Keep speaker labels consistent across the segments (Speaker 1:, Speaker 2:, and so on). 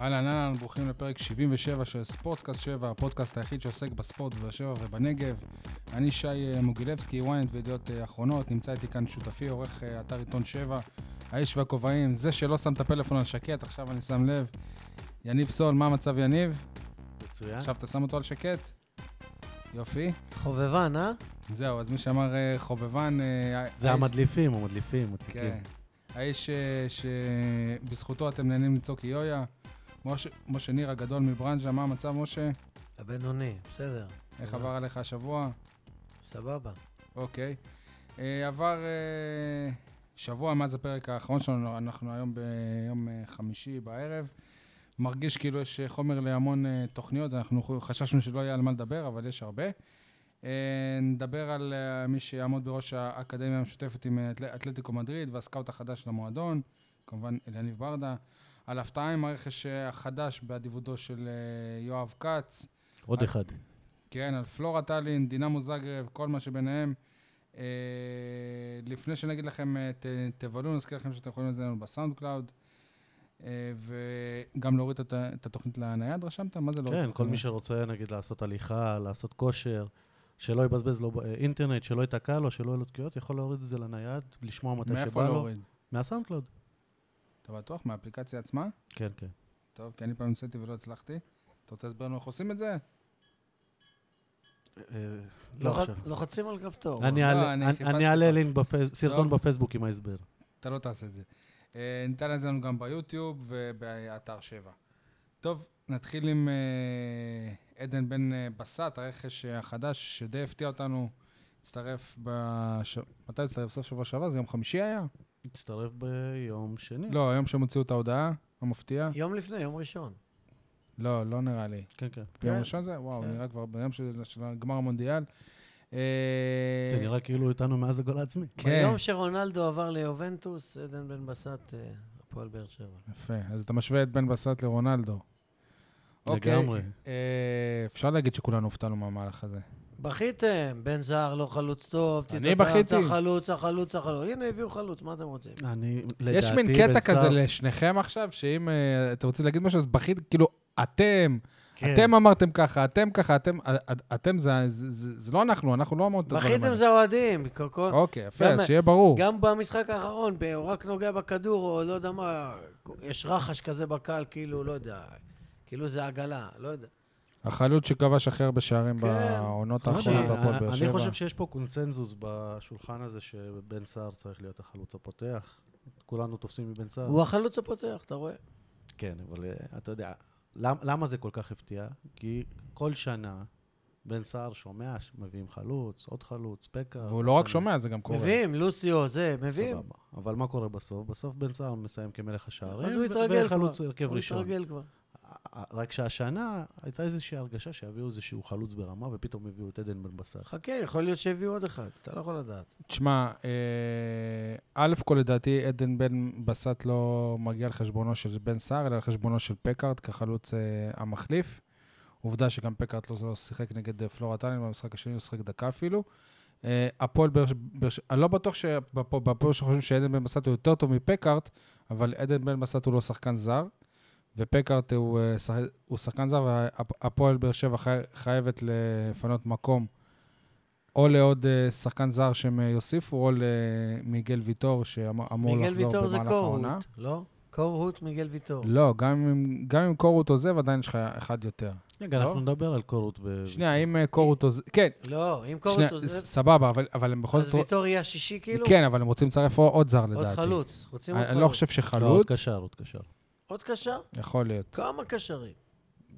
Speaker 1: אהלן אהלן, ברוכים לפרק 77 של ספורטקאסט 7, הפודקאסט היחיד שעוסק בספורט בשבע ובנגב. אני שי אה, מוגילבסקי, ynet וידיעות אה, אחרונות, נמצא איתי כאן שותפי, עורך אה, אתר עיתון 7, האיש והכובעים, זה שלא שם את הפלאפון על שקט, עכשיו אני שם לב. יניב סול, מה המצב יניב?
Speaker 2: מצוין.
Speaker 1: עכשיו אתה שם אותו על שקט? יופי.
Speaker 2: חובבן, אה?
Speaker 1: זהו, אז מי שאמר אה, חובבן... אה,
Speaker 2: זה
Speaker 1: האיש-
Speaker 2: המדליפים, המדליפים,
Speaker 1: כן.
Speaker 2: מציקים.
Speaker 1: האיש אה, שבזכותו אתם נהנים לצעוק יויה. משה- משה ניר הגדול מברנז'ה, מה המצב, משה?
Speaker 3: הבינוני, בסדר,
Speaker 1: איך
Speaker 3: תודה.
Speaker 1: עבר עליך השבוע?
Speaker 3: סבבה.
Speaker 1: אוקיי. אה, עבר אה, שבוע מאז הפרק האחרון שלנו, אנחנו היום ביום אה, חמישי בערב. מרגיש כאילו יש אה, חומר להמון אה, תוכניות, אנחנו חו- חששנו שלא יהיה על מה לדבר, אבל יש הרבה. אה, נדבר על אה, מי שיעמוד בראש האקדמיה המשותפת עם אה, אתל- אתלטיקו מדריד והסקאוט החדש למועדון, כמובן אליניב ברדה. על הפתעה עם הרכש אה, החדש באדיבותו של אה, יואב כץ.
Speaker 3: אה,
Speaker 2: עוד אחד.
Speaker 1: כן, על פלורה טאלין, דינמו זגרב, כל מה שביניהם. אה, לפני שנגיד לכם, אה, ת, תבלו, נזכיר לכם שאתם יכולים לזה לנו בסאונד קלאוד, אה, וגם להוריד את, ה- את התוכנית לנייד, רשמת? מה זה להוריד? את
Speaker 2: כן, כל
Speaker 1: התוכנית?
Speaker 2: מי שרוצה, נגיד, לעשות הליכה, לעשות כושר, שלא יבזבז לו ב- אה, אינטרנט, שלא ייתקע לו, שלא יהיו לו תקיעות, יכול להוריד את זה לנייד, לשמוע מתי
Speaker 1: מאיפה לא?
Speaker 2: שבא לו.
Speaker 1: להוריד?
Speaker 2: מהסאונדקלאוד.
Speaker 1: אתה בטוח? מהאפליקציה עצמה?
Speaker 2: כן, כן.
Speaker 1: טוב, כי אני פעם ניסיתי ולא הצלחתי. אתה רוצה להסביר לנו איך עושים את זה?
Speaker 2: לא
Speaker 3: לוחצ-
Speaker 2: עכשיו.
Speaker 3: לוחצים על כפתור.
Speaker 2: אני אעלה-
Speaker 1: לא, אני
Speaker 2: אני-
Speaker 1: חיפשתי
Speaker 2: אני אעלה
Speaker 1: אותו. לא?
Speaker 2: לינק, בפייס- סרטון בפייסבוק עם ההסבר.
Speaker 1: אתה לא תעשה את זה. אה, ניתן לזה לנו גם ביוטיוב ובאתר 7. טוב, נתחיל עם אה, עדן בן אה, בסט, הרכש אה, החדש, שדי הפתיע אותנו, הצטרף בש... מתי הצטרף? בסוף שבוע שעבר? זה יום חמישי היה?
Speaker 2: נצטרף ביום שני.
Speaker 1: לא, היום שהם הוציאו את ההודעה המפתיעה.
Speaker 3: יום לפני, יום ראשון.
Speaker 1: לא, לא נראה לי.
Speaker 2: כן, כן.
Speaker 1: ביום
Speaker 3: כן.
Speaker 1: ראשון זה? וואו,
Speaker 3: כן.
Speaker 1: נראה כבר ביום של של גמר המונדיאל. אה,
Speaker 2: זה נראה כאילו איתנו מאז הגול העצמי.
Speaker 1: כן,
Speaker 3: ביום שרונלדו עבר ליובנטוס, עדן בן בסט, אה, הפועל באר שבע.
Speaker 1: יפה. אז אתה משווה את בן בסט לרונלדו. אוקיי,
Speaker 2: לגמרי.
Speaker 1: אה, אפשר להגיד שכולנו הופתענו מהמהלך הזה.
Speaker 3: בכיתם, בן זהר לא חלוץ טוב,
Speaker 1: אני
Speaker 3: תתעטר,
Speaker 1: בכיתי.
Speaker 3: החלוץ, החלוץ, החלוץ. הנה, הביאו חלוץ, מה אתם רוצים?
Speaker 2: אני, לדעתי,
Speaker 1: יש מין
Speaker 2: בן
Speaker 1: קטע
Speaker 2: סער-
Speaker 1: כזה לשניכם עכשיו, שאם אה, אתם רוצים להגיד משהו, אז בכית, כאילו, אתם,
Speaker 2: כן.
Speaker 1: אתם אמרתם ככה, אתם ככה, אתם, אה, אתם זה, זה, זה, זה לא אנחנו, אנחנו לא אמרנו את הדברים
Speaker 3: בכיתם
Speaker 1: האלה.
Speaker 3: זה אוהדים. כל- כל-
Speaker 1: אוקיי, יפה,
Speaker 3: גם-
Speaker 1: אז שיהיה ברור.
Speaker 3: גם במשחק האחרון, ב- הוא רק נוגע בכדור, או לא יודע מה, יש רחש כזה בקהל, כאילו, לא יודע, כאילו זה עגלה, לא יודע.
Speaker 1: החלוץ שכבש הכי הרבה שערים
Speaker 3: כן.
Speaker 1: בעונות
Speaker 2: לא אני-
Speaker 1: האחרונות בהפועל באר שבע.
Speaker 2: אני חושב שיש פה קונסנזוס בשולחן הזה שבן סער צריך להיות החלוץ הפותח. כולנו תופסים מבן
Speaker 1: אה.
Speaker 2: סער.
Speaker 3: הוא החלוץ הפותח, אתה רואה?
Speaker 2: כן, אבל אה, אתה יודע, למ- למה זה כל כך הפתיע? כי כל שנה בן סער שומע שמביאים חלוץ, עוד חלוץ, פקר.
Speaker 1: והוא לא רק שומע, זה גם קורה.
Speaker 3: מביאים, לוסיו, זה, מביאים.
Speaker 2: סבבה. אבל מה קורה בסוף? בסוף בן סער מסיים כמלך השערים.
Speaker 3: אז הוא
Speaker 2: ו-
Speaker 3: התרגל כבר.
Speaker 2: וחלוץ הרכב
Speaker 3: הוא
Speaker 2: ראשון.
Speaker 3: התרגל כבר.
Speaker 2: רק שהשנה הייתה איזושהי הרגשה שיביאו איזשהו חלוץ ברמה, ופתאום הביאו את עדן בן בסט.
Speaker 3: חכה, יכול להיות שהביאו עוד אחד, אתה לא יכול לדעת.
Speaker 1: תשמע, אה, א' כל לדעתי עדן בן בסט לא מגיע על חשבונו של בן סער, אלא על חשבונו של פקארט כחלוץ אה, המחליף. עובדה שגם פקארט לא לא שיחק נגד אה, פלורה טאלין, במשחק השני הוא שיחק דקה אפילו. אה, הפועל באר באר שבע, אני לא בטוח שבפועל שחושבים שעדן בן בסט הוא יותר טוב מפקארט, אבל עדן בן בסט הוא לא שחקן זר, ופקארט הוא, אה, שח- הוא שחקן זר, והפועל באר שבע חי- חייבת לפנות מקום או לעוד אה, שחקן זר שהם אה, יוסיפו, או למיגל ויטור שאמור
Speaker 3: מיגל
Speaker 1: לחזור
Speaker 3: ויטור זה
Speaker 1: במהלך
Speaker 3: קורהוט,
Speaker 1: העונה.
Speaker 3: לא? קורהוט, מיגל ויטור.
Speaker 1: לא, גם אם- גם אם קורות עוזב, עדיין יש לך אחד יותר.
Speaker 2: רגע,
Speaker 1: לא?
Speaker 2: אנחנו נדבר על קורות ו...
Speaker 1: שנייה, אם אה, קורות עוזב... כן,
Speaker 3: לא, אם
Speaker 1: שנייה,
Speaker 3: קורהוט עוזב,
Speaker 1: ס- סבבה, אבל- אבל הם בכל
Speaker 3: אז
Speaker 1: זאת...
Speaker 3: ויטור יהיה השישי כאילו?
Speaker 1: כן, אבל הם רוצים לצרף עוד- עוד זר
Speaker 3: עוד
Speaker 1: לדעתי.
Speaker 3: חלוץ, רוצים עוד
Speaker 1: אני אני לא
Speaker 3: חלוץ.
Speaker 1: חושב
Speaker 2: לא, עוד
Speaker 1: שחלוץ,
Speaker 2: קשר, עוד קשר.
Speaker 3: עוד קשר?
Speaker 1: יכול להיות.
Speaker 3: כמה קשרים?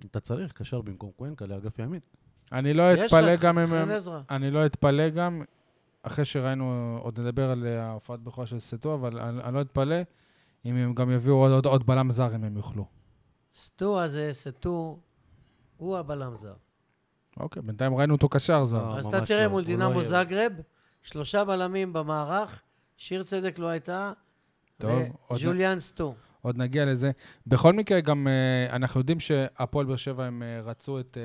Speaker 2: אתה צריך קשר במקום קוונקה לאגף ימין.
Speaker 1: אני לא
Speaker 3: יש לך
Speaker 1: אתפלא
Speaker 3: את
Speaker 1: גם אם
Speaker 3: חן
Speaker 1: הם...
Speaker 3: עזרא.
Speaker 1: אני לא אתפלא גם, אחרי שראינו, עוד נדבר על אה, ההופעת בכורה של סטו, אבל אני אני לא אתפלא אם הם גם יביאו עוד- עוד- עוד בלם זר אם הם יוכלו.
Speaker 3: סטו הזה, סטו, הוא הבלם זר.
Speaker 1: אוקיי, בינתיים ראינו אותו קשר זר.
Speaker 2: לא,
Speaker 3: אז
Speaker 2: ממש
Speaker 3: אתה תראה
Speaker 2: לא,
Speaker 3: מול
Speaker 2: הוא לא
Speaker 3: דינמו
Speaker 2: יהיה.
Speaker 3: זגרב, שלושה בלמים במערך, שיר צדק לא הייתה,
Speaker 1: טוב, עוד-
Speaker 3: וג'וליאן סטו.
Speaker 1: עוד נגיע לזה. בכל מקרה, גם אה, אנחנו יודעים שהפועל באר שבע, הם אה, רצו את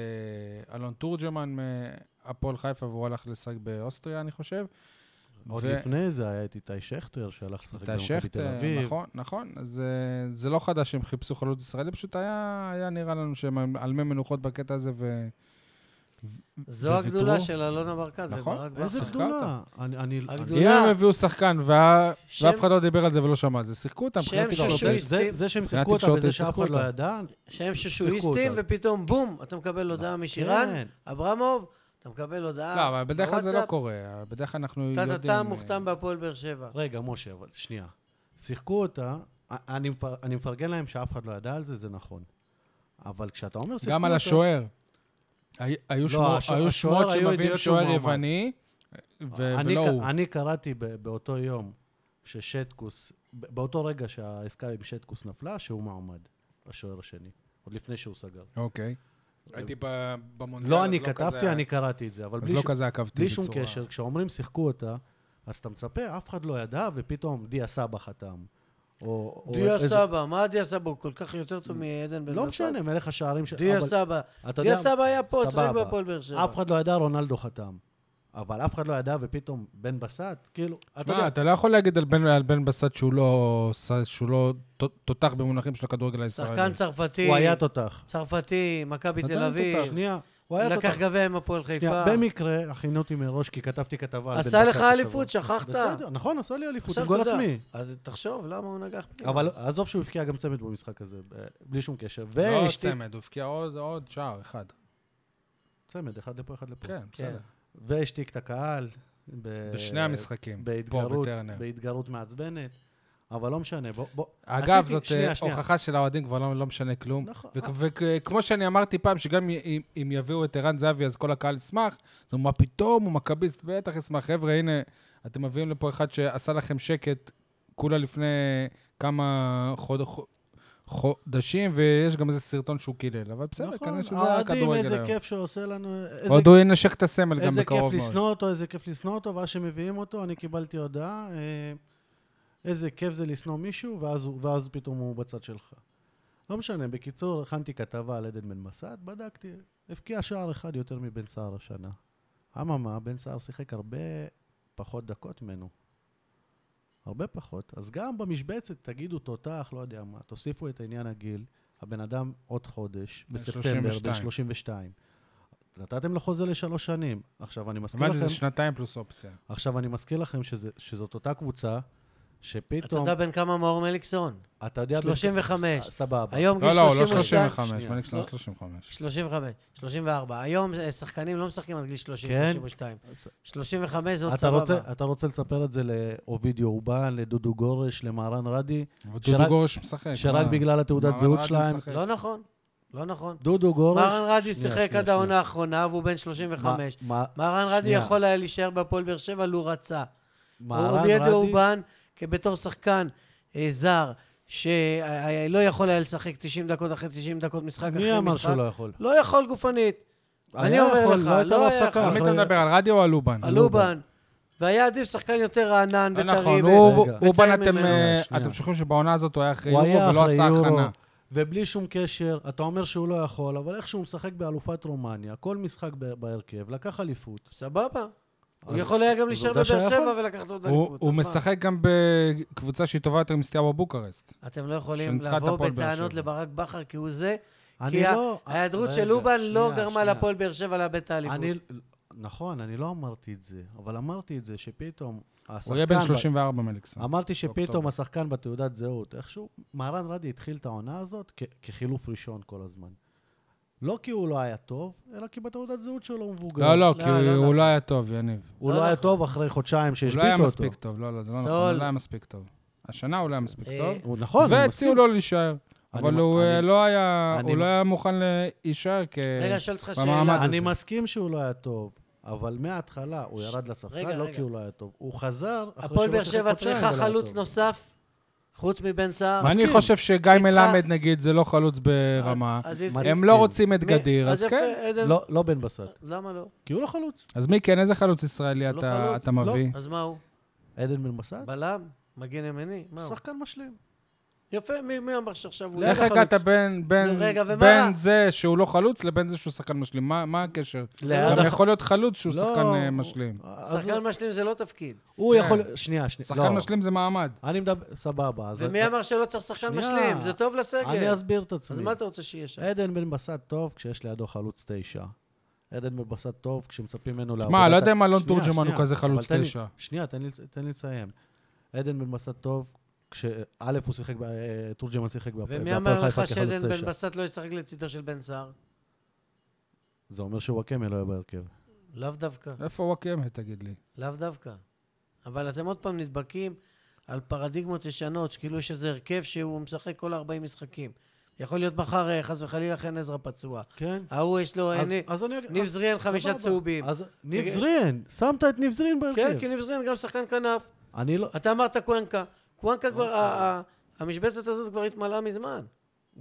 Speaker 1: אה, אלון תורג'מן מהפועל חיפה, והוא הלך לשחק באוסטריה, אני חושב.
Speaker 2: עוד
Speaker 1: ו-
Speaker 2: לפני זה היה את איתי שכטר, שהלך לשחק
Speaker 1: איתי
Speaker 2: במכבי תל
Speaker 1: שכטר,
Speaker 2: אביב.
Speaker 1: נכון, נכון. אז אה, זה לא חדש שהם חיפשו חלוץ ישראלי, פשוט היה היה נראה לנו שהם על מי מנוחות בקטע הזה, ו...
Speaker 3: זו
Speaker 1: וויתרו.
Speaker 3: הגדולה של אלונה ברקת
Speaker 1: נכון.
Speaker 3: וברק
Speaker 2: איזה
Speaker 3: בכר.
Speaker 1: שיחקה
Speaker 2: גדולה. אני, אני,
Speaker 3: הגדולה.
Speaker 2: אני-
Speaker 1: אם הם הביאו שחקן וה-
Speaker 3: שם-
Speaker 1: ואף אחד לא דיבר על זה ולא שמע על זה, שיחקו אותם. לא מבחינה
Speaker 3: שם
Speaker 1: תקשורתית.
Speaker 3: ששוי-
Speaker 2: זה- זה- זה שהם שיחקו אותה
Speaker 1: התקשורתית
Speaker 2: בזה שאף
Speaker 1: שיחקו
Speaker 2: אחד לא
Speaker 1: אותה.
Speaker 2: ידע,
Speaker 3: שהם
Speaker 2: שיחקו
Speaker 3: ששואיסטים,
Speaker 2: אותה.
Speaker 3: ופתאום בום, אתה מקבל הודעה משירן,
Speaker 2: כן.
Speaker 3: אברמוב, אתה מקבל הודעה
Speaker 1: לא, אבל בדרך כלל זה לא
Speaker 3: בוואטסאפ,
Speaker 1: קורה. בדרך כלל אנחנו יודעים...
Speaker 3: טה-טה-טה,
Speaker 1: אה,
Speaker 3: מוכתם בהפועל באר שבע.
Speaker 2: רגע, משה, אבל שנייה. שיחקו אותה, א- אני, מפר, אני מפרגן להם שאף אחד לא ידע על זה, זה נכון. אבל כשאתה אומר שיחקו
Speaker 1: גם על
Speaker 2: אותה-
Speaker 1: השוער. הי- היו
Speaker 2: לא,
Speaker 1: שמו-
Speaker 2: השוער-
Speaker 1: היו
Speaker 2: השוער
Speaker 1: שמות
Speaker 2: היו
Speaker 1: שמביאים
Speaker 2: ידיעות שהוא
Speaker 1: שוער
Speaker 2: מועמד.
Speaker 1: יווני, ו-
Speaker 2: אני,
Speaker 1: ולא
Speaker 2: ק-
Speaker 1: הוא.
Speaker 2: אני קראתי ב, באותו יום ששטקוס, ב- באותו רגע שהעסקה עם שטקוס נפלה, שהוא מעמד, השוער השני, עוד לפני שהוא סגר.
Speaker 1: אוקיי. הייתי ב- במונדיאל.
Speaker 2: לא
Speaker 1: אז
Speaker 2: אני
Speaker 1: כזה-
Speaker 2: כתבתי, אני קראתי את זה, אבל
Speaker 1: אז
Speaker 2: בלי
Speaker 1: לא
Speaker 2: ש-
Speaker 1: כזה עקבתי
Speaker 2: בלי שום
Speaker 1: בצורה...
Speaker 2: קשר, כשאומרים שיחקו אותה, אז אתה מצפה, אף אחד לא ידע, ופתאום דיה סבא חתם. או... או
Speaker 3: דיה
Speaker 2: איזה-
Speaker 3: סבא, מה דיה סבא? הוא כל כך יותר טוב מעדן בן
Speaker 2: לא
Speaker 3: בסט?
Speaker 2: משנה, מלך השערים של...
Speaker 3: דיה
Speaker 2: אבל-
Speaker 3: סבא.
Speaker 2: אתה
Speaker 3: דיה
Speaker 2: יודע-
Speaker 3: סבא היה פה, שיחק
Speaker 2: סבבה.
Speaker 3: בהפועל באר שבע.
Speaker 2: אף אחד לא ידע, רונלדו חתם. אבל אף אחד לא ידע, ופתאום בן בסט, כאילו, אתה
Speaker 1: מה,
Speaker 2: יודע,
Speaker 1: אתה לא יכול להגיד על בן- על בן בסט שהוא לא ס- שהוא לא ת- תותח במונחים של הכדורגל הישראלי.
Speaker 3: שחקן צרפתי,
Speaker 2: הוא היה תותח.
Speaker 3: צרפתי, מכבי
Speaker 1: נתן
Speaker 3: תל אביב,
Speaker 2: שנייה, הוא היה
Speaker 3: לקח
Speaker 2: תותח.
Speaker 3: גביע עם הפועל חיפה.
Speaker 2: שנייה, במקרה, הכינותי מראש, כי כתבתי כתבה על בן בסט.
Speaker 3: עשה לך
Speaker 2: השבוע.
Speaker 3: אליפות, שכחת?
Speaker 2: בסדר, נכון, עשה לי אליפות,
Speaker 3: עכשיו
Speaker 2: עם גול
Speaker 3: אתה יודע.
Speaker 2: עצמי.
Speaker 3: אז תחשוב, למה הוא נגח פנימה?
Speaker 2: אבל עזוב שהוא הבקיע גם צמד במשחק הזה, ב- בלי שום קשר.
Speaker 1: כן. לא עוד
Speaker 2: ואשתי...
Speaker 1: צמד, הוא הבקיע עוד- עוד שער אחד.
Speaker 2: צמד, אחד לפה, אחד לפה.
Speaker 1: כן,
Speaker 3: כן.
Speaker 1: בסדר.
Speaker 2: והשתיק את הקהל. ב-
Speaker 1: בשני המשחקים, פה
Speaker 2: כן. אה, בהתגרות,
Speaker 1: בטרנר.
Speaker 2: בהתגרות מעצבנת. אבל לא משנה, בוא... בוא-
Speaker 1: אגב,
Speaker 2: עשיתי-
Speaker 1: זאת
Speaker 2: שנייה,
Speaker 1: אה,
Speaker 2: שנייה.
Speaker 1: הוכחה של האוהדים כבר לא לא משנה כלום.
Speaker 2: נכון.
Speaker 1: וכמו שאני אמרתי פעם, שגם י- אם- אם יביאו את ערן זהבי, אז כל הקהל ישמח, אז הוא, מה פתאום, הוא מכביסט, בטח ישמח. חבר'ה, הנה, אתם מביאים לפה אחד שעשה לכם שקט כולה לפני כמה חוד- חו- חודשים, ויש גם איזה סרטון שהוא קילל. אבל בסדר,
Speaker 2: נכון,
Speaker 1: כנראה שזה
Speaker 2: האוהדים,
Speaker 1: הכדורגל
Speaker 2: איזה
Speaker 1: היום.
Speaker 2: כיף שעושה לנו, איזה-
Speaker 1: עוד הוא ינשק את הסמל גם
Speaker 2: איזה כיף
Speaker 1: בקרוב מאוד.
Speaker 2: לשנוא אותו, איזה כיף לשנוא אותו, ואז שמביאים אותו, אני קיבלתי הודעה, אה, איזה כיף זה לשנוא מישהו, ואז הוא- ואז פתאום הוא בצד שלך. לא משנה, בקיצור, הכנתי כתבה על עדן בן מסד, בדקתי, הבקיע שער אחד יותר מבן סער השנה. אממה, בן סער שיחק הרבה פחות דקות ממנו. הרבה פחות. אז גם במשבצת, תגידו תותח, לא יודע מה, תוסיפו את עניין הגיל, הבן אדם עוד חודש,
Speaker 1: בן
Speaker 2: בספטמבר, בן
Speaker 1: 32.
Speaker 2: 32. נתתם לו חוזה לשלוש שנים. עכשיו, אני מזכיר
Speaker 1: אמרתי, זה
Speaker 2: לכם,
Speaker 1: שנתיים פלוס אופציה.
Speaker 2: עכשיו אני מזכיר לכם שזה- שזאת אותה קבוצה,
Speaker 3: אתה
Speaker 2: שפתאום,
Speaker 3: יודע בן כמה מאור מליקסון?
Speaker 2: אתה יודע...
Speaker 3: 35.
Speaker 2: אה, סבבה.
Speaker 3: היום גיל
Speaker 1: לא, לא, הוא לא
Speaker 3: 32.
Speaker 1: 35,
Speaker 2: שנייה.
Speaker 1: מליקסון
Speaker 3: לא.
Speaker 1: 35.
Speaker 3: 35, 34. היום אה, שחקנים לא משחקים עד גיל 30,
Speaker 2: כן.
Speaker 3: 32. 35 זה עוד
Speaker 2: אתה רוצה,
Speaker 3: סבבה.
Speaker 2: אתה רוצה לספר את זה לאובידיו אורבן, לדודו גורש, למהרן רדי,
Speaker 1: ודודו
Speaker 2: שרק-
Speaker 1: גורש משחק.
Speaker 2: שרק
Speaker 1: מה?
Speaker 2: בגלל התעודת
Speaker 1: מרן
Speaker 2: זהות
Speaker 1: רדי
Speaker 2: שלהם,
Speaker 1: משחק.
Speaker 3: לא נכון, לא נכון.
Speaker 2: דודו גורש...
Speaker 3: מהרן רדי
Speaker 2: אוקיי. שנייה,
Speaker 3: שיחק
Speaker 2: שנייה,
Speaker 3: עד העונה האחרונה והוא בן 35.
Speaker 2: מה- מה-
Speaker 3: מהרן רדי
Speaker 2: שנייה.
Speaker 3: יכול היה להישאר בהפועל באר שבע לו רצה.
Speaker 2: מהרן
Speaker 3: אוביידו
Speaker 2: רדי-
Speaker 3: אובן, בתור שחקן אה, זר, שלא יכול היה לשחק 90 דקות אחרי 90 דקות משחק אחרי משחק.
Speaker 2: מי אמר שהוא לא יכול?
Speaker 3: לא יכול גופנית. אני
Speaker 2: היה
Speaker 3: אומר
Speaker 2: יכול,
Speaker 3: לך,
Speaker 2: לא הייתה
Speaker 3: לא
Speaker 2: לו
Speaker 3: היה
Speaker 2: הפסקה.
Speaker 1: על מי אתה
Speaker 2: אחרי-
Speaker 1: מדבר? על רדיו או על לובן?
Speaker 3: על אובן. והיה עדיף שחקן יותר רענן
Speaker 1: לא
Speaker 3: וטרי.
Speaker 1: נכון,
Speaker 3: ו-
Speaker 1: הוא-
Speaker 2: רגע.
Speaker 1: אובן,
Speaker 3: וצעיר
Speaker 1: אתם
Speaker 3: ממנו.
Speaker 1: אה,
Speaker 2: שנייה.
Speaker 1: אתם שוכחים שבעונה הזאת הוא היה אחרי
Speaker 2: הוא היה
Speaker 1: יורו ולא
Speaker 2: אחרי
Speaker 1: עשה
Speaker 2: יורו,
Speaker 1: הכנה.
Speaker 2: ובלי שום קשר, אתה אומר שהוא לא יכול, אבל איך שהוא משחק באלופת רומניה, כל משחק ב- בהרכב, לקח אליפות.
Speaker 3: סבבה. הוא
Speaker 2: אז-
Speaker 3: יכול היה גם
Speaker 2: אה, אז
Speaker 3: להישאר
Speaker 2: עובדה
Speaker 3: בבאר
Speaker 2: שהיה
Speaker 3: שבע
Speaker 2: יכול.
Speaker 3: ולקחת עוד
Speaker 1: הוא-
Speaker 3: אליפות.
Speaker 1: הוא
Speaker 3: אז מה?
Speaker 1: משחק גם בקבוצה שהיא טובה יותר מסטיאבו בוקרסט.
Speaker 3: אתם לא יכולים
Speaker 1: שניצחה את
Speaker 3: לבוא
Speaker 1: הפועל באר
Speaker 3: בטענות
Speaker 1: שבע.
Speaker 3: לברק בכר כי הוא זה,
Speaker 2: אני
Speaker 3: כי ה-
Speaker 2: לא-
Speaker 3: ההיעדרות
Speaker 2: רגע,
Speaker 3: של אובן לא
Speaker 2: שנייה,
Speaker 3: גרמה
Speaker 2: שנייה.
Speaker 3: להפועל באר שבע לאבד את האליפות.
Speaker 2: אני... נכון, אני לא אמרתי את זה, אבל אמרתי את זה שפתאום...
Speaker 1: הוא יהיה בן
Speaker 2: השחקן ב-
Speaker 1: 34 מליקסון.
Speaker 2: אמרתי
Speaker 1: באוקטובר.
Speaker 2: שפתאום השחקן בתעודת זהות, איכשהו, מהרן רדי התחיל את העונה הזאת כ- כחילוף ראשון כל הזמן. לא כי הוא לא היה טוב, אלא כי בתעודת זהות שלו הוא מבוגר.
Speaker 1: לא, לא, כי
Speaker 3: לא, לא,
Speaker 1: הוא
Speaker 3: לא.
Speaker 1: לא היה טוב, יניב.
Speaker 2: הוא
Speaker 3: לא
Speaker 2: לא היה
Speaker 3: נכון.
Speaker 2: טוב אחרי חודשיים
Speaker 1: הוא
Speaker 2: שהשביתו
Speaker 1: לא היה
Speaker 2: אותו.
Speaker 1: מספיק טוב, לא, לא, זה לא נכון, הוא
Speaker 3: סול.
Speaker 1: לא היה מספיק טוב. השנה הוא לא היה מספיק
Speaker 3: אה,
Speaker 1: טוב,
Speaker 2: הוא נכון, אני מסכים.
Speaker 1: והציעו לו להישאר.
Speaker 2: אני
Speaker 1: אבל
Speaker 2: מ-
Speaker 1: הוא אה,
Speaker 2: אני-
Speaker 1: לא היה
Speaker 2: אני
Speaker 1: הוא
Speaker 2: מ-
Speaker 1: לא היה מוכן להישאר כ...
Speaker 3: רגע, שואל אותך
Speaker 1: במעמד
Speaker 3: שאלה.
Speaker 1: הזה.
Speaker 2: אני מסכים שהוא לא היה טוב, אבל מההתחלה הוא ירד לספסל,
Speaker 3: רגע,
Speaker 2: לא
Speaker 3: רגע.
Speaker 2: כי הוא לא היה טוב. הוא חזר אחרי שהוא
Speaker 3: הפועל
Speaker 2: לא
Speaker 3: באר
Speaker 2: שיחק
Speaker 3: שבע
Speaker 2: חודשיים
Speaker 3: צריכה
Speaker 2: ולא היה
Speaker 3: חלוץ
Speaker 2: טוב.
Speaker 3: נוסף, חוץ מבן סער.
Speaker 1: אני
Speaker 2: מסכים.
Speaker 1: חושב שגיא
Speaker 3: היא צריכה-
Speaker 1: מלמד, נגיד, זה לא חלוץ ברמה.
Speaker 3: אז היא-
Speaker 2: מסכים.
Speaker 1: הם לא רוצים את
Speaker 3: מי-
Speaker 1: גדיר, אז
Speaker 3: איפה
Speaker 1: כן.
Speaker 3: עדן-
Speaker 2: לא, לא בן בסט,
Speaker 3: למה לא?
Speaker 2: כי הוא לא חלוץ.
Speaker 1: אז מי כן, איזה חלוץ ישראלי
Speaker 3: לא
Speaker 1: אתה,
Speaker 3: חלוץ,
Speaker 1: אתה מביא?
Speaker 3: אז מה הוא?
Speaker 2: עדן בן בסט,
Speaker 3: בלם? מגן ימני? מה הוא?
Speaker 2: שחקן משלים.
Speaker 3: יפה, מי מי אמר שעכשיו הוא...
Speaker 1: איך
Speaker 3: לא חלוץ?
Speaker 1: הגעת בין- בין-
Speaker 3: רגע, ומה
Speaker 1: בין
Speaker 3: רע?
Speaker 1: זה שהוא לא חלוץ לבין זה שהוא שחקן משלים? מה- מה הקשר?
Speaker 2: ליד
Speaker 1: גם
Speaker 2: הח-
Speaker 1: יכול להיות חלוץ שהוא
Speaker 2: לא,
Speaker 1: שחקן אה, משלים.
Speaker 2: אז
Speaker 3: שחקן משלים זה לא תפקיד.
Speaker 2: הוא
Speaker 1: כן.
Speaker 2: יכול... שנייה, שנייה.
Speaker 1: שחקן
Speaker 2: לא.
Speaker 1: משלים זה מעמד.
Speaker 2: אני מדבר... סבבה. אז- אה-
Speaker 3: ומי אמר שלא צריך שחקן
Speaker 2: שנייה.
Speaker 3: משלים? זה טוב לסגל.
Speaker 2: אני אסביר את עצמי. אה,
Speaker 3: אז מה אתה רוצה שיהיה שם?
Speaker 2: עדן בן בסט טוב כשיש לידו חלוץ תשע. עדן בן בסט טוב כשמצפים ממנו לעבודה...
Speaker 1: לא יודע אם אלון
Speaker 2: שנייה,
Speaker 1: תורג'מן הוא
Speaker 2: שנייה,
Speaker 1: כזה
Speaker 2: אבל
Speaker 1: חלוץ
Speaker 2: תן לי-
Speaker 1: תשע.
Speaker 2: שנייה, תן לי- תן לי לסיים. עדן בן בסט טוב כש... א', הוא שיחק... ב- אה, תורג'מן שיחק בהפ-
Speaker 3: ומי
Speaker 2: בהפועל
Speaker 3: אמר
Speaker 2: חיפה
Speaker 3: לך
Speaker 2: כחלוץ
Speaker 3: שעדן בן
Speaker 2: תשע.
Speaker 3: בסט לא ישחק לצידו של בן סער?
Speaker 2: זה אומר שוואקמה לא היה בהרכב.
Speaker 3: לאו דווקא,
Speaker 1: איפה וואקמה, תגיד לי?
Speaker 3: לאו דווקא. אבל אתם עוד פעם נדבקים על פרדיגמות ישנות, שכאילו יש איזה הרכב שהוא משחק כל 40 משחקים. יכול להיות מחר, אה, חס וחלילה, חן עזרא פצוע.
Speaker 2: כן.
Speaker 3: ההוא יש לו...
Speaker 2: אז-
Speaker 3: אה,
Speaker 2: אז אני אגיד...
Speaker 3: ניב
Speaker 2: אז-
Speaker 3: זריאן חמישה
Speaker 2: סבבה.
Speaker 3: צהובים.
Speaker 2: אז ניב זריאן, שמת את ניב זריאן בהרכב.
Speaker 3: כן, כי ניב זריאן גם שחקן כנף.
Speaker 2: אני לא...
Speaker 3: אתה אמרת קוונקה. קוונקה כבר,
Speaker 2: אוקיי.
Speaker 3: ה- ה- המשבצת הזאת כבר התמלאה מזמן.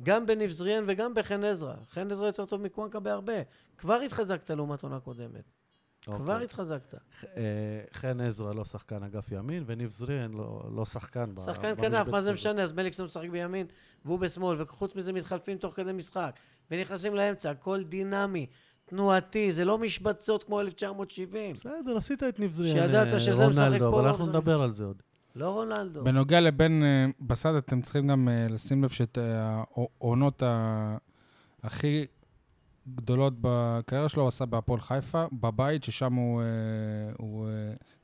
Speaker 3: גם בניב זריאן וגם בחן עזרא. חן עזרא יותר טוב מקוונקה בהרבה. כבר התחזקת לעומת עונה קודמת. כבר
Speaker 2: אוקיי.
Speaker 3: התחזקת.
Speaker 2: אה, חן עזרא לא שחקן אגף ימין, וניב זריאן לא- לא שחקן. ב-
Speaker 3: שחקן
Speaker 2: במשבצת
Speaker 3: כנף, מה זה
Speaker 2: הזאת.
Speaker 3: משנה? אז מליקסון משחק בימין והוא בשמאל, וחוץ מזה מתחלפים תוך כדי משחק, ונכנסים לאמצע, הכל דינמי, תנועתי, זה לא משבצות כמו 1970.
Speaker 2: בסדר, עשית את ניב זריאן,
Speaker 3: שידעת
Speaker 2: אה,
Speaker 3: שזה משחק פה,
Speaker 2: רונלדו, אבל
Speaker 3: לא
Speaker 2: אנחנו
Speaker 3: משחק.
Speaker 2: נדבר על זה עוד.
Speaker 3: לא רונלדו.
Speaker 1: בנוגע לבן אה, בסט, אתם צריכים גם אה, לשים לב שאת אה, העונות ה- הכי גדולות בקריירה שלו הוא עשה בהפועל חיפה, בבית, ששם הוא, אה, הוא אה,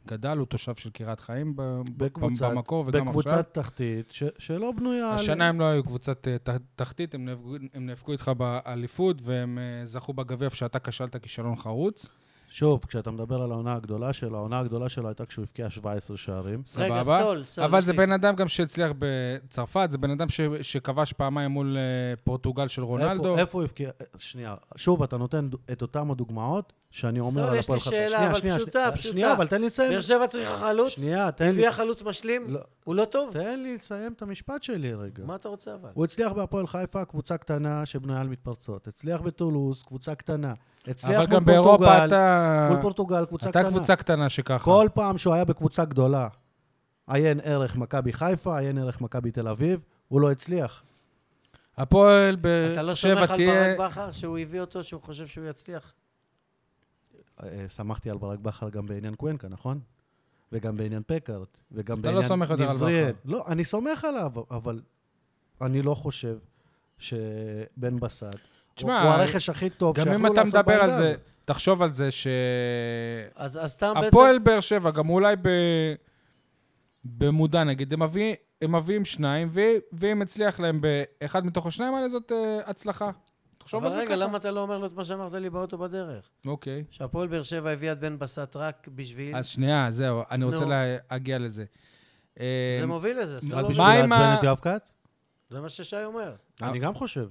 Speaker 1: גדל, הוא תושב של קריית חיים ב- ב-
Speaker 2: בקבוצת-
Speaker 1: במקור, וגם עכשיו.
Speaker 2: בקבוצת תחתית ש- שלא בנויה על...
Speaker 1: השנה הם לא היו קבוצת אה, ת- תחתית, הם נאבקו- הם נאבקו איתך באליפות, והם אה, זכו בגביע איפה שאתה כשלת כישלון חרוץ.
Speaker 2: שוב, כשאתה מדבר על העונה הגדולה שלו, העונה הגדולה שלו הייתה כשהוא הבקיע 17 שערים.
Speaker 1: סבבה.
Speaker 3: סול, סול,
Speaker 1: אבל
Speaker 3: יש
Speaker 1: זה
Speaker 3: לי.
Speaker 1: בן אדם גם שהצליח בצרפת, זה בן אדם ש- שכבש פעמיים מול אה, פורטוגל של רונלדו.
Speaker 2: איפה- איפה הוא הבקיע? אה, שנייה, שוב, אתה נותן דו- את אותם הדוגמאות שאני אומר
Speaker 3: סול,
Speaker 2: על
Speaker 3: יש לי
Speaker 2: הפועל חיפה.
Speaker 3: שאלה,
Speaker 2: שנייה,
Speaker 3: אבל
Speaker 2: שנייה,
Speaker 3: פשוטה,
Speaker 2: שנייה,
Speaker 3: פשוטה.
Speaker 2: שנייה, אבל תן לי לסיים.
Speaker 3: באר שבע צריכה חלוץ?
Speaker 2: שנייה, תן לי.
Speaker 3: הביאה חלוץ משלים?
Speaker 2: לא.
Speaker 3: הוא לא טוב?
Speaker 2: תן לי לסיים את המשפט שלי רגע.
Speaker 3: מה אתה רוצה אבל?
Speaker 2: הוא הצליח בהפועל חיפה, קבוצה קטנה שבנויה על מתפרצות. הצליח בטולוז, קבוצה קטנה. הצליח
Speaker 1: אבל
Speaker 2: מול
Speaker 1: גם באירופה
Speaker 2: פורטוגל,
Speaker 1: אתה...
Speaker 2: מול פורטוגל, קבוצה
Speaker 1: אתה
Speaker 2: קטנה.
Speaker 1: קבוצה קטנה שככה.
Speaker 2: כל פעם שהוא היה בקבוצה גדולה, עיין ערך מכבי חיפה, עיין ערך מכבי תל אביב, הוא לא הצליח.
Speaker 1: הפועל
Speaker 3: אתה
Speaker 1: באר
Speaker 3: לא
Speaker 1: שבע
Speaker 3: סומך על
Speaker 1: תהיה...
Speaker 3: ברק בכר שהוא הביא אותו, שהוא חושב שהוא יצליח?
Speaker 2: אה, שמחתי על ברק בכר גם בעניין קוונקה, נכון? וגם בעניין פקארט, וגם
Speaker 1: אז אתה לא
Speaker 2: בעניין
Speaker 1: סומך יותר על
Speaker 2: נבזריאל.
Speaker 1: בכר.
Speaker 2: לא, אני סומך עליו, אבל אני לא חושב שבן בסט,
Speaker 1: תשמע,
Speaker 2: הוא הרכש הכי טוב
Speaker 1: גם
Speaker 2: שיכלו
Speaker 1: אם אתה
Speaker 2: לעשות
Speaker 1: מדבר על
Speaker 2: בעמדה
Speaker 1: זה,
Speaker 2: הזאת.
Speaker 1: תחשוב על זה ש...
Speaker 3: אז אז סתם בעצם...
Speaker 1: הפועל באר שבע, גם אולי ב... במודע נגיד, הם, מביא, הם מביאים שניים, ו... ואם הצליח להם באחד מתוך השניים האלה, זאת אה, הצלחה. תחשוב על
Speaker 3: אבל
Speaker 1: זה
Speaker 3: רגע,
Speaker 1: ככה.
Speaker 3: למה אתה לא אומר לו את מה שאמרת לי באוטו בדרך?
Speaker 1: אוקיי.
Speaker 3: שהפועל באר שבע הביאה את בן בסט רק בשביל...
Speaker 1: אז שנייה, זהו, אני רוצה
Speaker 3: כן. נו.
Speaker 1: להגיע לזה. אה,
Speaker 3: זה מוביל לזה, סול
Speaker 2: רק
Speaker 3: אומר.
Speaker 1: מה
Speaker 2: בשביל
Speaker 1: עם
Speaker 2: לעצבן
Speaker 1: ה-
Speaker 2: את יואב כץ?
Speaker 3: זה מה ששי אומר,
Speaker 2: אני גם חושב.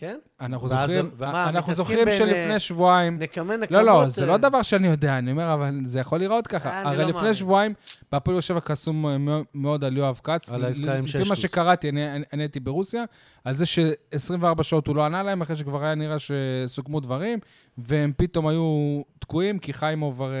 Speaker 3: כן?
Speaker 1: אנחנו
Speaker 2: ואז-
Speaker 1: זוכרים,
Speaker 3: ומה,
Speaker 1: אנחנו
Speaker 3: מתעסקים
Speaker 1: זוכרים
Speaker 3: בין,
Speaker 1: שלפני
Speaker 3: אה,
Speaker 1: שבועיים...
Speaker 3: נקמן נקמות...
Speaker 1: לא, לא, זה
Speaker 3: אה,
Speaker 1: לא דבר שאני יודע, אני אומר, אבל זה יכול להיראות
Speaker 3: אה,
Speaker 1: ככה.
Speaker 3: אני
Speaker 1: הרי
Speaker 3: לא
Speaker 1: לפני
Speaker 3: מאמין.
Speaker 1: שבועיים, בהפועל באר שבע כעסו מ- מאוד על יואב כץ.
Speaker 2: על העסקה עם
Speaker 1: לפי מה
Speaker 2: ששטוס.
Speaker 1: שקראתי, אני אני- אני הייתי ברוסיה, על זה ש-24 שעות הוא לא ענה להם, אחרי שכבר היה נראה שסוכמו דברים, והם פתאום היו תקועים, כי חיימוב הרי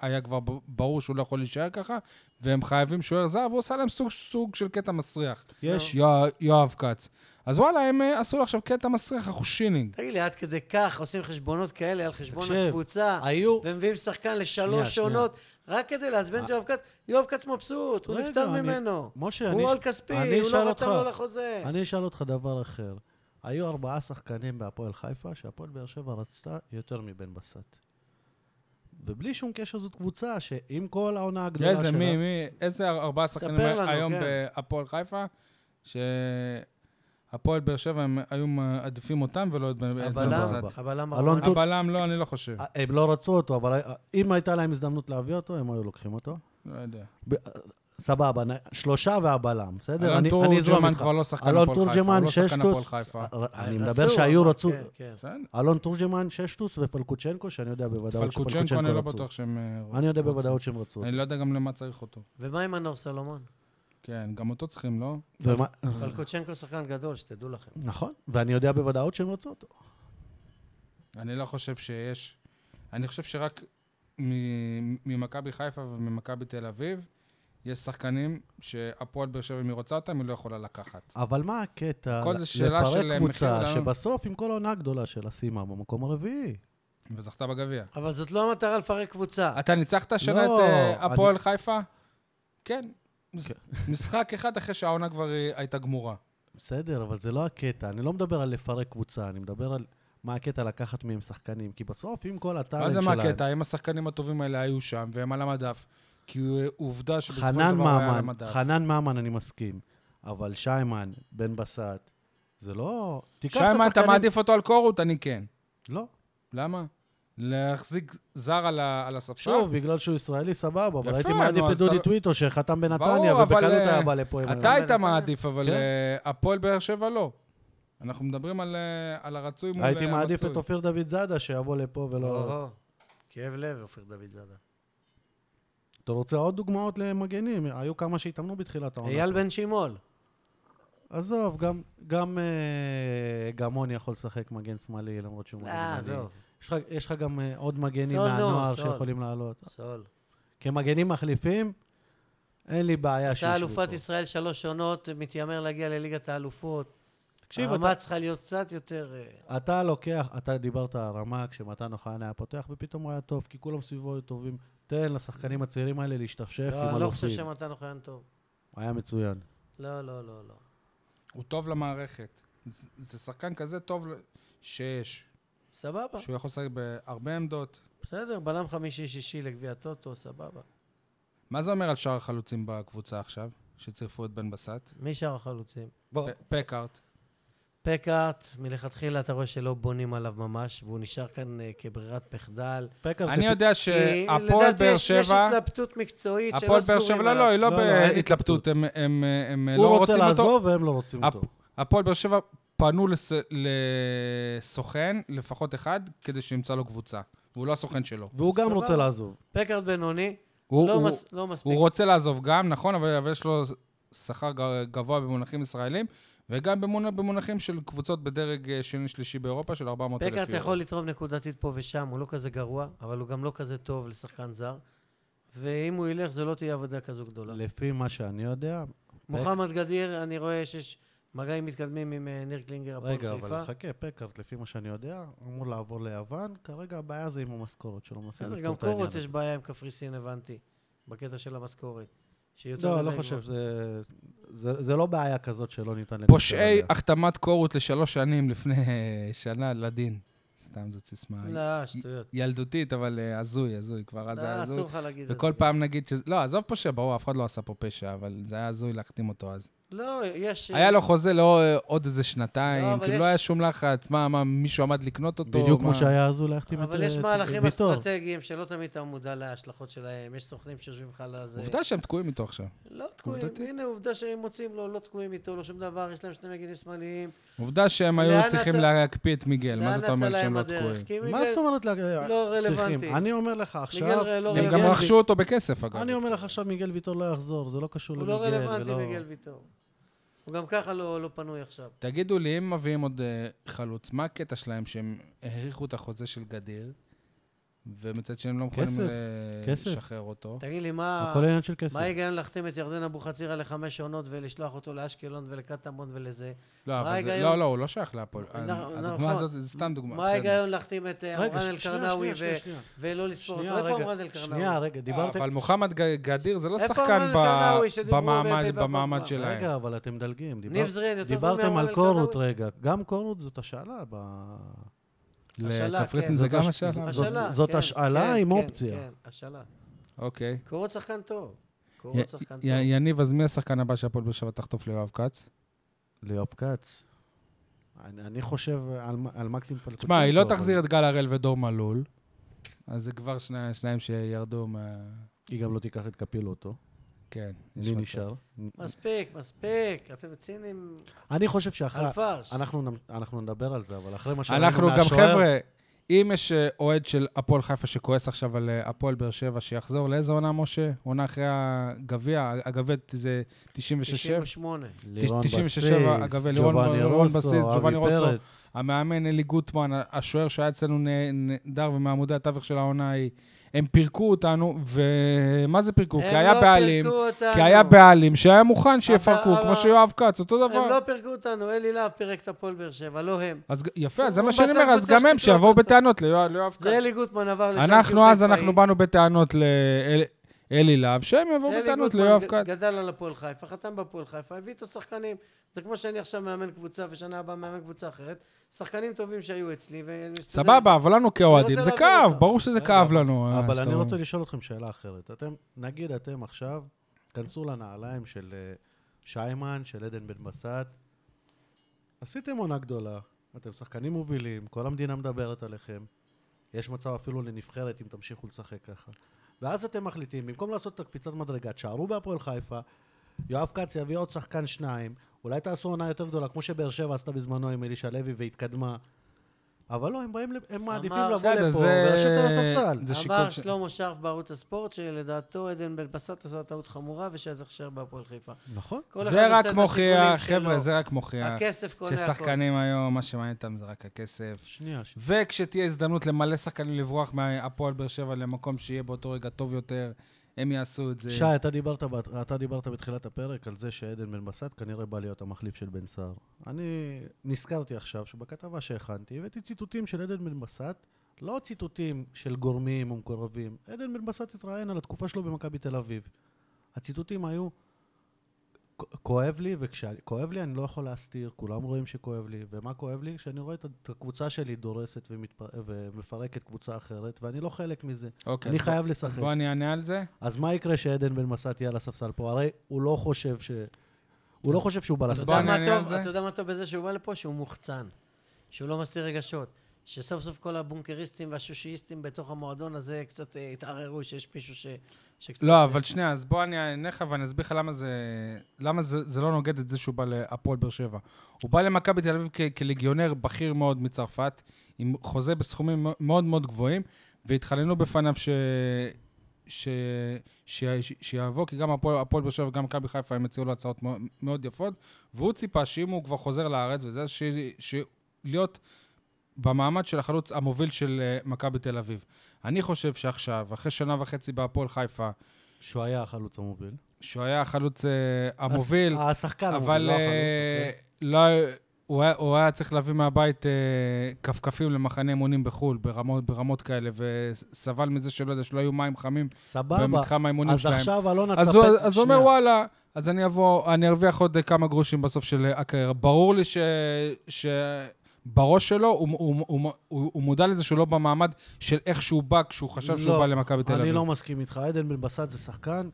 Speaker 1: היה כבר ב- ברור שהוא לא יכול להישאר ככה, והם חייבים שוער זר, והוא עשה להם סוג- סוג של קטע מסריח.
Speaker 2: יש.
Speaker 1: יוא- יואב כץ. אז וואלה, הם אה, עשו לו עכשיו קטע מסריח, אנחנו שינינג.
Speaker 3: תגיד לי, עד כדי כך עושים חשבונות כאלה על חשבון
Speaker 2: תקשיב,
Speaker 3: הקבוצה,
Speaker 2: היו...
Speaker 3: ומביאים שחקן
Speaker 2: שנייה, אה.
Speaker 3: לשלוש עונות, רק כדי לעצבן את יואב כץ? יואב כץ מבסוט, הוא
Speaker 2: רגע,
Speaker 3: נפטר
Speaker 2: אני-
Speaker 3: ממנו.
Speaker 2: משה, אני...
Speaker 3: הוא על כספי,
Speaker 2: אני
Speaker 3: הוא
Speaker 2: אשאל
Speaker 3: לא
Speaker 2: אותך.
Speaker 3: חתם לו לחוזה.
Speaker 2: אני אשאל אותך דבר אחר. היו ארבעה שחקנים בהפועל חיפה שהפועל באר שבע רצתה יותר מבן בסט. ובלי שום קשר זאת קבוצה שעם כל העונה הגדולה
Speaker 1: איזה,
Speaker 2: שלה...
Speaker 1: מי, מי, איזה אר- ארבעה שחקנים
Speaker 3: לנו,
Speaker 1: היום
Speaker 3: כן.
Speaker 1: בהפועל חיפה, שהפועל באר שבע הם היו מעדיפים אותם ולא את בן את בן
Speaker 3: הבלם,
Speaker 1: בסט.
Speaker 3: הבלם
Speaker 2: אלון
Speaker 3: הרומני.
Speaker 2: טור-
Speaker 1: הבלם לא, אני לא חושב.
Speaker 2: הם לא רצו אותו, אבל ה- אם הייתה להם הזדמנות להביא אותו, הם היו לוקחים אותו.
Speaker 1: לא יודע.
Speaker 2: ב- אה, סבבה, נ- שלושה והבלם, בסדר?
Speaker 1: אלון
Speaker 2: אני- אני אזרום
Speaker 1: תורג'מן
Speaker 2: איתך.
Speaker 1: כבר לא שחקן
Speaker 2: אלון
Speaker 1: הפועל חיפה, הוא
Speaker 2: תורג'מן,
Speaker 1: לא שחקן הפועל
Speaker 2: ששטוס.
Speaker 1: חיפה.
Speaker 2: ר- אני
Speaker 3: אה, רצו,
Speaker 2: מדבר שהיו
Speaker 3: אבל
Speaker 2: רצו...
Speaker 3: כן, כן.
Speaker 1: בסדר.
Speaker 2: אלון תורג'מן, ששטוס ופלקוצ'נקו, שאני יודע בוודאות
Speaker 1: פלקוצ'נקו,
Speaker 2: שפלקוצ'נקו
Speaker 1: אני לא
Speaker 2: רצו.
Speaker 1: בטוח שהם... אה,
Speaker 2: אני יודע
Speaker 1: רוצים.
Speaker 2: בוודאות שהם רצו.
Speaker 1: אני לא יודע גם למה צריך אותו.
Speaker 3: ומה עם מנור סלומון?
Speaker 1: כן, גם אותו צריכים, לא?
Speaker 2: ומה-
Speaker 3: פלקוצ'נקו שחקן גדול, שתדעו לכם.
Speaker 2: נכון, ואני יודע בוודאות שהם רצו אותו.
Speaker 1: אני לא חושב שיש. אני חושב שרק מ- ממכבי חיפה וממכבי תל אביב יש שחקנים שהפועל באר שבע, אם היא רוצה אותם, היא לא יכולה לקחת.
Speaker 2: אבל מה הקטע
Speaker 1: הכל זה שאלה של אה,
Speaker 2: לפרק
Speaker 1: מחיר
Speaker 2: קבוצה
Speaker 1: לאן.
Speaker 2: שבסוף, עם כל העונה הגדולה שלה, סיימה במקום הרביעי?
Speaker 1: וזכתה בגביע.
Speaker 3: אבל זאת לא המטרה לפרק קבוצה.
Speaker 1: אתה ניצחת השנה
Speaker 2: לא,
Speaker 1: את אה,
Speaker 2: אני-
Speaker 1: הפועל חיפה? כן. מש- משחק אחד אחרי שהעונה כבר אה, הייתה גמורה.
Speaker 2: בסדר, אבל זה לא הקטע. אני לא מדבר על לפרק קבוצה, אני מדבר על מה הקטע לקחת מהם שחקנים. כי בסוף, עם כל הטאלנט
Speaker 1: מה זה
Speaker 2: שלהם...
Speaker 1: מה הקטע? אם השחקנים הטובים האלה היו שם והם על המדף, כי אה, עובדה שבסופו של דבר
Speaker 2: חנן
Speaker 1: היה על
Speaker 2: ממן,
Speaker 1: המדף.
Speaker 2: חנן ממן, אני מסכים. אבל שיימן, בן בסט, זה לא... תיקח את
Speaker 1: שיימן, אתה
Speaker 2: השחקנים-
Speaker 1: מעדיף אותו על קורות? אני כן.
Speaker 2: לא.
Speaker 1: למה? להחזיק זר על ה- על הספסל?
Speaker 2: שוב, בגלל שהוא ישראלי, סבבה, אבל
Speaker 1: יפה,
Speaker 2: הייתי
Speaker 1: נו,
Speaker 2: מעדיף
Speaker 1: אז
Speaker 2: את דודי
Speaker 1: אתה-
Speaker 2: טוויטו, שחתם בנתניה,
Speaker 1: ברור, אבל,
Speaker 2: ובקלות
Speaker 1: אה,
Speaker 2: היה בא לפה עם...
Speaker 1: אתה
Speaker 2: ה-
Speaker 1: היית
Speaker 3: נתניה.
Speaker 1: מעדיף, אבל
Speaker 2: כן.
Speaker 1: אה, הפועל באר שבע לא. אנחנו מדברים על, אה, על הרצוי מול
Speaker 2: הייתי
Speaker 1: המצוי.
Speaker 2: מעדיף את אופיר דוד זאדה, שיבוא לפה ולא...
Speaker 3: או, כאב לב, אופיר דוד זאדה.
Speaker 2: אתה רוצה עוד דוגמאות למגנים? היו כמה שהתאמנו בתחילת העונה.
Speaker 3: אייל בן שמעון.
Speaker 2: עזוב, גם, גם אה, גמון יכול לשחק מגן שמאלי, למרות שהוא מגן
Speaker 3: אה,
Speaker 2: ימני.
Speaker 3: עזוב.
Speaker 2: יש לך- יש לך גם אה, עוד מגנים
Speaker 3: סול, נו,
Speaker 2: מהנוער
Speaker 3: סול.
Speaker 2: שיכולים לעלות.
Speaker 3: סול.
Speaker 2: כמגנים מחליפים, אין לי בעיה
Speaker 3: אתה
Speaker 2: שישבו פה.
Speaker 3: אלופת ישראל שלוש עונות, מתיימר להגיע לליגת האלופות.
Speaker 2: תקשיב,
Speaker 3: הרמה צריכה להיות קצת יותר... אה,
Speaker 2: אתה, אתה לוקח, אתה דיברת על רמה כשמתן אוחנה היה פותח, ופתאום הוא היה טוב, כי כולם סביבו היו טובים. תן לשחקנים הצעירים האלה להשתפשף
Speaker 3: לא,
Speaker 2: עם
Speaker 3: אני לא חושב
Speaker 2: אלופים.
Speaker 3: שמתן אוחיון טוב.
Speaker 2: היה מצוין.
Speaker 3: לא, לא, לא, לא.
Speaker 1: הוא טוב למערכת. זה, זה שחקן כזה טוב ל- שיש.
Speaker 3: סבבה,
Speaker 1: שהוא יכול לשחק בהרבה עמדות.
Speaker 3: בסדר, בלם חמישי-שישי לגביע טוטו, סבבה.
Speaker 1: מה זה אומר על שאר החלוצים בקבוצה עכשיו, שצירפו את בן בסט?
Speaker 3: מי שאר החלוצים?
Speaker 1: פ- פקארט.
Speaker 3: פקארט, מלכתחילה אתה רואה שלא בונים עליו ממש, והוא נשאר כאן אה, כברירת מחדל.
Speaker 2: פקארט
Speaker 1: אני
Speaker 2: לפי-
Speaker 1: יודע
Speaker 3: כי
Speaker 1: שהפועל
Speaker 3: לדעתי
Speaker 1: באר
Speaker 3: יש- יש
Speaker 1: שבע...
Speaker 3: התלבטות מקצועית שלא
Speaker 1: הפועל באר שבע,
Speaker 3: סגורים
Speaker 1: לא, לא,
Speaker 3: עליו.
Speaker 1: היא לא
Speaker 2: לא, לא, אין
Speaker 1: בהתלבטות, הם- הם הם לא
Speaker 2: הוא רוצה
Speaker 1: רוצים אותו.
Speaker 2: לעזוב והם לא רוצים
Speaker 1: הפ-
Speaker 2: אותו.
Speaker 1: הפועל באר שבע פנו לס- לסוכן, לפחות אחד, כדי שימצא לו קבוצה. והוא לא הסוכן שלו.
Speaker 2: והוא גם
Speaker 3: סבבה.
Speaker 2: רוצה לעזוב.
Speaker 3: פקארט בינוני,
Speaker 1: הוא-
Speaker 3: לא
Speaker 1: הוא-
Speaker 3: מס- לא מספיק.
Speaker 1: הוא רוצה לעזוב גם, נכון, אבל אבל יש לו שכר ג- גבוה במונחים ישראלים, וגם במונ- במונחים של קבוצות בדרג אה, שני-שלישי באירופה של 400 אלף יורו.
Speaker 3: פקארט יכול לתרום נקודתית פה ושם, הוא לא כזה גרוע, אבל הוא גם לא כזה טוב לשחקן זר. ואם הוא ילך, זה לא תהיה עבודה כזו גדולה.
Speaker 2: לפי מה שאני יודע,
Speaker 3: מוחמד גדיר, אני רואה שיש מגעים מתקדמים עם אה, ניר קלינגר, הפועל
Speaker 2: רגע,
Speaker 3: חיפה.
Speaker 2: אבל חכה, פקארט, לפי מה שאני יודע, אמור לעבור ליוון, כרגע הבעיה זה עם המשכורת שלו, מנסים
Speaker 3: בסדר,
Speaker 2: לפתור
Speaker 3: גם
Speaker 2: את העניין
Speaker 3: קורות
Speaker 2: הזה.
Speaker 3: יש בעיה עם קפריסין, הבנתי, בקטע של המשכורת. שהיא יותר
Speaker 2: לא,
Speaker 3: מדי
Speaker 2: לא
Speaker 3: גבוהה.
Speaker 2: חושב, זה- זה זה לא בעיה כזאת שלא ניתן... לוותר
Speaker 1: פושעי
Speaker 2: עליה.
Speaker 1: החתמת קורות לשלוש שנים לפני אה, שנה לדין. סתם זו סיסמה
Speaker 3: לא, שטויות.
Speaker 1: ילדותית, אבל אה, הזוי, הזוי, כבר אז
Speaker 3: לא,
Speaker 1: היה הזוי.
Speaker 3: אסור לך להגיד את זה.
Speaker 1: וכל פעם נגיד שזה... לא, עזוב פושע, ברור, אף אחד לא עשה פה פשע, אבל זה היה הזוי להחתים אותו אז.
Speaker 3: לא, יש...
Speaker 1: היה לו חוזה לא אה, עוד איזה שנתיים,
Speaker 3: לא, אבל
Speaker 1: כאילו
Speaker 3: יש-
Speaker 1: לא היה שום לחץ, מה, מה, מישהו עמד לקנות אותו?
Speaker 2: בדיוק כמו
Speaker 1: מה?
Speaker 2: שהיה אז הוא להחתים את
Speaker 3: אבל יש
Speaker 2: אה,
Speaker 3: מהלכים
Speaker 2: ויטור.
Speaker 3: אסטרטגיים שלא תמיד אתה מודע להשלכות שלהם, יש סוכנים שיושבים לך על הזה.
Speaker 1: עובדה שהם תקועים איתו עכשיו.
Speaker 3: לא תקועים,
Speaker 1: עובדתית.
Speaker 3: הנה עובדה שהם מוצאים לו, לא תקועים איתו, לא שום דבר, יש להם שני מגינים שמאליים.
Speaker 1: עובדה שהם
Speaker 3: לאן
Speaker 1: היו צריכים
Speaker 3: הצ-
Speaker 1: להקפיא את מיגל, כן, מה
Speaker 3: לאן
Speaker 1: זאת אומרת
Speaker 3: יצא
Speaker 1: שהם
Speaker 3: להם
Speaker 1: לא
Speaker 3: הדרך?
Speaker 1: תקועים?
Speaker 3: כי
Speaker 2: מה
Speaker 3: מיגל-
Speaker 2: זאת אומרת לה-
Speaker 3: לא רלוונטי.
Speaker 2: צריכים? אני אומר לך עכשיו...
Speaker 3: מיגל לא
Speaker 1: הם
Speaker 3: מיגל
Speaker 1: גם
Speaker 3: רלוונטי.
Speaker 1: רכשו אותו בכסף, אגב.
Speaker 2: אני אומר לך עכשיו, מיגל ויטור לא יחזור, זה לא קשור
Speaker 3: הוא
Speaker 2: למיגל.
Speaker 3: לא רלוונטי,
Speaker 2: ולא-
Speaker 3: מיגל ויטור. הוא גם ככה לא לא פנוי עכשיו.
Speaker 1: תגידו לי, אם מביאים עוד אה, חלוץ, מה הקטע שלהם שהם האריכו את החוזה של גדיר, ומצד שני הם לא מוכנים
Speaker 2: כסף,
Speaker 1: ל-
Speaker 2: כסף.
Speaker 1: לשחרר אותו?
Speaker 3: תגיד לי, מה...
Speaker 2: אוקיי. הכל עניין של
Speaker 3: אה, מה
Speaker 2: כסף.
Speaker 3: ההיגיון להחתים את ירדן אבוחצירא לחמש עונות ולשלוח אותו לאשקלון ולקטמון ולזה?
Speaker 1: לא, אבל זה...
Speaker 3: ההיגיון?
Speaker 1: לא, לא, הוא לא שייך להפועל.
Speaker 3: נ- נכון.
Speaker 1: הדוגמה הזאת, זה סתם דוגמה.
Speaker 3: מה
Speaker 1: בסדר.
Speaker 3: ההיגיון להחתים את אה,
Speaker 2: רגע,
Speaker 3: עמרן
Speaker 2: ש- שנייה,
Speaker 3: אל-קרנאווי
Speaker 2: שנייה,
Speaker 3: ו-
Speaker 2: שנייה, שנייה.
Speaker 3: ולא לספור אותו?
Speaker 2: שנייה,
Speaker 3: איפה
Speaker 2: רגע,
Speaker 3: עמרן אל-קרנאווי?
Speaker 2: שנייה, רגע, דיברת...
Speaker 1: אה, אבל מוחמד ג- גדיר זה לא
Speaker 3: איפה
Speaker 1: שחקן
Speaker 3: אמרנו
Speaker 1: ב-
Speaker 3: לקרנאווי שדיברו
Speaker 1: במעמד-
Speaker 3: ב- ב-
Speaker 1: במעמד
Speaker 3: ב-
Speaker 1: שלהם.
Speaker 2: רגע, אבל אתם מדלגים. דיברת-
Speaker 3: ניב זרין יותר טוב
Speaker 2: דיברתם
Speaker 3: מעמרן
Speaker 2: על קורות
Speaker 3: אל-קרנאווי?
Speaker 2: רגע, גם קורות זאת השאלה. ב...
Speaker 3: השאלה, כן.
Speaker 1: לקפריסין זה
Speaker 2: זאת
Speaker 1: גם
Speaker 2: הש-
Speaker 1: השאלה?
Speaker 2: זאת-
Speaker 1: זאת-
Speaker 3: השאלה,
Speaker 2: זאת
Speaker 3: כן,
Speaker 2: השאלה
Speaker 3: כן,
Speaker 2: עם
Speaker 3: כן,
Speaker 2: אופציה.
Speaker 3: כן, השאלה.
Speaker 1: אוקיי.
Speaker 3: קורות שחקן טוב.
Speaker 1: י-
Speaker 3: קורות לא שחקן
Speaker 1: י-
Speaker 3: טוב.
Speaker 1: יניב, אז מי השחקן הבא שהפועל באר שבע תחטוף ליואב כץ?
Speaker 2: ליואב כץ. אני, אני חושב על, מ- על מקסים פלקוצ'נקו.
Speaker 1: תשמע, היא לא
Speaker 2: אבל
Speaker 1: תחזיר את גל הראל ודור מלול, אז זה כבר שני- שניים שירדו מה...
Speaker 2: היא גם לא תיקח את קפילוטו.
Speaker 1: כן. יש
Speaker 2: מי
Speaker 1: מצב.
Speaker 2: נשאר?
Speaker 3: מספיק, מספיק. אתם ציניים
Speaker 2: אני חושב שאחרי...
Speaker 3: על פרש.
Speaker 2: אנחנו, נמ- אנחנו נדבר על זה, אבל אחרי מה שראינו
Speaker 1: אנחנו גם,
Speaker 2: מהשוער-
Speaker 1: חבר'ה, אם יש אה, אוהד של הפועל חיפה שכועס עכשיו על אה, הפועל באר שבע, שיחזור לאיזה עונה, משה? עונה אחרי הגביע, הגביע זה 96?
Speaker 3: 98.
Speaker 2: לירון
Speaker 1: 97,
Speaker 2: בסיס,
Speaker 1: אגב, לירון-
Speaker 2: ג'ובאני
Speaker 1: לירון
Speaker 2: רוסו,
Speaker 1: בסיס, ג'ובאני
Speaker 2: אבי
Speaker 1: רוסו.
Speaker 2: פרץ.
Speaker 1: המאמן אלי גוטמן, השוער שהיה אצלנו נ- נהדר ומעמודי התווך של העונה ההיא, הם פירקו אותנו, ומה זה פירקו?
Speaker 3: הם
Speaker 1: כי היה
Speaker 3: לא
Speaker 1: בעלים,
Speaker 3: פירקו אותנו.
Speaker 1: כי היה בעלים שהיה מוכן שיפרקו,
Speaker 3: אבל-
Speaker 1: כמו שיואב כץ, אותו דבר.
Speaker 3: הם לא פירקו אותנו, אלי להב פירק את הפועל באר שבע, לא הם.
Speaker 1: אז ג- יפה, אז זה
Speaker 3: הוא
Speaker 1: מה שאני
Speaker 3: מצא
Speaker 1: אומר, אז
Speaker 3: קבוצה
Speaker 1: גם הם
Speaker 3: שתקלוט
Speaker 1: שיבואו
Speaker 3: אותו.
Speaker 1: בטענות ליואב ליואב כץ.
Speaker 3: זה אלי גוטמן עבר לשם. כי
Speaker 1: אוקיי. אנחנו
Speaker 3: הוא
Speaker 1: אז,
Speaker 3: חיפאי.
Speaker 1: אנחנו באנו בטענות לאלי להב, שהם יבואו
Speaker 3: אלי
Speaker 1: בטענות
Speaker 3: גוטמן
Speaker 1: ליואב
Speaker 3: ג-
Speaker 1: כץ.
Speaker 3: גדל על הפועל חיפה, חתם בפועל חיפה, הביא איתו שחקנים. זה כמו שאני עכשיו מאמן קבוצה, ושנה הבאה מאמן קבוצה אחרת. שחקנים טובים שהיו אצלי, ומשתדל-
Speaker 1: סבבה, אבל לנו כאוהדים, זה
Speaker 3: רוצה להבין
Speaker 1: כאב,
Speaker 3: אותם.
Speaker 1: ברור שזה כאב לנו. אה,
Speaker 2: אבל
Speaker 1: שאתה
Speaker 2: אני
Speaker 1: אומר.
Speaker 2: רוצה לשאול אתכם שאלה אחרת. אתם, נגיד אתם עכשיו, כנסו לנעליים של אה, שיימן, של עדן בן בסט. עשיתם עונה גדולה, אתם שחקנים מובילים, כל המדינה מדברת עליכם. יש מצב אפילו לנבחרת אם תמשיכו לשחק ככה. ואז אתם מחליטים, במקום לעשות את הקפיצת מדרגה, תשארו בהפועל חיפה, יואב כץ יביא עוד שחקן שניים, אולי תעשו עונה יותר גדולה, כמו שבאר שבע עשתה בזמנו עם אלישע לוי והתקדמה. אבל לא, הם, באים, לפ- הם מעדיפים לבוא
Speaker 1: בסדר,
Speaker 2: לפה
Speaker 1: זה-
Speaker 2: ולשבת על הספסל.
Speaker 1: זה שיקול
Speaker 3: אמר
Speaker 1: ש-
Speaker 3: שלמה שרף בערוץ הספורט, שלדעתו עדן בן בסט עשה טעות חמורה, ושהיה צריך להישאר בהפועל חיפה.
Speaker 2: נכון.
Speaker 3: כל אחד
Speaker 1: זה
Speaker 3: עושה
Speaker 1: רק
Speaker 3: את השיקולים
Speaker 1: מוכיח,
Speaker 3: שלו.
Speaker 1: חבר'ה, זה רק מוכיח.
Speaker 3: הכסף קונה הכל.
Speaker 1: ששחקנים היום, מה שמעניין אותם זה רק הכסף.
Speaker 2: שנייה, ש...
Speaker 1: וכשתהיה הזדמנות למלא שחקנים לברוח מהפועל באר שבע למקום שיהיה באותו רגע טוב יותר, הם יעשו את זה.
Speaker 2: שי, אתה דיברת, בת- אתה דיברת בתחילת הפרק על זה שעדן בן בסט כנראה בא להיות המחליף של בן סער. אני נזכרתי עכשיו שבכתבה שהכנתי הבאתי ציטוטים של עדן בן בסט, לא ציטוטים של גורמים ומקורבים. עדן בן בסט התראיין על התקופה שלו במכבי תל אביב. הציטוטים היו, "כ- כואב לי, וכשכואב לי אני לא יכול להסתיר, כולם רואים שכואב לי, ומה כואב לי? שאני רואה את את הקבוצה שלי דורסת ומתפ... ומפרקת קבוצה אחרת, ואני לא חלק מזה.
Speaker 1: אוקיי,
Speaker 2: אני
Speaker 1: אז בוא-
Speaker 2: חייב
Speaker 1: אז
Speaker 2: לשחק.
Speaker 1: בוא אני אענה על זה.
Speaker 2: אז מה יקרה שעדן בן מסע תהיה על הספסל פה? הרי הוא לא חושב ש... הוא לא חושב שהוא בא
Speaker 1: אז
Speaker 3: אתה
Speaker 1: בוא
Speaker 3: יודע מה
Speaker 2: לספסל.
Speaker 1: נענה על
Speaker 3: טוב,
Speaker 1: זה.
Speaker 3: אתה יודע מה טוב בזה שהוא בא לפה? שהוא מוחצן. שהוא לא מסתיר רגשות. שסוף סוף כל הבונקריסטים והשושייסטים בתוך המועדון הזה קצת אה, התערערו שיש מישהו ש... שקצת...
Speaker 1: לא, אבל שנייה, אז בוא אני אענה לך ואני אסביר לך למה זה... למה זה, זה לא נוגד את זה שהוא בא להפועל באר שבע. הוא בא למכבי תל אביב כ- כלגיונר בכיר מאוד מצרפת, עם חוזה בסכומים מאו- מאוד מאוד גבוהים, והתחננו בפניו ש... ש... ש... ש... שיבוא, כי גם הפועל הפועל באר שבע וגם מכבי חיפה הם הציעו לו הצעות מאו- מאוד יפות, והוא ציפה שאם הוא כבר חוזר לארץ, וזה ש... ש... להיות במעמד של החלוץ המוביל של אה, מכבי תל אביב. אני חושב שעכשיו, אחרי שנה וחצי בהפועל חיפה,
Speaker 2: שהוא היה החלוץ המוביל.
Speaker 1: שהוא היה החלוץ אה, המוביל,
Speaker 2: הש- השחקן המוביל,
Speaker 1: אבל
Speaker 2: לא החלוץ.
Speaker 1: אה,
Speaker 2: אוקיי.
Speaker 1: לא... הוא היה, הוא היה צריך להביא מהבית אה, כפכפים למחנה אימונים בחו"ל, ברמות, ברמות כאלה, וסבל מזה שלא יודע, שלא היו מים חמים
Speaker 2: סבבה.
Speaker 1: במתחם האימונים
Speaker 2: אז
Speaker 1: שלהם.
Speaker 2: עכשיו אלונה תספק...
Speaker 1: אז הוא אז הוא אומר,
Speaker 2: שנייה.
Speaker 1: וואלה, אז אני אבוא, אני ארוויח עוד אה, כמה גרושים בסוף של אה, הקריירה. ברור לי ש... ש... בראש שלו, הוא, הוא, הוא, הוא, הוא מודע לזה שהוא לא במעמד של איך שהוא בא כשהוא חשב שהוא
Speaker 2: לא,
Speaker 1: בא למכבי תל אביב.
Speaker 2: אני לא מסכים איתך. עדן בן בסט זה שחקן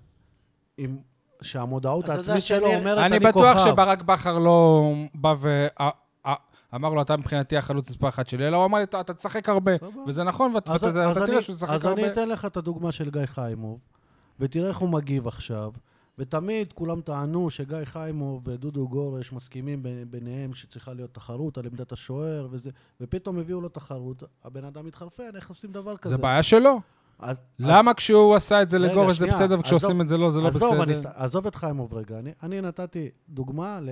Speaker 2: עם... שהמודעות
Speaker 3: אתה יודע
Speaker 2: העצמית שלו
Speaker 3: שאני-
Speaker 2: אומרת,
Speaker 1: אני
Speaker 2: אני
Speaker 1: בטוח
Speaker 2: כוכב.
Speaker 1: שברק בכר לא בא ואמר לו, אתה מבחינתי החלוץ מספר אחת שלי, אלא הוא אמר לי, "אתה- אתה תשחק הרבה.
Speaker 2: סבבה.
Speaker 1: וזה נכון, ואתה
Speaker 2: אז-
Speaker 1: ואתה-
Speaker 2: אז
Speaker 1: אתה
Speaker 2: אני-
Speaker 1: תראה שהוא
Speaker 2: אז
Speaker 1: ישחק הרבה.
Speaker 2: אני אתן לך את הדוגמה של גיא חיימוב, ותראה איך הוא מגיב עכשיו. ותמיד כולם טענו שגיא חיימוב ודודו גורש מסכימים ב- ביניהם שצריכה להיות תחרות על עמדת השוער וזה, ופתאום הביאו לו תחרות, הבן אדם התחרפן, איך עושים דבר כזה?
Speaker 1: זה בעיה שלו.
Speaker 2: אז-
Speaker 1: למה כשהוא עשה את זה
Speaker 2: רגע,
Speaker 1: לגורש זה
Speaker 2: שנייה,
Speaker 1: בסדר,
Speaker 2: עזוב-
Speaker 1: וכשעושים את זה לא, זה לא
Speaker 2: עזוב, אני,
Speaker 1: בסדר?
Speaker 2: סת- עזוב את חיימוב רגע, אני, אני נתתי דוגמה, ל,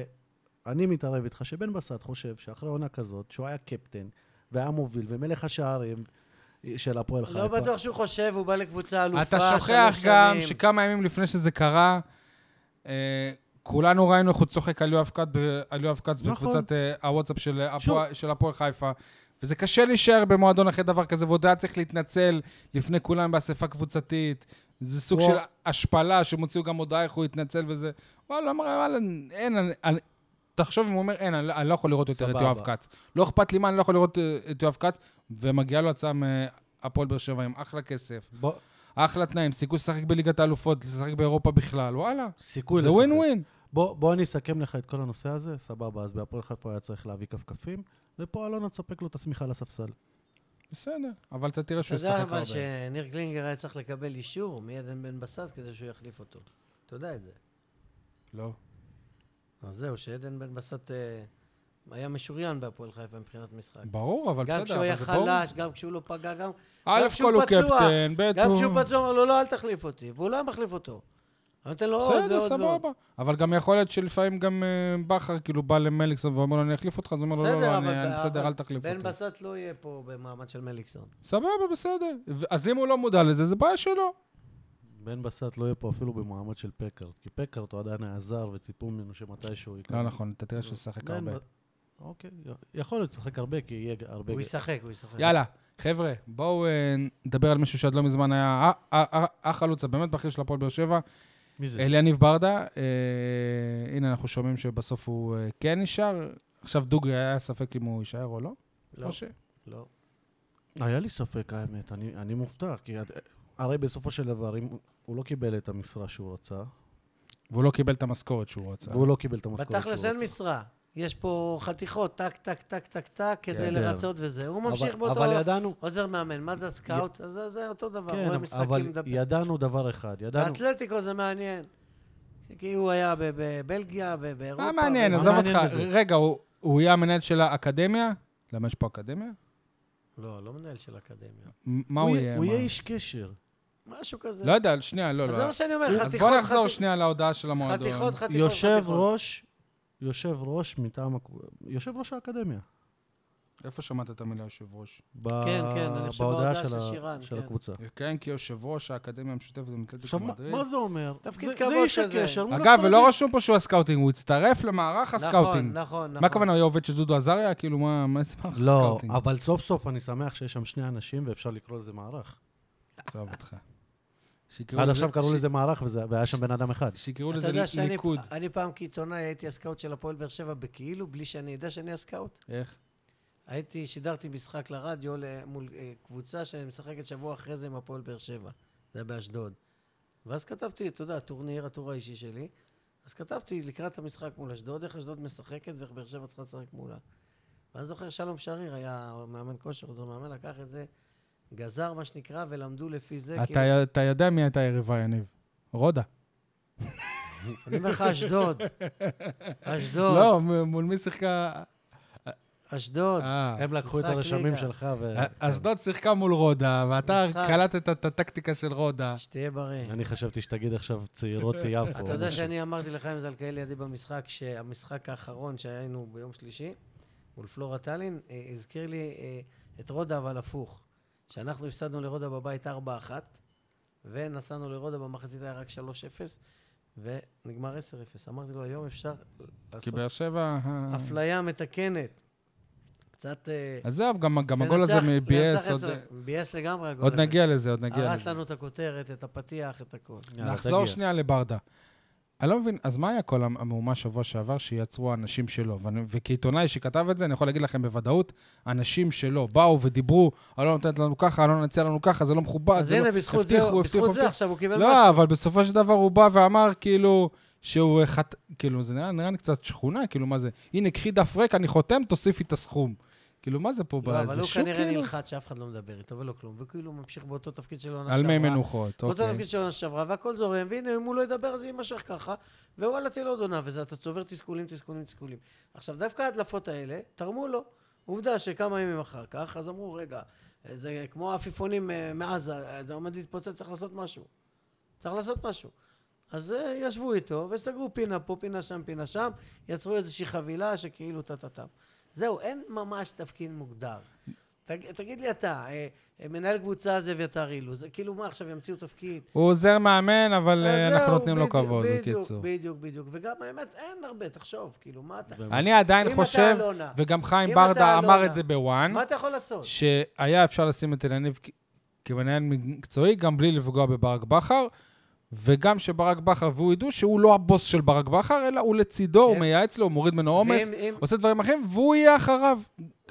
Speaker 2: אני מתערב איתך שבן בסט חושב שאחרי עונה כזאת, שהוא היה קפטן, והיה מוביל, ומלך השערים של הפועל חיפה.
Speaker 3: לא בטוח שהוא חושב, הוא בא לקבוצה אלופה,
Speaker 1: אתה
Speaker 3: שלוש
Speaker 1: שוכח גם
Speaker 3: שנים.
Speaker 1: שכמה ימים לפני שזה קרה, אה, כולנו ראינו איך הוא צוחק על יואב כץ ב- על יואב כץ
Speaker 2: נכון.
Speaker 1: בקבוצת אה, הוואטסאפ של הפוע-
Speaker 2: שוב.
Speaker 1: של הפועל חיפה. וזה קשה להישאר במועדון אחרי דבר כזה, ועוד היה צריך להתנצל לפני כולם באספה קבוצתית. זה סוג
Speaker 2: וואו.
Speaker 1: של השפלה, שהם הוציאו גם הודעה איך הוא התנצל וזה. וואלה, אמר, וואלה, אין, אני- אני- תחשוב אם הוא אומר, אין, אני לא- אני לא יכול לראות יותר את
Speaker 2: סבבה.
Speaker 1: יואב כץ. לא אכפת לי מה, אני לא יכול לראות אה, את יואב כץ, ומגיעה לו הצעה מהפועל באר שבע עם אחלה כסף.
Speaker 2: בוא,
Speaker 1: אחלה תנאים, סיכוי לשחק בליגת האלופות, לשחק באירופה בכלל, וואלה.
Speaker 2: סיכוי
Speaker 1: זה ווין ווין.
Speaker 2: בוא, בוא אני אסכם לך את כל הנושא הזה, סבבה, אז בהפועל חיפה היה צריך להביא כפכפים, ופה אלונה תספק לו את השמיכה לספסל.
Speaker 1: בסדר, אבל אתה תראה
Speaker 3: אתה
Speaker 1: שהוא
Speaker 3: יודע
Speaker 1: ישחק
Speaker 3: אבל
Speaker 1: הרבה.
Speaker 3: שניר קלינגר היה צריך לקבל אישור מעדן בן בסט כדי שהוא יחליף אותו. אתה יודע את זה.
Speaker 1: לא.
Speaker 3: אז זהו, שעדן בן בסט אה, היה משוריין בהפועל חיפה מבחינת משחק.
Speaker 1: ברור, אבל
Speaker 3: גם
Speaker 1: בסדר,
Speaker 3: כשהוא
Speaker 1: אבל
Speaker 3: היה
Speaker 1: זה ברור.
Speaker 3: חלש, גם כשהוא לא פגע, גם...
Speaker 1: א'
Speaker 3: גם כשהוא
Speaker 1: כל הוא
Speaker 3: פצוע,
Speaker 1: קפטן, ב'
Speaker 3: גם
Speaker 1: הוא...
Speaker 3: כשהוא פצוע, אמר לו, לא, אל תחליף אותי, והוא לא היה מחליף אותו. אני נותן לו עוד ועוד
Speaker 1: בסדר,
Speaker 3: ועוד.
Speaker 1: סבבה. אבל גם יכול להיות שלפעמים גם אה, בכר כאילו בא למליקסון ואומר לו, אני אחליף אותך, אז הוא אומר לו, לא,
Speaker 3: בסדר,
Speaker 1: לא,
Speaker 3: אבל
Speaker 1: אני אני
Speaker 3: ב-
Speaker 1: בסדר,
Speaker 3: אבל
Speaker 1: אל תחליף
Speaker 3: בן
Speaker 1: אותי.
Speaker 3: בסט לא יהיה פה במעמד של מליקסון.
Speaker 1: סבבה, בסדר. ו- אז אם הוא לא מודע לזה, זה בעיה שלו.
Speaker 2: בן בסט לא יהיה פה אפילו במעמד של פקארט, כי פקארט הוא עדיין הזר וציפו ממנו שמתישהו ייכנס.
Speaker 1: לא נכון, אתה תראה שהוא ישחק
Speaker 2: בן
Speaker 1: הרבה.
Speaker 2: ב- אוקיי, יכול להיות שחק הרבה, כי יהיה הרבה...
Speaker 3: הוא ישחק, הוא ישחק.
Speaker 1: יאללה, חבר'ה, בואו אה, נדבר על מישהו שעד לא מזמן היה ה- ה- ה- החלוץ הבאמת בכיר של הפועל באר שבע,
Speaker 2: מי זה?
Speaker 1: אליניב ברדה. אה, הנה, אנחנו שומעים שבסוף הוא אה, כן נשאר. עכשיו דוגרי, היה ספק אם הוא יישאר או לא?
Speaker 3: לא,
Speaker 1: או ש-
Speaker 3: לא.
Speaker 2: היה לי ספק, האמת. אני, אני מופתע, כי את- הרי בסופו של דבר, אם הוא לא קיבל את המשרה שהוא רצה,
Speaker 1: והוא לא קיבל את המשכורת שהוא רצה.
Speaker 2: והוא לא קיבל את המשכורת שהוא רצה.
Speaker 3: בתכלס אין משרה. יש פה חתיכות, טק, טק, טק, טק, טק, כדי
Speaker 2: כן.
Speaker 3: לרצות וזה. הוא
Speaker 2: אבל-
Speaker 3: ממשיך באותו...
Speaker 2: אבל ידענו,
Speaker 3: עוזר מאמן, מה זה הסקאוט? אז זה- זה אותו דבר,
Speaker 2: כן,
Speaker 3: רואה
Speaker 2: אבל
Speaker 3: משחקים, מדבר.
Speaker 2: ידענו דבר אחד, ידענו...
Speaker 3: באתלטיקו זה מעניין. כי הוא היה בב- בבלגיה ובאירופה.
Speaker 1: מה אה, מעניין,
Speaker 3: ו- לא,
Speaker 2: מה
Speaker 1: עזוב
Speaker 2: מעניין
Speaker 1: אותך.
Speaker 2: בזה?
Speaker 1: רגע, הוא- הוא יהיה המנהל של האקדמיה? למה יש פה אקדמיה?
Speaker 3: לא, לא מנהל של אקדמיה.
Speaker 1: מ- מה הוא יהיה?
Speaker 2: הוא
Speaker 1: מה?
Speaker 2: יהיה איש קשר.
Speaker 3: משהו כזה.
Speaker 1: לא יודע, שנייה, לא,
Speaker 3: אז
Speaker 1: לא.
Speaker 3: זה מה שאני אומר,
Speaker 1: אז
Speaker 3: חתיכות,
Speaker 1: בוא נחזור
Speaker 3: חתיכ-
Speaker 1: שנייה להודעה של המועדון.
Speaker 3: חתיכות, חתיכות.
Speaker 2: יושב
Speaker 3: חתיכות.
Speaker 2: ראש, יושב ראש מטעם... הקב- יושב ראש האקדמיה.
Speaker 1: איפה שמעת את המילה יושב ראש?
Speaker 2: ב-
Speaker 3: כן, כן, אני חושב בהודעה של
Speaker 2: ה-
Speaker 3: שירן,
Speaker 2: של
Speaker 3: כן.
Speaker 2: הקבוצה.
Speaker 1: יכהן כיושב ראש האקדמיה המשותפת
Speaker 2: עכשיו,
Speaker 1: למתלטיקו
Speaker 2: מה-
Speaker 1: מדריד.
Speaker 2: מה זה אומר?
Speaker 3: תפקיד
Speaker 2: זה-
Speaker 3: כבוד
Speaker 2: זה איש
Speaker 3: כזה.
Speaker 2: הקשר. לא מול
Speaker 1: אגב, ולא
Speaker 2: הספרדים.
Speaker 1: רשום פה שהוא הסקאוטינג, הוא הצטרף למערך הסקאוטינג.
Speaker 3: נכון, נכון, נכון.
Speaker 1: מה הכוונה, הוא יהיה עובד של דודו עזריה? כאילו, מה, מה זה מערך
Speaker 2: לא,
Speaker 1: הסקאוטינג?
Speaker 2: אבל סוף סוף אני שמח שיש שם שני אנשים ואפשר לקרוא לזה מערך.
Speaker 1: עזוב אותך. שיקראו
Speaker 2: עד
Speaker 1: לזה-
Speaker 2: עכשיו קראו
Speaker 1: ש-
Speaker 2: לזה מערך וזה- והיה שם בן אדם אחד.
Speaker 1: שיקראו
Speaker 3: אתה
Speaker 1: לזה
Speaker 3: יודע שאני
Speaker 1: ניקוד.
Speaker 3: אני פעם כעיתונאי הייתי הסקאוט של הפועל באר שבע בכאילו, בלי שאני אדע שאני הסקאוט.
Speaker 1: איך?
Speaker 3: הייתי, שידרתי משחק לרדיו ל- מול אה, קבוצה שאני משחקת שבוע אחרי זה עם הפועל באר שבע. זה היה באשדוד. ואז כתבתי, אתה יודע, טורניר, הטור האישי שלי. אז כתבתי לקראת המשחק מול אשדוד, איך אשדוד משחקת ואיך באר שבע צריכה לשחק מולה. ואני זוכר שלום שריר היה מאמן כושר, אז המאמן לקח את זה, גזר מה שנקרא, ולמדו לפי זה.
Speaker 1: אתה-
Speaker 3: כאילו-
Speaker 1: אתה יודע מי הייתה יריבה, יניב. רודה.
Speaker 3: אני אומר לך, אשדוד. אשדוד.
Speaker 1: לא, מ- מול מי שיחקה...
Speaker 3: אשדוד.
Speaker 1: אה.
Speaker 2: הם לקחו את
Speaker 3: משחק
Speaker 2: הרשמים
Speaker 3: ליגה.
Speaker 2: שלך ו...
Speaker 1: אשדוד שיחקה מול רודה, ואתה
Speaker 3: משחק.
Speaker 1: קלטת את הטקטיקה של רודה.
Speaker 3: שתהיה בריא.
Speaker 2: אני חשבתי שתגיד עכשיו צעירות יפו.
Speaker 1: נכון.
Speaker 3: אתה יודע שאני אמרתי לחיים זלקאל לידי במשחק, שהמשחק האחרון שהיינו ביום שלישי, מול פלורה טallinn, אה, הזכיר לי אה, את רודה, אבל הפוך. שאנחנו הפסדנו לרודה בבית 4-1, ונסענו לרודה במחצית היה רק 3-0, ונגמר 10-0. אמרתי לו, היום אפשר
Speaker 1: כי
Speaker 3: לעשות
Speaker 1: באר שבע... אה,
Speaker 3: אפליה מתקנת. קצת... אה,
Speaker 1: עזוב, גם- גם הגול הזה
Speaker 3: לנצח-
Speaker 1: מ-BS,
Speaker 3: לנצח
Speaker 1: עוד-
Speaker 3: 10. ביאס לגמרי הגול
Speaker 1: עוד
Speaker 3: הזה.
Speaker 1: נגיע לזה, עוד נגיע לזה. לא,
Speaker 3: הרס לנו את הכותרת, את הפתיח, את הכול.
Speaker 1: נחזור שנייה לברדה. אני לא מבין, אז מה היה כל המהומה שבוע שעבר שיצרו האנשים שלו? ואני- וכעיתונאי שכתב את זה, אני יכול להגיד לכם בוודאות, אנשים שלו באו ודיברו, אלונה נותנת לנו ככה, אלונה נציע לנו ככה, זה לא מכובד,
Speaker 3: אז
Speaker 1: זה לא...
Speaker 3: הנה, בזכות זה,
Speaker 1: הבטיחו, הבטיחו,
Speaker 3: בזכות זה
Speaker 1: הבטיחו.
Speaker 3: עכשיו הוא קיבל
Speaker 1: לא,
Speaker 3: משהו.
Speaker 1: אבל בסופו של דבר הוא בא ואמר כאילו שהוא אה, חת... כאילו, זה נראה, נראה לי קצת שכונה, כאילו, מה זה? הנה, קחי דף ריק, אני חותם, תוסיפי את הסכום. כאילו, מה זה פה?
Speaker 3: לא, אבל
Speaker 1: זה
Speaker 3: הוא
Speaker 1: שוק,
Speaker 3: כנראה
Speaker 1: כאילו?
Speaker 3: נלחץ שאף אחד לא מדבר איתו ולא כלום, וכאילו הוא ממשיך באותו תפקיד שלו עונה
Speaker 1: על מי
Speaker 3: שעברה.
Speaker 1: מנוחות,
Speaker 3: באותו
Speaker 1: אוקיי.
Speaker 3: תפקיד של עונה שעברה, והכל זורם, והנה, אם הוא לא ידבר אז זה יימשך ככה, ווואלה, תהיה לו עוד עונה, וזה, אתה צובר תסכולים, תסכולים, תסכולים. עכשיו, דווקא ההדלפות האלה, תרמו לו. עובדה שכמה ימים אחר כך, אז אמרו, רגע, זה כמו העפיפונים אה, מעזה, אה, זה עומד להתפוצץ, צריך לעשות משהו. צריך לעשות משהו. אז אה, ישבו איתו, וסגרו פינה פה, פינה שם, פינה שם, יצרו איזושהי חבילה שכאילו טה-טה-טם. זהו, אין ממש תפקיד מוגדר. תג, תגיד לי אתה, אה, אה, מנהל קבוצה זה אביתר אילו, זה כאילו מה עכשיו ימציאו תפקיד?
Speaker 1: הוא עוזר מאמן, אבל אה,
Speaker 3: אז
Speaker 1: אנחנו
Speaker 3: זהו,
Speaker 1: נותנים לו
Speaker 3: בדיוק,
Speaker 1: כבוד,
Speaker 3: בדיוק,
Speaker 1: בקיצור.
Speaker 3: בדיוק, בדיוק, וגם האמת, אין הרבה, תחשוב, כאילו, מה אתה...
Speaker 1: אני עדיין
Speaker 3: אם אתה
Speaker 1: חושב,
Speaker 3: אלונה,
Speaker 1: וגם
Speaker 3: אם
Speaker 1: חיים
Speaker 3: אתה
Speaker 1: ברדה אמר
Speaker 3: אלונה,
Speaker 1: את זה בוואן,
Speaker 3: מה אתה יכול לעשות?
Speaker 1: שהיה אפשר לשים את אלניב כ- כמנהל מקצועי, גם בלי לפגוע בברק בכר, וגם שברק בכר והוא ידעו שהוא לא הבוס של ברק בכר, אלא הוא לצידו, הוא
Speaker 3: כן.
Speaker 1: מייעץ לו, הוא מוריד ממנו עומס,
Speaker 3: ואם- אם-
Speaker 1: עושה דברים אחרים, והוא יהיה אחריו.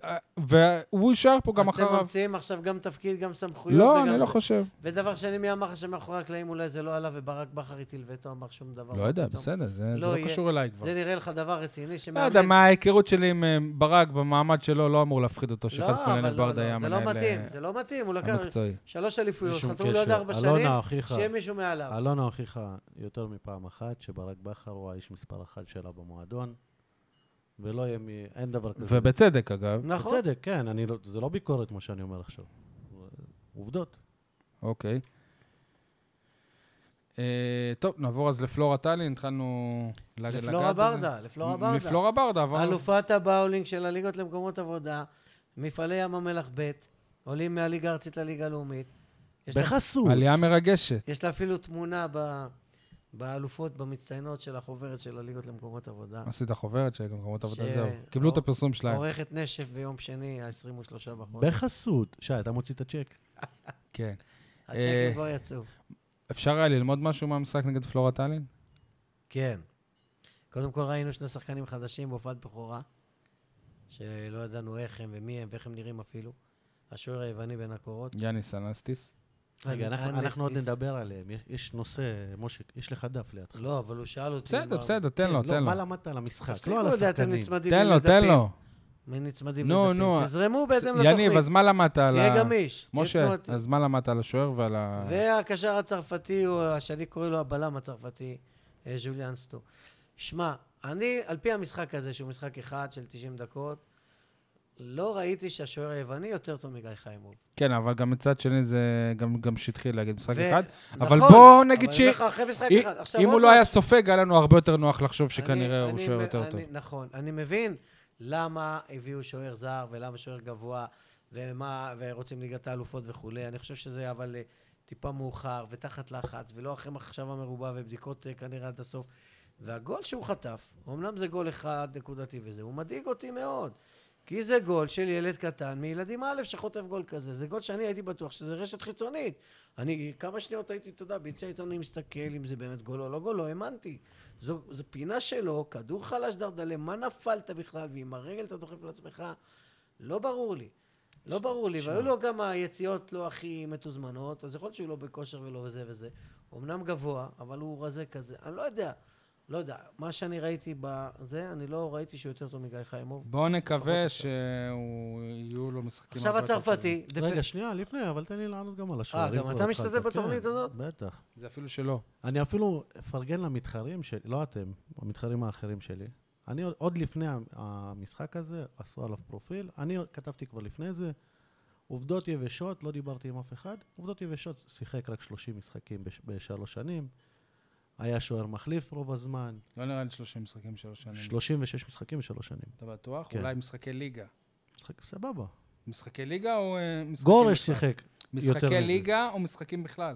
Speaker 1: אה, והוא יישאר פה גם
Speaker 3: אז אתם
Speaker 1: אחריו.
Speaker 3: ממציאים עכשיו גם תפקיד, גם סמכויות.
Speaker 1: לא,
Speaker 3: וגם-
Speaker 1: אני לא חושב.
Speaker 3: ודבר שני, מי אמר לך שמאחורי הקלעים אולי זה לא עלה וברק בכר הטיל וטו אמר שום דבר?
Speaker 1: לא יודע,
Speaker 3: פתאום.
Speaker 1: בסדר, זה זה
Speaker 3: לא
Speaker 1: לא
Speaker 3: יהיה.
Speaker 1: קשור אליי כבר.
Speaker 3: זה נראה לך דבר רציני
Speaker 1: לא
Speaker 3: שמאמן...
Speaker 1: יודע, מההיכרות שלי עם אה, ברק במעמד שלו, לא אמור להפחיד אותו שחלק
Speaker 3: לא, אבל
Speaker 1: מלנב
Speaker 3: לא,
Speaker 1: ברדה היה
Speaker 3: לא, זה לא
Speaker 1: המנהל
Speaker 3: מתאים,
Speaker 1: אה,
Speaker 3: זה לא מתאים, הוא לקח
Speaker 1: המקצועי.
Speaker 3: שלוש אליפויות,
Speaker 2: שום
Speaker 3: חתום לו עוד
Speaker 2: קשר.
Speaker 3: ארבע
Speaker 2: אלונה,
Speaker 3: שנים,
Speaker 2: אחיך.
Speaker 3: שיהיה מישהו מעליו.
Speaker 2: אלונה הוכיחה יותר מפעם אחת שברק בכר הוא האיש מספר אחת שלה במועדון, ולא יהיה מ... אין דבר כזה.
Speaker 1: ובצדק, אגב.
Speaker 3: נכון?
Speaker 2: בצדק, כן, אני לא- זה לא ביקורת מה שאני אומר עכשיו. עובדות.
Speaker 1: אוקיי. אה, טוב, נעבור אז לפלורה טאלין, התחלנו לג- לגעת בזה.
Speaker 3: לפלורה ברדה, לפלורה ברדה.
Speaker 1: לפלורה ברדה, אבל...
Speaker 3: אלופת הבאולינג של הליגות למקומות עבודה, מפעלי ים המלח ב', עולים מהליגה הארצית לליגה הלאומית. יש לה-
Speaker 2: בחסות.
Speaker 1: עלייה מרגשת.
Speaker 3: יש לה אפילו תמונה ב- באלופות, במצטיינות של החוברת של הליגות למקומות עבודה.
Speaker 1: עשית חוברת של מקומות עבודה,
Speaker 3: ש- לא.
Speaker 1: זהו. קיבלו את
Speaker 3: אור-
Speaker 1: הפרסום שלהם.
Speaker 3: עורכת נשף ביום שני, ה-23 בחודש.
Speaker 2: בחסות. שי, אתה מוציא את הצ'ק.
Speaker 1: כן. אה,
Speaker 3: הצ'קים כבר יצאו.
Speaker 1: אפשר היה ללמוד משהו מהמשחק נגד פלורה טאלין?
Speaker 3: כן. קודם כל ראינו שני שחקנים חדשים בהופעת בכורה, שלא ידענו איך הם ומי הם ואיך הם נראים אפילו. השוער היווני בין הקורות.
Speaker 1: יאניס
Speaker 3: כן,
Speaker 1: אנסטיס.
Speaker 2: רגע,
Speaker 3: אנ-
Speaker 2: אנחנו- אנחנו עוד
Speaker 3: אנסטיס.
Speaker 2: נדבר עליהם. יש- יש נושא, משה, יש לך דף לידך.
Speaker 3: לא, אבל הוא שאל אותי...
Speaker 1: בסדר,
Speaker 3: לא. מה-
Speaker 1: בסדר, תן לו,
Speaker 2: כן,
Speaker 1: תן לו.
Speaker 2: מה למדת על המשחק?
Speaker 3: תפסיקו
Speaker 2: לא על
Speaker 3: את זה, אתם
Speaker 2: השחקנים.
Speaker 3: נצמדים
Speaker 1: תן לו, תן
Speaker 3: לדפים.
Speaker 1: לו.
Speaker 3: מי נצמדים
Speaker 1: נו,
Speaker 3: לדפים.
Speaker 1: נו.
Speaker 3: תזרמו בהתאם לתוכנית.
Speaker 1: יניב, אז מה למדת על ה...
Speaker 3: תהיה גמיש. תהיה
Speaker 1: משה,
Speaker 3: תנועתי.
Speaker 1: אז מה למדת על השוער ועל ה...
Speaker 3: והקשר הצרפתי, או שאני קורא לו הבלם הצרפתי, אה, ז'וליאן סטו. שמע, אני, על פי המשחק הזה, שהוא משחק אחד של 90 דקות, לא ראיתי שהשוער היווני יותר טוב מגיא חיימוב.
Speaker 1: כן, אבל גם מצד שני זה גם- גם שטחי להגיד משחק
Speaker 3: ו-
Speaker 1: אחד. אבל
Speaker 3: נכון,
Speaker 1: בואו נגיד
Speaker 3: אבל
Speaker 1: ש-
Speaker 3: אני אומר לך, אחרי משחק
Speaker 1: אי-
Speaker 3: אחד. עכשיו
Speaker 1: אם הוא
Speaker 3: עוד
Speaker 1: לא היה
Speaker 3: משהו.
Speaker 1: סופג, היה לנו הרבה יותר נוח לחשוב שכנראה
Speaker 3: אני-
Speaker 1: הוא
Speaker 3: אני
Speaker 1: שוער
Speaker 3: מ-
Speaker 1: יותר
Speaker 3: אני-
Speaker 1: טוב.
Speaker 3: נכון, אני מבין למה הביאו שוער זר ולמה שוער גבוה ומה, ורוצים ליגת האלופות וכולי. אני חושב שזה אבל אה, טיפה מאוחר ותחת לחץ ולא אחרי מחשבה מרובה ובדיקות אה, כנראה עד הסוף. והגול שהוא חטף, אמנם זה גול אחד נקודתי וזה, הוא מדאיג אותי מאוד. כי זה גול של ילד קטן מילדים א' שחוטף גול כזה. זה גול שאני הייתי בטוח שזה רשת חיצונית. אני כמה שניות הייתי, אתה יודע, ביציע עיתונאים מסתכל אם זה באמת גול או לא גול, לא האמנתי. זו, זו פינה שלו, כדור חלש דרדלה, מה נפלת בכלל? ועם הרגל אתה דוחף לעצמך? לא ברור לי. לא ברור לי. והיו לו גם היציאות לא הכי מתוזמנות, אז יכול להיות שהוא לא בכושר ולא זה וזה. אמנם גבוה, אבל הוא רזה כזה. אני לא יודע. לא יודע. מה שאני ראיתי בזה, אני לא ראיתי שהוא יותר טוב מגיא חיימוב.
Speaker 1: בואו נקווה
Speaker 3: לפחות
Speaker 1: שיהיו לו משחקים...
Speaker 3: עכשיו
Speaker 1: הרבה יותר טובים.
Speaker 3: הצרפתי. דפ-
Speaker 2: רגע, שנייה, לפני, אבל תן לי לענות גם על השוערים.
Speaker 3: אה, גם
Speaker 2: כבר
Speaker 3: אתה
Speaker 2: התחלת.
Speaker 3: משתתף בתוכנית
Speaker 2: כן,
Speaker 3: הזאת?
Speaker 2: בטח.
Speaker 1: זה אפילו שלא.
Speaker 2: אני אפילו אפרגן למתחרים שלי, לא אתם, המתחרים האחרים שלי. אני עוד- עוד לפני ה- המשחק הזה, עשו עליו פרופיל, אני כתבתי כבר לפני זה, עובדות יבשות, לא דיברתי עם אף אחד, עובדות יבשות, שיחק רק 30 משחקים בש- בשלוש שנים, היה שוער מחליף רוב הזמן,
Speaker 1: לא נראה לי 30 משחקים שלוש שנים.
Speaker 2: 36 משחקים בשלוש שנים.
Speaker 1: אתה בטוח?
Speaker 2: כן.
Speaker 1: אולי משחקי ליגה.
Speaker 2: משחק סבבה.
Speaker 1: משחקי ליגה או... אה, משחקים
Speaker 2: גורש
Speaker 1: בכלל?
Speaker 2: שיחק, יותר
Speaker 1: משחקי
Speaker 2: מזה.
Speaker 1: ליגה או משחקים בכלל?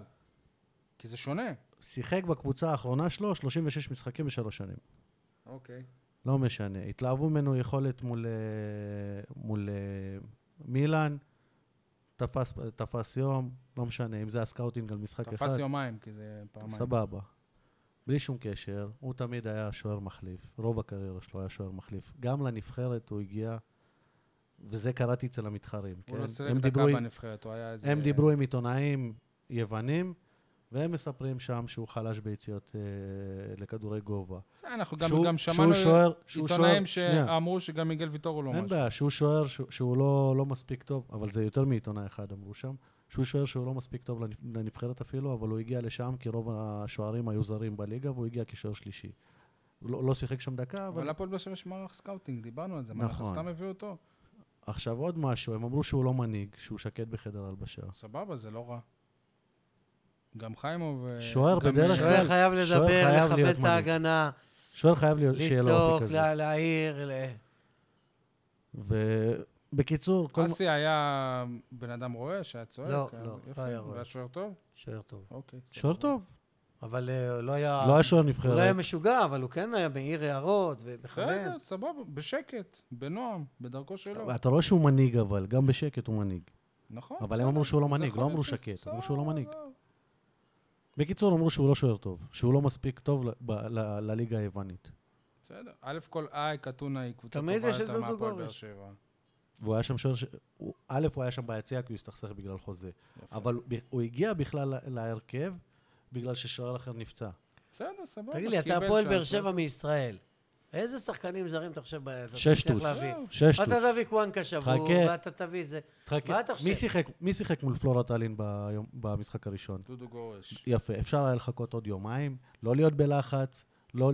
Speaker 1: כי זה שונה.
Speaker 2: שיחק בקבוצה האחרונה שלו 36 משחקים בשלוש שנים.
Speaker 1: אוקיי.
Speaker 2: לא משנה. התלהבו ממנו יכולת מול, אה, מול אה, מילאן, תפס, תפס יום, לא משנה, אם זה הסקאוטינג על משחק אחד.
Speaker 1: תפס יומיים, כי זה פעמיים.
Speaker 2: סבבה. בלי שום קשר, הוא תמיד היה שוער מחליף. רוב הקריירה שלו היה שוער מחליף. גם לנבחרת הוא הגיע, וזה קראתי אצל המתחרים. כן?
Speaker 1: הוא לא סירק
Speaker 2: הם
Speaker 1: דקה
Speaker 2: דיברו עם-
Speaker 1: בנבחרת, הוא היה איזה...
Speaker 2: הם דיברו עם עיתונאים יוונים, והם מספרים שם שהוא חלש ביציאות אה, לכדורי גובה.
Speaker 1: בסדר, אנחנו גם
Speaker 2: שהוא-
Speaker 1: גם
Speaker 2: שהוא
Speaker 1: שמענו
Speaker 2: שוער- שהוא
Speaker 1: עיתונאים
Speaker 2: שוער- שנייה.
Speaker 1: שאמרו שגם מיגל ויטור הוא לא
Speaker 2: אין
Speaker 1: משהו.
Speaker 2: בעיה, שהוא שוער שהוא- שהוא לא, לא מספיק טוב, אבל זה יותר מעיתונאי אחד אמרו שם, שהוא שוער שהוא לא מספיק טוב לנבח- לנבחרת אפילו, אבל הוא הגיע לשם כי רוב השוערים היו זרים בליגה, והוא הגיע כשוער שלישי. הוא לא, לא שיחק שם דקה, אבל...
Speaker 1: אבל הפועל באר שבע יש מערך סקאוטינג, דיברנו על זה. מה, אנחנו
Speaker 2: נכון.
Speaker 1: סתם הביאו אותו?
Speaker 2: עכשיו עוד משהו, הם אמרו שהוא לא מנהיג, שהוא שקט בחדר הלבשה.
Speaker 1: סבבה, זה לא רע. גם חיימוב... אה,
Speaker 2: שוער
Speaker 1: גם-
Speaker 2: בדרך
Speaker 1: אה,
Speaker 3: שוער
Speaker 2: כלל-
Speaker 3: חייב
Speaker 2: שוער
Speaker 3: לדבר,
Speaker 2: חייב להיות
Speaker 3: לכבד את
Speaker 2: מנהיג.
Speaker 3: ההגנה,
Speaker 2: שוער חייב להיות- שיהיה לו אופי
Speaker 3: לצעוק,
Speaker 2: כזה.
Speaker 3: לה- להעיר. ל-
Speaker 2: ובקיצור, כל...
Speaker 1: אסי היה בן אדם רואה שהיה צועק?
Speaker 3: לא,
Speaker 1: אה,
Speaker 3: לא, לא
Speaker 1: יפה.
Speaker 3: היה רואה.
Speaker 1: והיה שוער טוב?
Speaker 3: שוער טוב.
Speaker 1: אוקיי. סבבה.
Speaker 2: שוער טוב,
Speaker 3: אבל אה, לא היה...
Speaker 2: לא היה שוער
Speaker 3: הוא לא היה
Speaker 2: נבחרת.
Speaker 3: משוגע, אבל הוא כן היה מעיר הערות ומכוון.
Speaker 1: בסדר, סבבה, בשקט, בנועם, בדרכו שלו.
Speaker 2: אתה רואה שהוא מנהיג אבל, גם בשקט הוא מנהיג.
Speaker 1: נכון.
Speaker 2: אבל הם
Speaker 1: בסדר,
Speaker 2: אמרו שהוא לא
Speaker 1: זה
Speaker 2: מנהיג,
Speaker 1: יכול
Speaker 2: לא אמרו
Speaker 1: להיות.
Speaker 2: שקט, אמרו שהוא לא
Speaker 1: בסדר,
Speaker 2: מנהיג.
Speaker 1: עזוב.
Speaker 2: בקיצור, אמרו שהוא לא שוער טוב, שהוא לא מספיק טוב ל- ב- ל- לליגה היוונית.
Speaker 1: בסדר. א' כל איי, קטונה היא קבוצה טובה
Speaker 3: תמיד יש את
Speaker 1: יותר
Speaker 3: דודו
Speaker 1: מהפועל באר
Speaker 3: גורש.
Speaker 1: שבע.
Speaker 2: והוא היה שם שוער ש... הוא- א', הוא היה שם ביציע כי הוא הסתכסך בגלל חוזה.
Speaker 1: יפה.
Speaker 2: אבל הוא- הוא הגיע בכלל ל- להרכב בגלל ששוער אחר נפצע.
Speaker 1: בסדר, סבבה.
Speaker 3: תגיד לי, אתה
Speaker 1: קיבל
Speaker 3: הפועל
Speaker 1: שם,
Speaker 2: לא.
Speaker 3: באר
Speaker 1: בסדר.
Speaker 3: שבע מישראל. איזה שחקנים זרים אתה חושב... ב- אתה
Speaker 2: שש
Speaker 3: תצליח
Speaker 2: טוס. אה,
Speaker 3: להביא?
Speaker 2: שש טוס.
Speaker 3: אתה תביא קוואנקה שבור,
Speaker 2: חכה.
Speaker 3: ואתה תביא זה.
Speaker 2: תחכה.
Speaker 3: מה אתה חושב?
Speaker 2: מי שיחק- מי שיחק מול פלורה טאלין ביום- במשחק הראשון?
Speaker 1: דודו גורש.
Speaker 2: יפה, אפשר היה לחכות עוד יומיים, לא להיות בלחץ, לא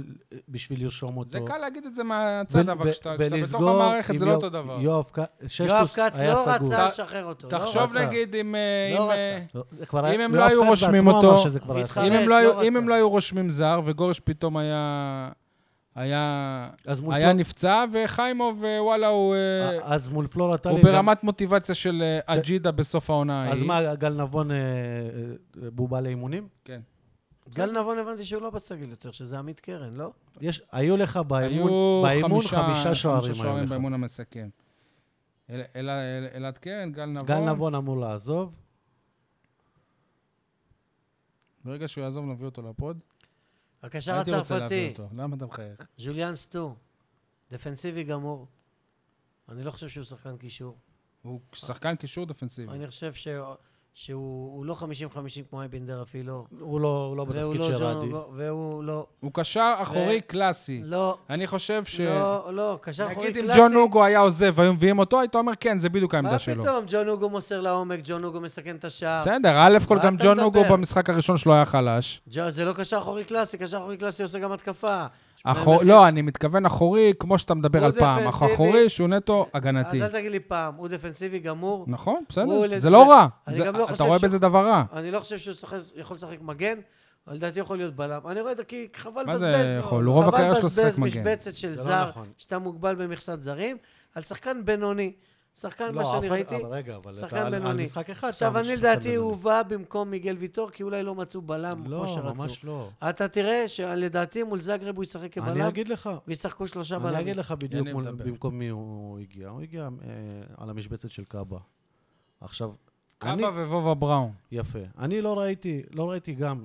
Speaker 2: בשביל לרשום אותו.
Speaker 1: זה קל להגיד את זה מהצד,
Speaker 2: ב-
Speaker 1: אבל
Speaker 2: ב-
Speaker 1: כשאתה כשאתה בתוך
Speaker 2: ולסגור
Speaker 1: המערכת
Speaker 2: עם
Speaker 1: זה לא
Speaker 2: יואב-
Speaker 1: אותו דבר.
Speaker 2: יואב ק- ששטוס היה
Speaker 3: יואב
Speaker 2: סגור.
Speaker 3: כץ לא
Speaker 1: ת-
Speaker 3: רצה לשחרר אותו. לא
Speaker 1: תחשוב
Speaker 3: רצה.
Speaker 1: נגיד אם... אה,
Speaker 3: לא
Speaker 1: אם, אה,
Speaker 3: רצה.
Speaker 2: לא, זה כבר
Speaker 1: אם
Speaker 2: היה-
Speaker 1: הם
Speaker 2: יואב
Speaker 1: לא היו
Speaker 2: כץ
Speaker 1: רושמים
Speaker 2: בעצמו
Speaker 1: אותו,
Speaker 2: אמר שזה כבר היה
Speaker 3: התחרט.
Speaker 2: סגור.
Speaker 1: אם הם לא
Speaker 3: אה, לא
Speaker 1: היו-
Speaker 3: רצה.
Speaker 1: אם הם לא היו רושמים זר, וגורש פתאום היה... היה...
Speaker 2: אז מול
Speaker 1: היה
Speaker 2: פלור-
Speaker 1: נפצע, וחיימוב, אה, וואלה, הוא... אה,
Speaker 2: אה, אז מול פלורטלי...
Speaker 1: הוא ברמת מוטיבציה של אה, אג'ידה בסוף העונה ההיא.
Speaker 2: אז מה, גל נבון אה, אה, בובה לאימונים?
Speaker 1: כן.
Speaker 3: גל נבון הבנתי שהוא לא בסגל יותר, שזה עמית קרן, לא?
Speaker 2: יש, היו לך באימון,
Speaker 1: היו
Speaker 2: באימון חמישה שוערים היו לך.
Speaker 1: באימון המסכם. אל- אל- אל- אלעד קרן, גל נבון.
Speaker 2: גל נבון אמור לעזוב.
Speaker 1: ברגע שהוא יעזוב, נביא אותו לפוד.
Speaker 3: הקשר
Speaker 1: הייתי רוצה להביא
Speaker 3: הצרפתי,
Speaker 1: אותו. למה אתה מחייך?
Speaker 3: ז'וליאן סטו, דפנסיבי גמור. אני לא חושב שהוא שחקן קישור.
Speaker 1: הוא שחקן קישור דפנסיבי.
Speaker 3: אני חושב ש- שהוא הוא לא 50-50 כמו אייבינדר אפילו.
Speaker 2: הוא לא, הוא לא
Speaker 3: והוא
Speaker 2: בתפקיד
Speaker 3: לא
Speaker 2: של רדי.
Speaker 3: ג'ון, והוא לא...
Speaker 1: הוא קשר אחורי קלאסי.
Speaker 3: לא,
Speaker 1: אני חושב ש...
Speaker 3: לא, לא, קשר אחורי
Speaker 1: נגיד
Speaker 3: קלאסי.
Speaker 1: אם ג'ון אוגו היה עוזב, היו מביאים אותו, היית אומר, כן, זה בדיוק
Speaker 3: מה
Speaker 1: העמדה שלו.
Speaker 3: פתאום, ג'ון אוגו מוסר לעומק, ג'ון אוגו מסכן את השער.
Speaker 1: בסדר, א' כל
Speaker 3: מה
Speaker 1: גם
Speaker 3: אתה
Speaker 1: ג'ון אוגו
Speaker 3: מדבר?
Speaker 1: במשחק הראשון שלו היה חלש.
Speaker 3: ג'ון- זה לא קשר אחורי קלאסי, קשר אחורי קלאסי עושה גם התקפה.
Speaker 1: אחור- לא, אני מתכוון אחורי, כמו שאתה מדבר
Speaker 3: הוא
Speaker 1: על פעם.
Speaker 3: דפנסיבי.
Speaker 1: אחורי שהוא נטו הגנתי.
Speaker 3: אז אל תגיד לי פעם, הוא דפנסיבי גמור.
Speaker 1: נכון,
Speaker 3: הוא
Speaker 1: בסדר.
Speaker 3: לד-
Speaker 1: זה לא רע.
Speaker 3: אני
Speaker 1: זה-
Speaker 3: גם לא
Speaker 1: אתה
Speaker 3: חושב
Speaker 1: רואה
Speaker 3: ש-
Speaker 1: בזה דבר רע.
Speaker 3: אני לא חושב שהוא שחק, יכול לשחק מגן, אבל לדעתי יכול להיות בלם. אני רואה את זה כי חבל
Speaker 1: מה
Speaker 3: לבזבז.
Speaker 1: זה יכול? הוא רוב הקריירה שלו
Speaker 3: חבל
Speaker 1: שיחק מגן.
Speaker 3: לבזבז משבצת של
Speaker 2: זה לא
Speaker 3: זר,
Speaker 2: נכון.
Speaker 3: שאתה מוגבל במכסת זרים, על שחקן בינוני. שחקן, מה
Speaker 2: לא, אבל-
Speaker 3: שאני ראיתי,
Speaker 2: אבל רגע, אבל
Speaker 3: שחקן
Speaker 2: אתה על- על
Speaker 3: בינוני.
Speaker 2: משחק אחד.
Speaker 3: עכשיו
Speaker 2: אתה
Speaker 3: אני
Speaker 2: ממש
Speaker 3: לדעתי
Speaker 2: שחקן
Speaker 3: הוא בא
Speaker 2: בינוני.
Speaker 3: במקום מיגל ויטור, כי אולי לא מצאו בלם כמו
Speaker 2: לא,
Speaker 3: שרצו.
Speaker 2: ממש לא.
Speaker 3: אתה תראה שלדעתי מול זאגרב הוא ישחק
Speaker 2: אני
Speaker 3: כבלם,
Speaker 2: אגיד לך,
Speaker 3: וישחקו שלושה בלמים.
Speaker 2: אני אגיד לך בדיוק
Speaker 1: אני
Speaker 2: מול-
Speaker 1: מדבר.
Speaker 2: במקום מי הוא הגיע. הוא הגיע אה, על המשבצת של קאבה. עכשיו, אני-
Speaker 1: קאבה ובובה בראון.
Speaker 2: יפה. אני לא ראיתי, לא ראיתי גם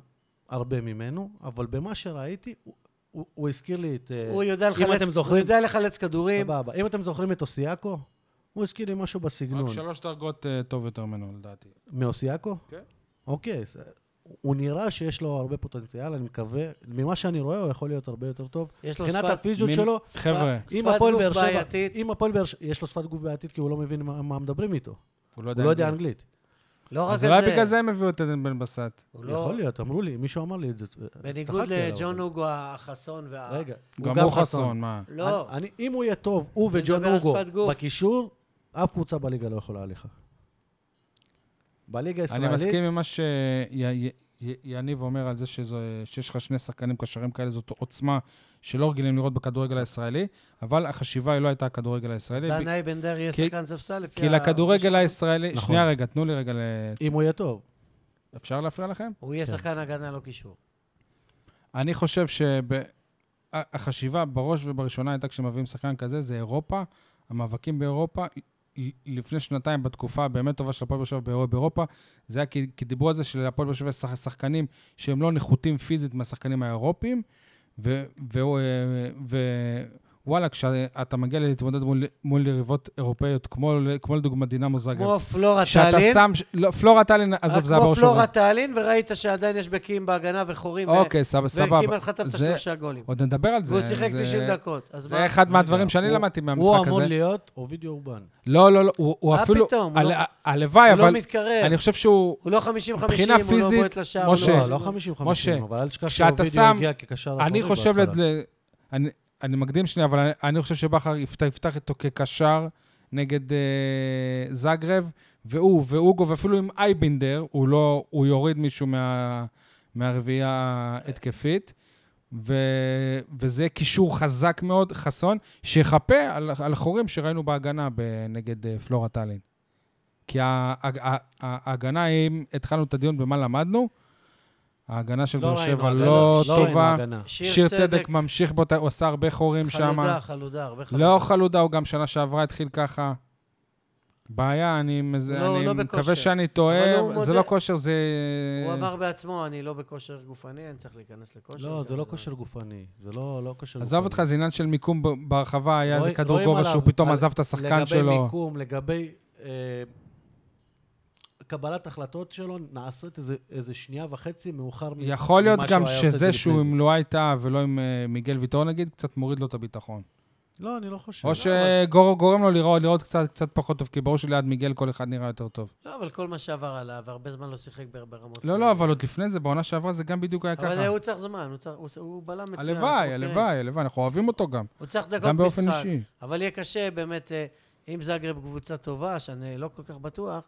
Speaker 2: הרבה ממנו, אבל במה שראיתי, הוא- הוא- הוא הזכיר לי את... אה,
Speaker 3: הוא יודע
Speaker 2: אם
Speaker 3: לחלץ-
Speaker 2: אתם
Speaker 3: הוא
Speaker 2: זוכרים,
Speaker 3: יודע לחלץ כדורים,
Speaker 2: סבבה. אם אתם זוכרים את אוסיאקו, הוא הזכיר לי משהו בסגנון.
Speaker 1: רק שלוש דרגות אה, טוב יותר ממנו, לדעתי.
Speaker 2: מאוסיאקו?
Speaker 1: כן.
Speaker 2: אוקיי, אז הוא נראה שיש לו הרבה פוטנציאל, אני מקווה, ממה שאני רואה הוא יכול להיות הרבה יותר טוב.
Speaker 3: יש לו
Speaker 2: מבחינת
Speaker 3: שפת-
Speaker 2: הפיזיות
Speaker 1: מין-
Speaker 2: שלו,
Speaker 1: חבר'ה,
Speaker 3: שפת
Speaker 2: אם הפועל
Speaker 3: גוף
Speaker 2: באר שבע,
Speaker 3: בעייתית.
Speaker 2: אם הפועל באר שבע, יש לו שפת גוף בעייתית כי הוא לא מבין מה מה מדברים איתו.
Speaker 1: הוא לא
Speaker 2: הוא לא יודע
Speaker 1: אנגלית.
Speaker 2: אנגלית.
Speaker 3: לא רק את
Speaker 1: אז
Speaker 3: זה.
Speaker 1: אולי בגלל זה הם הביאו את עדן בן בסט.
Speaker 3: הוא לא-
Speaker 2: יכול להיות, אמרו לי, מישהו אמר לי את זה.
Speaker 3: בניגוד
Speaker 2: צחקתי עליו.
Speaker 3: לג'ון אוגו החסון וה...
Speaker 2: רגע,
Speaker 1: גם הוא חסון, מה?
Speaker 3: לא,
Speaker 2: אני- אני- אם הוא יהיה טוב, הוא
Speaker 3: אני
Speaker 2: וג'ון
Speaker 3: מדבר על
Speaker 2: אוגו
Speaker 3: שפת גוף.
Speaker 2: בקישור, אף קבוצה בליגה לא יכולה עליך.
Speaker 1: אני
Speaker 2: בליגה הישראלית...
Speaker 1: מסכים עם מה שיניב אומר על זה שזו- שיש לך שני שחקנים קשרים כאלה, זאת עוצמה שלא רגילים לראות בכדורגל הישראלי, אבל החשיבה היא לא הייתה הכדורגל הישראלי.
Speaker 3: דן
Speaker 1: ב-
Speaker 3: אייבנדר יהיה
Speaker 1: כי-
Speaker 3: שחקן ספסל לפי...
Speaker 1: כי
Speaker 3: ה-
Speaker 1: לכדורגל הישראלי...
Speaker 2: נכון.
Speaker 1: שנייה רגע, תנו לי רגע ל...
Speaker 2: אם הוא יהיה טוב.
Speaker 1: אפשר להפריע לכם?
Speaker 3: הוא יהיה
Speaker 2: כן.
Speaker 3: שחקן הגנה, לא קישור.
Speaker 1: אני חושב שהחשיבה בראש ובראשונה הייתה כשמביאים שחקן כזה, זה אירופה, המאבקים באירופה. ל- לפני שנתיים, בתקופה הבאמת טובה של הפועל באר שבע באירוע- באירופה, זה היה כי, כי דיברו על זה שלהפועל באר שבע יש שח- שחקנים שהם לא נחותים פיזית מהשחקנים האירופים, ו, ו, אה, ו, וואלה, כשאתה מגיע להתמודד מול, מול יריבות אירופאיות, כמו, כמו לדוגמת דינמו זאגר,
Speaker 3: כמו פלורה
Speaker 1: שאתה
Speaker 3: טאלין,
Speaker 1: שם, ש- לא, פלורה טאלין, עזוב, זה הבאר
Speaker 3: כמו
Speaker 1: שבע.
Speaker 3: פלורה טאלין, וראית שעדיין יש בקיאים בהגנה וחורים.
Speaker 1: אוקיי, סבבה,
Speaker 3: וכמעט
Speaker 1: סבבה.
Speaker 3: חטפת
Speaker 1: זה-
Speaker 3: שלושה גולים.
Speaker 1: עוד נדבר על זה.
Speaker 3: והוא שיחק
Speaker 1: זה-
Speaker 3: 90 דקות. אז
Speaker 1: זה
Speaker 3: מה?
Speaker 1: אחד
Speaker 2: רגע,
Speaker 1: מהדברים שאני
Speaker 2: הוא-
Speaker 1: למדתי
Speaker 2: הוא
Speaker 1: מהמשחק
Speaker 2: אמור
Speaker 1: הזה.
Speaker 2: להיות אובידיו אורבן.
Speaker 1: לא, לא, לא, הוא הוא
Speaker 3: מה
Speaker 1: אפילו...
Speaker 3: פתאום?
Speaker 1: על-
Speaker 3: הוא לא-
Speaker 1: הלוואי,
Speaker 3: הוא לא
Speaker 1: אבל
Speaker 3: מתקרב.
Speaker 1: אני חושב שהוא...
Speaker 3: הוא לא 50-50,
Speaker 1: מבחינה
Speaker 3: הוא לא
Speaker 1: פיזית,
Speaker 3: בועט לשער.
Speaker 1: משה,
Speaker 3: הוא
Speaker 2: לא, לא 50-50,
Speaker 1: משה,
Speaker 2: אבל אל תשכח
Speaker 1: כשאתה
Speaker 2: שאובידיו
Speaker 1: שם-
Speaker 2: הגיע כקשר אחורי.
Speaker 1: אני חושב... לד-
Speaker 2: בהתחלה.
Speaker 1: ל- אני- אני מקדים שנייה, אבל אני- אני חושב שבכר יפת- יפתח איתו כקשר נגד אה, זאגרב, והוא ואוגו, ואפילו עם אייבינדר, הוא לא... הוא יוריד מישהו מה- מהרביעייה ההתקפית. ו- וזה קישור חזק מאוד, חסון, שיחפה על, על חורים שראינו בהגנה ב- נגד אה, פלורה טאלין. כי ה- ה- ה- ה- ההגנה, אם התחלנו את הדיון במה למדנו, ההגנה של באר שבע
Speaker 2: הגנה,
Speaker 1: לא
Speaker 2: ראינו
Speaker 1: טובה.
Speaker 2: הגנה.
Speaker 1: שיר צדק ממשיך באותה, הוא עשה הרבה חורים שם.
Speaker 3: חלודה, חלודה, הרבה חלודה.
Speaker 1: לא חלודה, הוא גם שנה שעברה התחיל ככה. בעיה, אני, מז...
Speaker 3: לא,
Speaker 1: אני
Speaker 3: לא בכושר.
Speaker 1: מקווה שאני
Speaker 3: אבל
Speaker 1: טועה,
Speaker 3: הוא
Speaker 1: זה
Speaker 3: מודה-
Speaker 1: לא כושר, זה...
Speaker 3: הוא אמר בעצמו, אני לא בכושר גופני, אני צריך להיכנס לכושר.
Speaker 2: לא, זה
Speaker 3: גם
Speaker 2: לא כושר גופני. זה לא לא כושר גופני.
Speaker 1: עזוב אותך, זה עניין של מיקום ב- בהרחבה, היה איזה
Speaker 2: רואים-
Speaker 1: כדור
Speaker 2: רואים
Speaker 1: גובה
Speaker 2: עליו-
Speaker 1: שהוא פתאום
Speaker 2: על-
Speaker 1: עזב את השחקן
Speaker 2: לגבי
Speaker 1: שלו.
Speaker 2: מיקום, לגבי אה, קבלת החלטות שלו, נעשית איזה- איזה שנייה וחצי מאוחר מ-
Speaker 1: יכול להיות
Speaker 2: ממה
Speaker 1: גם
Speaker 2: שהוא היה עושה את זה
Speaker 1: שזה
Speaker 2: לפני
Speaker 1: שהוא לא
Speaker 2: זה.
Speaker 1: עם לואי טאה ולא עם אה, מיגל ויטור נגיד, קצת מוריד לו את הביטחון.
Speaker 2: לא, אני לא חושב.
Speaker 1: או שגורם לו לראות, לראות קצת, קצת פחות טוב, כי ברור שליד מיגל כל אחד נראה יותר טוב.
Speaker 3: לא, אבל כל מה שעבר עליו, הרבה זמן לא שיחק בר- ברמות.
Speaker 1: לא, לא, אבל עוד לפני זה, בעונה שעברה זה גם בדיוק היה ככה.
Speaker 3: אבל אה, הוא צריך זמן, הוא צריך- הוא- הוא בלם מצוין.
Speaker 1: הלוואי,
Speaker 3: אנחנו כן.
Speaker 1: הלוואי, הלוואי, אנחנו אוהבים אותו גם.
Speaker 3: הוא צריך דקות משחק.
Speaker 1: גם באופן אישי.
Speaker 3: אבל יהיה קשה באמת, אה, אם זאגרב קבוצה טובה, שאני לא כל כך בטוח,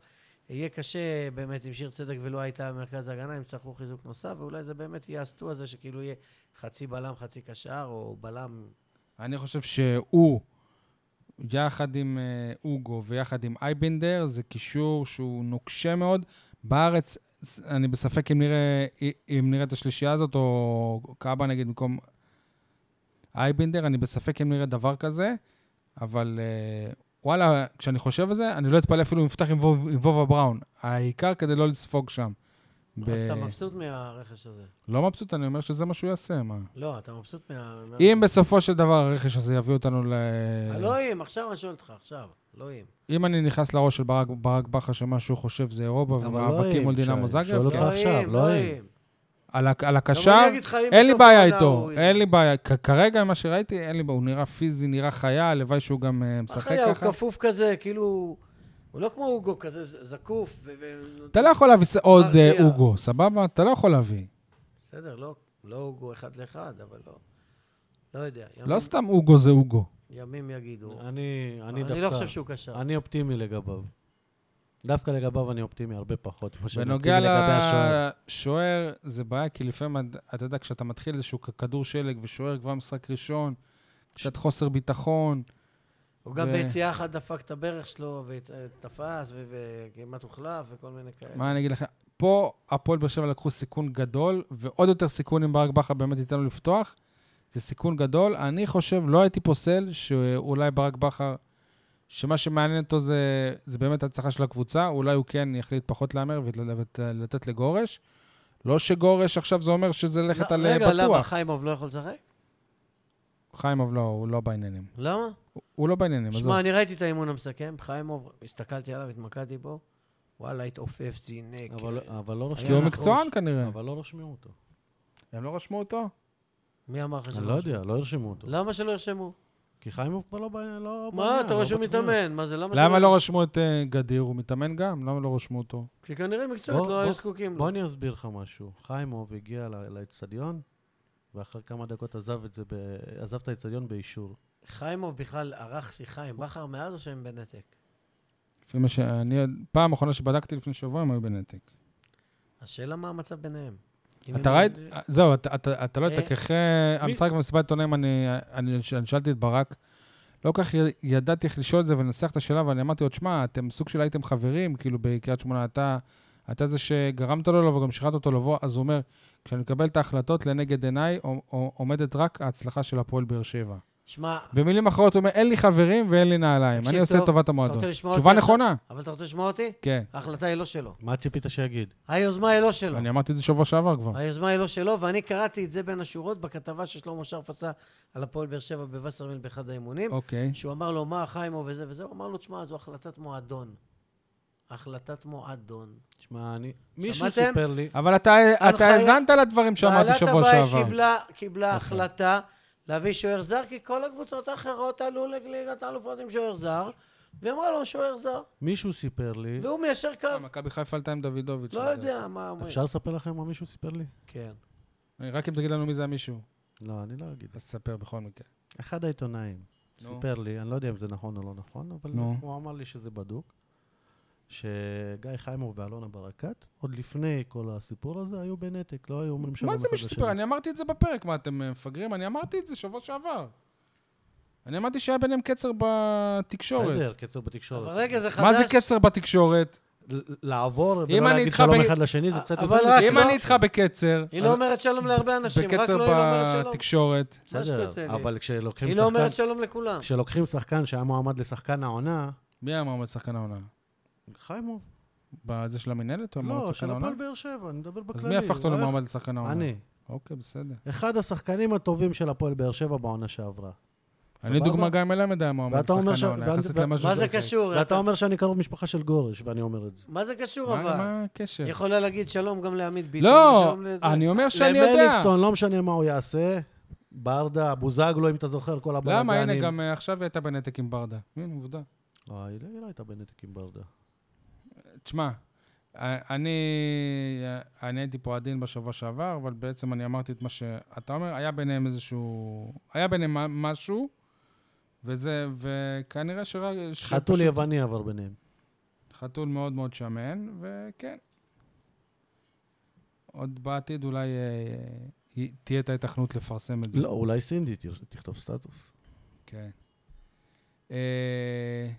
Speaker 3: יהיה קשה באמת אם שיר צדק ולא הייתה במרכז ההגנה, אם יצטרכו חיזוק נוסף, ואולי זה באמת יהיה הסטו הזה שכאילו יהיה חצי בלם, חצי קשר, או בלם...
Speaker 1: אני חושב שהוא, יחד עם אה, אוגו ויחד עם אייבנדר, זה קישור שהוא נוקשה מאוד. בארץ, ס- אני בספק אם נראה, אם נראה את השלישייה הזאת, או קאבה נגיד במקום אייבנדר, אני בספק אם נראה דבר כזה, אבל אה, וואלה, כשאני חושב על זה, אני לא אתפלא אפילו אם יפתח עם ווב- עם וובה בראון. העיקר כדי לא לספוג שם. ב-
Speaker 3: אז אתה מבסוט מהרכש הזה.
Speaker 1: לא מבסוט, אני אומר שזה מה שהוא יעשה, מה?
Speaker 3: לא, אתה מבסוט מה... מה-
Speaker 1: אם בסופו של דבר הרכש הזה יביא אותנו ל...
Speaker 3: לא אם, עכשיו אני שואל אותך, עכשיו. לא אם.
Speaker 1: אם אני נכנס לראש של ברק, ברק בכר, שמה שהוא חושב זה אירופה
Speaker 2: אבל לא
Speaker 1: ומאבקים
Speaker 2: אם,
Speaker 1: מול דינמו
Speaker 2: שואל- שואל
Speaker 1: זאגרב,
Speaker 2: אותך
Speaker 1: כן.
Speaker 2: עכשיו,
Speaker 3: אם,
Speaker 2: לא אם.
Speaker 3: אם.
Speaker 1: על ה- על
Speaker 3: גם
Speaker 1: הקשר,
Speaker 3: לא, אני אגיד לך, אם
Speaker 1: אין לי
Speaker 3: בסוף
Speaker 1: בעיה
Speaker 3: העונה
Speaker 1: איתו,
Speaker 3: הוא-
Speaker 1: אין לי בעיה. כ- כרגע, ממה שראיתי, אין לי בעיה. הוא נראה פיזי, נראה חיה, הלוואי שהוא גם אה, משחק
Speaker 3: אחי, הוא
Speaker 1: ככה.
Speaker 3: כפוף כזה, כאילו... הוא לא כמו אוגו, כזה ז- זקוף. ו- ו-
Speaker 1: אתה לא יכול להביא ס- עוד אה,
Speaker 3: מרגיע.
Speaker 1: אוגו, סבבה? אתה לא יכול להביא.
Speaker 3: בסדר, לא, לא הוגו אחד לאחד, אבל לא. לא יודע. ימים,
Speaker 1: לא סתם אוגו זה אוגו.
Speaker 3: ימים יגידו.
Speaker 2: אני, אני
Speaker 3: אני
Speaker 2: דווקא...
Speaker 3: לא חושב שהוא קשר.
Speaker 2: אני אופטימי לגביו. דווקא לגביו אני אופטימי הרבה פחות. ממה שאני
Speaker 1: בנוגע
Speaker 2: אופטימי לגבי השוער.
Speaker 1: לשוער, זה בעיה, כי לפעמים, אתה- אתה יודע, כשאתה מתחיל איזשהו כ- כדור שלג ושוער כבר משחק ראשון, קצת חוסר ביטחון.
Speaker 3: הוא גם
Speaker 1: ו-
Speaker 3: ביציאה אחת דפק את הברך שלו, ותפס, ו- וכמעט הוחלף, וכל מיני כאלה.
Speaker 1: מה אני אגיד לך? פה הפועל באר שבע לקחו סיכון גדול, ועוד יותר סיכון אם ברק בכר באמת ייתן לו לפתוח. זה סיכון גדול. אני חושב, לא הייתי פוסל שאולי ברק בכר, שמה שמעניין אותו זה, זה באמת ההצלחה של הקבוצה, אולי הוא כן יחליט פחות להמר ולתת לגורש. לא שגורש עכשיו זה אומר שזה ללכת
Speaker 3: לא,
Speaker 1: על אה,
Speaker 3: רגע, למה?
Speaker 1: בטוח.
Speaker 3: חיימוב לא יכול לשחק?
Speaker 1: חיימוב לא, הוא לא בעניינים.
Speaker 3: למה?
Speaker 1: הוא- הוא לא בעניינים, עזוב.
Speaker 3: שמע, אני ראיתי את האימון המסכם, חיימוב, הסתכלתי עליו, התמקדתי בו, וואלה, התעופף, זינק.
Speaker 2: אבל, אבל לא
Speaker 1: כי הוא
Speaker 2: רושמים
Speaker 3: אנחנו-
Speaker 1: מקצוען כנראה.
Speaker 2: אבל לא רשמו אותו.
Speaker 1: הם לא רשמו אותו?
Speaker 3: מי אמר לך
Speaker 2: אני
Speaker 3: שלא
Speaker 2: לא
Speaker 3: רשמו?
Speaker 2: יודע, לא הרשמו אותו.
Speaker 3: למה שלא ירשמו?
Speaker 2: כי חיימוב כבר לא בעניין. לא
Speaker 3: מה,
Speaker 2: בעניין,
Speaker 3: אתה
Speaker 2: לא
Speaker 3: רשום
Speaker 2: בתמונה.
Speaker 3: מתאמן, מה זה, למה
Speaker 1: למה לא רשמו את אה, גדיר? הוא מתאמן גם? למה לא רשמו אותו?
Speaker 3: כי כנראה מקצועית
Speaker 2: בוא-
Speaker 3: לא היו
Speaker 2: בוא-
Speaker 3: זקוקים לו.
Speaker 2: בוא אני אסביר לך משהו. חיימוב הגיע ל- לאצטדיון, ואחר כמה דקות עזב את זה, ב... עזב את האצטדיון באישור.
Speaker 3: חיימוב בכלל ערך שיחה עם בכר מאז או שהם בנתק?
Speaker 1: לפי מה שאני... פעם אחרונה שבדקתי לפני שבוע הם היו בנתק.
Speaker 3: השאלה מה המצב ביניהם. אם
Speaker 1: אתה
Speaker 3: הם-
Speaker 1: ראית... זהו, אתה- אתה אתה לא
Speaker 3: אה,
Speaker 1: היית, כי אחרי המשחק במסיבת עיתונאים, אני אני ש- אני שאלתי את ברק, לא כל כך י- ידעתי איך לשאול את זה ולנסח את השאלה, אבל אני אמרתי לו, תשמע, אתם סוג של הייתם חברים, כאילו, בקריית שמונה, אתה... אתה זה שגרמת לו לבוא, גם שחררת אותו לבוא, אז הוא אומר, כשאני מקבל את ההחלטות לנגד עיניי, עו- עו- עומדת רק ההצלחה של הפועל באר שבע.
Speaker 3: שמע,
Speaker 1: במילים אחרות, הוא אומר, אין לי חברים ואין לי נעליים,
Speaker 3: תקשיב
Speaker 1: אני עושה
Speaker 3: טוב,
Speaker 1: את טובת
Speaker 3: אתה
Speaker 1: המועדון.
Speaker 3: רוצה לשמוע אותי?
Speaker 1: תשובה
Speaker 3: עכשיו?
Speaker 1: נכונה,
Speaker 3: אבל אתה רוצה לשמוע אותי?
Speaker 1: כן.
Speaker 3: ההחלטה היא לא שלו.
Speaker 2: מה ציפית שיגיד?
Speaker 3: היוזמה היא לא שלו.
Speaker 1: אני אמרתי את זה שבוע שעבר כבר.
Speaker 3: היוזמה היא לא שלו, ואני קראתי את זה בין השורות בכתבה ששלמה שרף עשה על הפועל באר שבע בווסרמיל באחד האימונים.
Speaker 1: אוקיי.
Speaker 3: שהוא אמר לו, מה חיימו וזה וזה, הוא אמר לו, תשמע, זו החלטת מועדון. החלטת מועדון.
Speaker 2: תשמע, אני... מישהו
Speaker 3: שמעתם?
Speaker 2: סיפר לי...
Speaker 1: אבל אתה אתה
Speaker 3: הנחיה-
Speaker 1: האזנת לדברים שאמרתי שבוע
Speaker 3: בעלת
Speaker 1: שעבר. אוקיי.
Speaker 3: הבית קיבלה, קיבלה
Speaker 1: יפה.
Speaker 3: החלטה להביא שוער זר, כי כל הקבוצות האחרות עלו לליגת האלופות עם שוער זר, והיא אמרה לו, שוער זר,
Speaker 2: מישהו סיפר לי...
Speaker 3: והוא מיישר קו.
Speaker 1: אה, מכבי חיפה עלתה עם דוידוביץ'.
Speaker 3: לא
Speaker 1: אבל-
Speaker 3: יודע מה אומרים.
Speaker 2: אפשר לספר לכם מה מישהו סיפר לי?
Speaker 3: כן.
Speaker 1: רק אם תגיד לנו מי זה המישהו,
Speaker 2: לא, אני לא אגיד.
Speaker 1: אז תספר בכל מקרה.
Speaker 2: אחד העיתונאים
Speaker 1: נו.
Speaker 2: סיפר לי, אני לא יודע אם זה נכון או לא נכון, אבל
Speaker 1: נו.
Speaker 2: הוא אמר לי שזה בדוק, שגיא חיימוב ואלונה ברקת, עוד לפני כל הסיפור הזה, היו בנתק, לא היו אומרים שלום
Speaker 1: מה זה
Speaker 2: אחד
Speaker 1: מישהו
Speaker 2: לשני.
Speaker 1: סיפר? אני אמרתי את זה בפרק, מה, אתם אה, מפגרים? אני אמרתי את זה שבוע שעבר. אני אמרתי שהיה ביניהם קצר בתקשורת.
Speaker 2: בסדר, קצר בתקשורת.
Speaker 3: אבל רגע, זה חדש.
Speaker 1: מה זה קצר בתקשורת?
Speaker 2: ל- לעבור
Speaker 1: אני
Speaker 2: ולא להגיד
Speaker 1: איתך
Speaker 2: שלום
Speaker 1: ב-
Speaker 2: אחד לשני זה קצת
Speaker 3: אבל
Speaker 2: יותר...
Speaker 3: רק
Speaker 2: מדי.
Speaker 1: אם
Speaker 3: לא-
Speaker 1: אני איתך בקצר,
Speaker 3: היא לא אומרת שלום להרבה אנשים, רק
Speaker 1: בקצר
Speaker 3: לו היא לא אומרת שלום.
Speaker 1: בתקשורת,
Speaker 2: בסדר,
Speaker 3: שטות אלה?
Speaker 2: אבל כשלוקחים
Speaker 3: היא לא
Speaker 2: שחקן...
Speaker 3: אומרת שלום לכולם.
Speaker 2: כשלוקחים שחקן שהיה מועמד לשחקן העונה,
Speaker 1: מי אמר מועד שחקן העונה?
Speaker 2: חיימוב.
Speaker 1: בזה של המינהלת או מועד
Speaker 2: לא,
Speaker 1: שחקן
Speaker 2: של
Speaker 1: העונה?
Speaker 2: הפועל באר שבע, אני מדבר בכללי.
Speaker 1: אז מי הפך אותו
Speaker 2: לא
Speaker 1: למועמד לשחקן העונה?
Speaker 2: אני.
Speaker 1: אוקיי, בסדר.
Speaker 2: אחד השחקנים הטובים של הפועל באר שבע בעונה שעברה.
Speaker 1: אני
Speaker 2: סבבה?
Speaker 1: דוגמה גם מלמד היה מועמד
Speaker 2: ואתה אומר
Speaker 1: לשחקן
Speaker 2: ש-
Speaker 1: העונה,
Speaker 2: ואני-
Speaker 1: יחסית
Speaker 2: ו-
Speaker 1: למה
Speaker 3: מה
Speaker 1: שזה
Speaker 3: זה
Speaker 1: יקרה.
Speaker 3: קשור?
Speaker 2: ואתה
Speaker 3: אתה-
Speaker 2: אומר שאני קרוב משפחה של גורש, ואני אומר את זה.
Speaker 3: מה זה קשור
Speaker 1: מה-
Speaker 3: אבל?
Speaker 1: מה הקשר?
Speaker 3: היא יכולה להגיד שלום גם לעמית ביטון.
Speaker 1: לא,
Speaker 3: ושלום לזה.
Speaker 1: אני אומר שאני יודע.
Speaker 2: למליקסון, לא משנה מה הוא יעשה, ברדה, בוזגלו, אם אתה זוכר, כל הבלאגנים.
Speaker 1: למה? הנה, גם אה, עכשיו היא הייתה בנתק עם ברדה. הנה, עובדה.
Speaker 2: אה, היא לא- היא לא הייתה בנתק עם ברדה.
Speaker 1: תשמע, אה, אני, אה, אני הייתי פה עדין בשבוע שעבר, אבל בעצם אני אמרתי את מה שאתה אומר. היה ביניהם איזשהו... היה ביניהם מה- משהו, וזה, וכנראה שרק...
Speaker 2: חתול
Speaker 1: שפשוט-
Speaker 2: יווני עבר ביניהם.
Speaker 1: חתול מאוד מאוד שמן, וכן. עוד בעתיד אולי אה, אה, תהיה את ההיתכנות לפרסם את זה.
Speaker 2: לא, אולי סינדי ת- תכתוב סטטוס.
Speaker 1: כן. אה,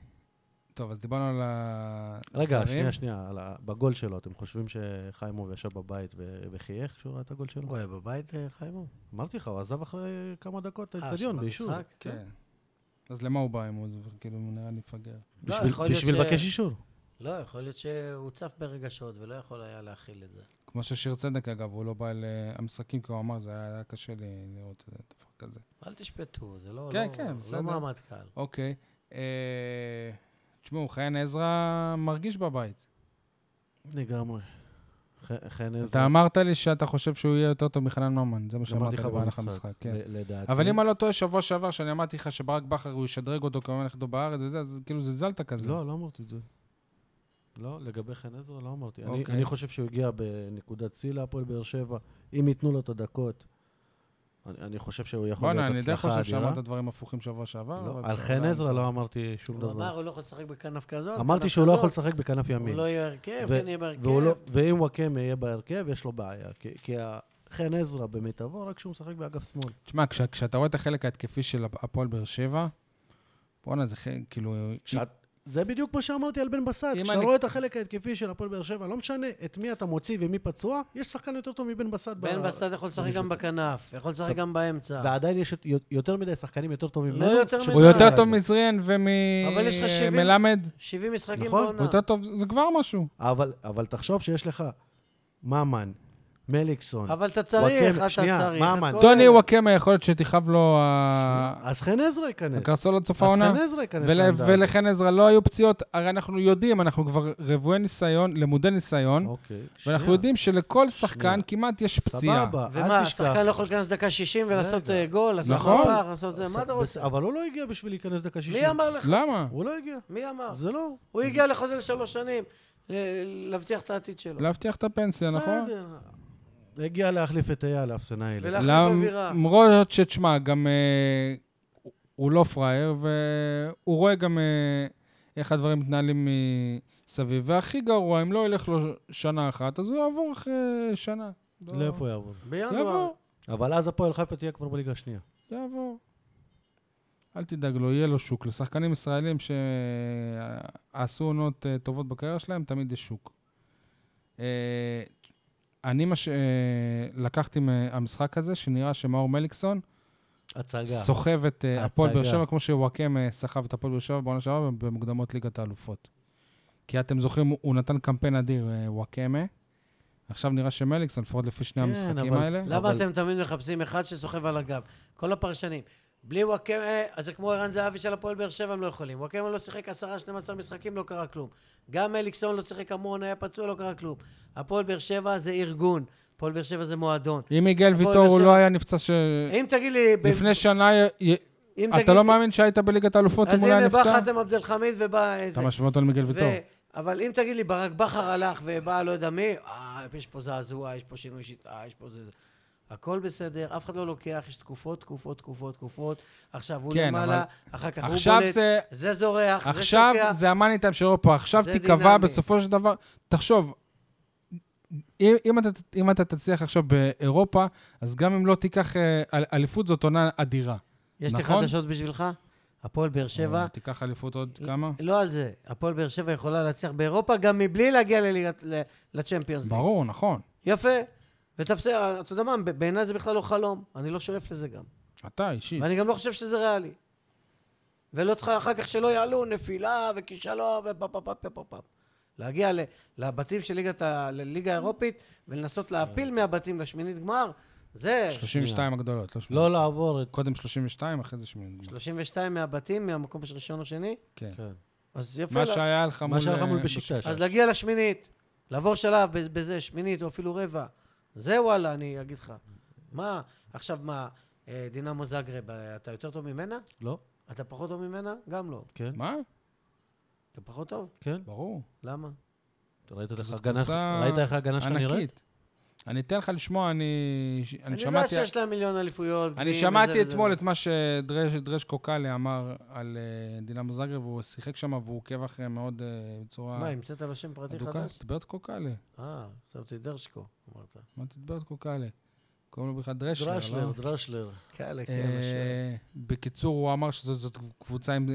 Speaker 1: טוב, אז דיברנו על השרים.
Speaker 2: רגע, שנייה, שנייה, על ה- בגול שלו, אתם חושבים שחיימוב ישב בבית ו- וחייך כשהוא ראה את הגול שלו?
Speaker 3: הוא היה בבית, אה, חיימו?
Speaker 2: אמרתי לך, הוא עזב אחרי כמה דקות את
Speaker 3: אה,
Speaker 2: האצטדיון
Speaker 3: שבמשחק?
Speaker 2: באישור.
Speaker 1: כן. אז למה הוא בא אם הוא כאילו נראה לי מפגר?
Speaker 3: לא,
Speaker 2: בשביל-
Speaker 3: יכול להיות
Speaker 2: בשביל
Speaker 3: ש-
Speaker 2: לבקש אישור.
Speaker 3: לא, יכול להיות שהוא צף ברגשות ולא יכול היה להכיל את זה.
Speaker 1: כמו ששיר צדק אגב, הוא לא בא אל אה, המשחקים, כי הוא אמר, זה היה היה קשה לי לראות אה, דבר כזה. אוקיי.
Speaker 3: אל תשפטו, זה לא,
Speaker 1: כן,
Speaker 3: לא,
Speaker 1: כן, בסדר.
Speaker 3: לא מעמד קל.
Speaker 1: אוקיי. אה, תשמעו, חן עזרא מרגיש בבית.
Speaker 2: לגמרי. ח- חן עזרא.
Speaker 1: אתה אמרת לי שאתה חושב שהוא יהיה יותר טוב מחנן ממן, זה מה שאמרת
Speaker 2: אמרתי
Speaker 1: לי
Speaker 2: לך
Speaker 1: במהלך
Speaker 2: במשחק,
Speaker 1: המשחק. כן.
Speaker 2: ל- לדעתי.
Speaker 1: אבל אם אני לא טועה, שבוע שעבר, שאני אמרתי לך שברק בכר, הוא ישדרג אותו כמובן נכדו בארץ וזה, אז כאילו זלזלת כזה.
Speaker 2: לא, לא אמרתי את זה. לא, לגבי חן עזרא לא אמרתי. אני-
Speaker 1: אוקיי.
Speaker 2: אני חושב שהוא הגיע בנקודת שיא להפועל באר שבע. אם ייתנו לו את הדקות, אני- אני חושב שהוא יכול
Speaker 1: בואנה,
Speaker 2: להיות
Speaker 1: אני די
Speaker 2: הצלחה
Speaker 1: חושב
Speaker 2: אדירה.
Speaker 1: שאמרת דברים הפוכים שבוע שעבר.
Speaker 2: לא,
Speaker 1: אבל
Speaker 2: על
Speaker 1: בסדר,
Speaker 2: חן
Speaker 1: עדיין
Speaker 2: עזרא
Speaker 1: טוב.
Speaker 2: לא אמרתי שום
Speaker 3: הוא אמר,
Speaker 2: דבר.
Speaker 3: הוא לא יכול לשחק בכנף כזאת.
Speaker 2: אמרתי
Speaker 3: כנף
Speaker 2: שהוא לא
Speaker 3: כזאת,
Speaker 2: יכול לשחק בכנף
Speaker 3: הוא
Speaker 2: ימין.
Speaker 3: לא יהיה הרכב,
Speaker 2: ו-
Speaker 3: כן יהיה בהרכב.
Speaker 2: והוא לא- ואם וואקמה יהיה בהרכב, יש לו בעיה. כי- כי ה- חן עזרא במיטבו, רק שהוא משחק באגף שמאל.
Speaker 1: תשמע, כש- כשאתה רואה את החלק ההתקפי של הפועל באר שבע, בואנה, זה חלק, כאילו...
Speaker 2: שאת- זה בדיוק מה שאמרתי על בן בסט.
Speaker 1: אם
Speaker 2: כשאתה
Speaker 1: אני-
Speaker 2: רואה את החלק ההתקפי של הפועל באר שבע, לא משנה את מי אתה מוציא ומי פצוע, יש שחקן יותר טוב מבן בסט. ב-
Speaker 3: בן בסט יכול לשחק גם בכנף, יכול לשחק
Speaker 2: טוב.
Speaker 3: גם באמצע.
Speaker 2: ועדיין יש יותר מדי שחקנים יותר טובים
Speaker 3: אה. לא
Speaker 2: ממנו.
Speaker 3: יותר
Speaker 2: ש-
Speaker 3: מזה.
Speaker 1: הוא יותר טוב
Speaker 2: אבל-
Speaker 1: מזריאן
Speaker 3: אבל יש לך שבעים-
Speaker 1: ומלמד.
Speaker 3: 70 משחקים
Speaker 2: נכון,
Speaker 1: הוא
Speaker 3: בעונה.
Speaker 1: יותר טוב, זה כבר משהו.
Speaker 2: אבל, אבל תחשוב שיש לך ממן, מליקסון.
Speaker 3: אבל אתה צריך, אתה
Speaker 2: שנייה,
Speaker 3: צריך.
Speaker 2: מה,
Speaker 3: את
Speaker 2: מה,
Speaker 3: כל
Speaker 1: טוני
Speaker 3: אלה.
Speaker 1: וואקמה, יכול להיות שתכאב לו ה-
Speaker 2: אז חן עזרא ייכנס.
Speaker 1: הקרסול עד סוף
Speaker 2: אז
Speaker 1: העונה.
Speaker 2: חן עזרא ייכנס.
Speaker 1: ול-
Speaker 2: לעמדה הזאת.
Speaker 1: ולחן עזרא לא היו פציעות, הרי אנחנו יודעים, אנחנו כבר רבויי ניסיון, למודי ניסיון,
Speaker 2: אוקיי. שנייה.
Speaker 1: ואנחנו יודעים שלכל שחקן
Speaker 2: שנייה.
Speaker 1: כמעט יש פציעה.
Speaker 2: סבבה,
Speaker 3: ומה,
Speaker 2: אל תשכח.
Speaker 3: השחקן לא יכול להיכנס דקה 60 ולעשות
Speaker 2: רגע.
Speaker 3: אה, גול, לעשות
Speaker 1: נכון.
Speaker 3: מפח, לעשות זה, מה אתה רוצה?
Speaker 2: אבל הוא לא הגיע בשביל להיכנס דקה שישית.
Speaker 3: מי אמר לך?
Speaker 1: למה?
Speaker 2: הוא לא הגיע.
Speaker 3: מי אמר?
Speaker 2: זה לא.
Speaker 3: הוא הגיע לחוזה לשלוש שנים, ל- להבטיח את העתיד שלו.
Speaker 2: לא.
Speaker 1: להבטיח את הפנסיה, נכון?
Speaker 2: בסדר. הגיע להחליף את אייל אפסנאי.
Speaker 3: ולה- להחליף אווירה.
Speaker 1: למרות שתשמע, גם אה, הוא- הוא לא פראייר, והוא רואה גם אה, איך הדברים מתנהלים מסביב. והכי גרוע, אם לא ילך לו שנה אחת, אז הוא יעבור אחרי שנה. לא-
Speaker 2: לאיפה הוא יעבור?
Speaker 3: בינואר.
Speaker 2: לא,
Speaker 1: יעבור,
Speaker 2: אבל אז הפועל חיפה תהיה כבר בליגה השנייה.
Speaker 1: יעבור. אל תדאג לו, יהיה לו שוק. לשחקנים ישראלים שעשו עונות אה, טובות בקריירה שלהם, תמיד יש שוק. אה, אני מה אה, שלקחתי מהמשחק הזה, שנראה שמאור מליקסון
Speaker 2: הצגה.
Speaker 1: סוחב את אה, הפועל באר
Speaker 2: הצגה.
Speaker 1: שבע, כמו שוואקם אה, סחב את הפועל באר שבע בעונה שעברה במוקדמות ליגת האלופות. כי אתם זוכרים, הוא- הוא נתן קמפיין אדיר, אה, וואקמה. עכשיו נראה שמליקסון, לפחות לפי שני
Speaker 2: כן,
Speaker 1: המשחקים
Speaker 2: אבל-
Speaker 1: האלה.
Speaker 3: למה
Speaker 2: אבל-
Speaker 3: אתם תמיד מחפשים אחד שסוחב על הגב? כל הפרשנים. בלי וואקמה, אה, אז זה כמו ערן זהבי של הפועל באר שבע, הם לא יכולים. וואקמה לא שיחק 10-12 משחקים, לא קרה כלום. גם אליקסון לא שיחק המון, היה פצוע, לא קרה כלום. הפועל באר שבע זה ארגון, הפועל באר שבע זה מועדון.
Speaker 1: אם מיגל
Speaker 3: הפועל
Speaker 1: ויטור
Speaker 3: באר
Speaker 1: הוא
Speaker 3: שבע-
Speaker 1: לא היה נפצע ש...
Speaker 3: אם תגיד לי... ב-
Speaker 1: לפני שנה, י-
Speaker 3: אם
Speaker 1: אתה
Speaker 3: תגיד
Speaker 1: לא
Speaker 3: לי-
Speaker 1: מאמין שהיית בליגת האלופות אם הוא לא היה
Speaker 3: אז הנה
Speaker 1: נפצע?
Speaker 3: בא חתם עבד אל חמיד ובא... איזה-
Speaker 1: אתה משווה אותו למיגל ויטור.
Speaker 3: ו- אבל אם תגיד לי, ברק בכר הלך ובא לא יודע מי, אה, יש פה זעזוע, יש פה שינוי שיטה, יש פה זה... זה." הכל בסדר, אף אחד לא לוקח, יש תקופות, תקופות, תקופות, תקופות. עכשיו הוא
Speaker 1: כן,
Speaker 3: למעלה,
Speaker 1: אבל-
Speaker 3: אחר כך הוא
Speaker 1: עכשיו
Speaker 3: בולט,
Speaker 1: זה-
Speaker 3: זה זורח, זה
Speaker 1: עכשיו
Speaker 3: שוקע.
Speaker 1: זה המאניטיים של אירופה, עכשיו
Speaker 3: זה
Speaker 1: תיקבע
Speaker 3: דינמי.
Speaker 1: בסופו של דבר, תחשוב, אם, אם, אתה, אם אתה תצליח עכשיו באירופה, אז גם אם לא תיקח אה, אל- אליפות, זאת עונה אדירה.
Speaker 3: יש לי
Speaker 1: נכון? אה,
Speaker 3: חדשות בשבילך, הפועל באר שבע,
Speaker 1: או, תיקח אליפות עוד כמה?
Speaker 3: לא על זה, הפועל באר שבע יכולה להצליח באירופה גם מבלי להגיע לליגת- ל- לצ'מפיונס. ליג.
Speaker 1: ברור, נכון.
Speaker 3: יפה. ותפסיע, אתה יודע מה, ב- בעיניי זה בכלל לא חלום, אני לא שואף לזה גם.
Speaker 1: אתה אישית.
Speaker 3: ואני גם לא חושב שזה ריאלי. ולא צריכה אחר כך שלא יעלו נפילה וכישלון ופפפפפפפ. להגיע ל- לבתים של ליגת ה- לליגה האירופית ולנסות להפיל מהבתים לשמינית גמר, זה
Speaker 1: 32 הגדולות, לא שמונה.
Speaker 2: לא לעבור את...
Speaker 1: קודם 32, אחרי זה שמונה.
Speaker 3: 32 מהבתים, מהמקום של ראשון או שני,
Speaker 1: כן.
Speaker 2: כן.
Speaker 3: אז יפה.
Speaker 1: מה
Speaker 3: לה-
Speaker 1: שהיה לך מול...
Speaker 2: מה שהיה לך מול
Speaker 1: אה,
Speaker 2: בשקטש.
Speaker 3: אז להגיע לשמינית, לעבור שלב ב- בזה, שמינית או אפילו רבע, זה וואלה, אני אגיד לך. מה, עכשיו מה, אה, דינמו זאגרב, אה, אתה יותר טוב ממנה?
Speaker 2: לא?
Speaker 3: אתה פחות טוב ממנה? גם לא.
Speaker 2: כן?
Speaker 1: מה?
Speaker 3: אתה פחות טוב?
Speaker 2: כן?
Speaker 1: ברור.
Speaker 3: למה?
Speaker 2: אתה ראית איך
Speaker 1: זאת
Speaker 2: ההגנה
Speaker 1: קבוצה
Speaker 2: ראית איך ההגנה שלך נראית?
Speaker 1: ענקית. אני אתן לך לשמוע, אני ש- אני
Speaker 3: אני יודע
Speaker 1: שמעתי...
Speaker 3: שיש להם מיליון אליפויות.
Speaker 1: אני
Speaker 3: גביעים וזה
Speaker 1: שמעתי
Speaker 3: וזה
Speaker 1: אתמול
Speaker 3: וזה.
Speaker 1: את מה שדרש קוקאלי אמר על אה, דינמו זאגרב, והוא שיחק שם והוא עוקב אחריהם מאוד אה,
Speaker 3: מה,
Speaker 1: בצורה
Speaker 3: המצאת לו שם פרטי
Speaker 1: אדוקה.
Speaker 3: חדש?
Speaker 1: תדבר את קוקאלי.
Speaker 3: אה, חשבתי דרשקו, אמרת.
Speaker 1: מה תדבר את קוקאלי? קוראים לו בכלל דרשלר,
Speaker 2: דרשלר,
Speaker 1: לא?
Speaker 2: דרשלר.
Speaker 3: כאלה,
Speaker 1: אה,
Speaker 3: כאלה שואל.
Speaker 1: בקיצור, הוא אמר שזו- זאת קבוצה עם...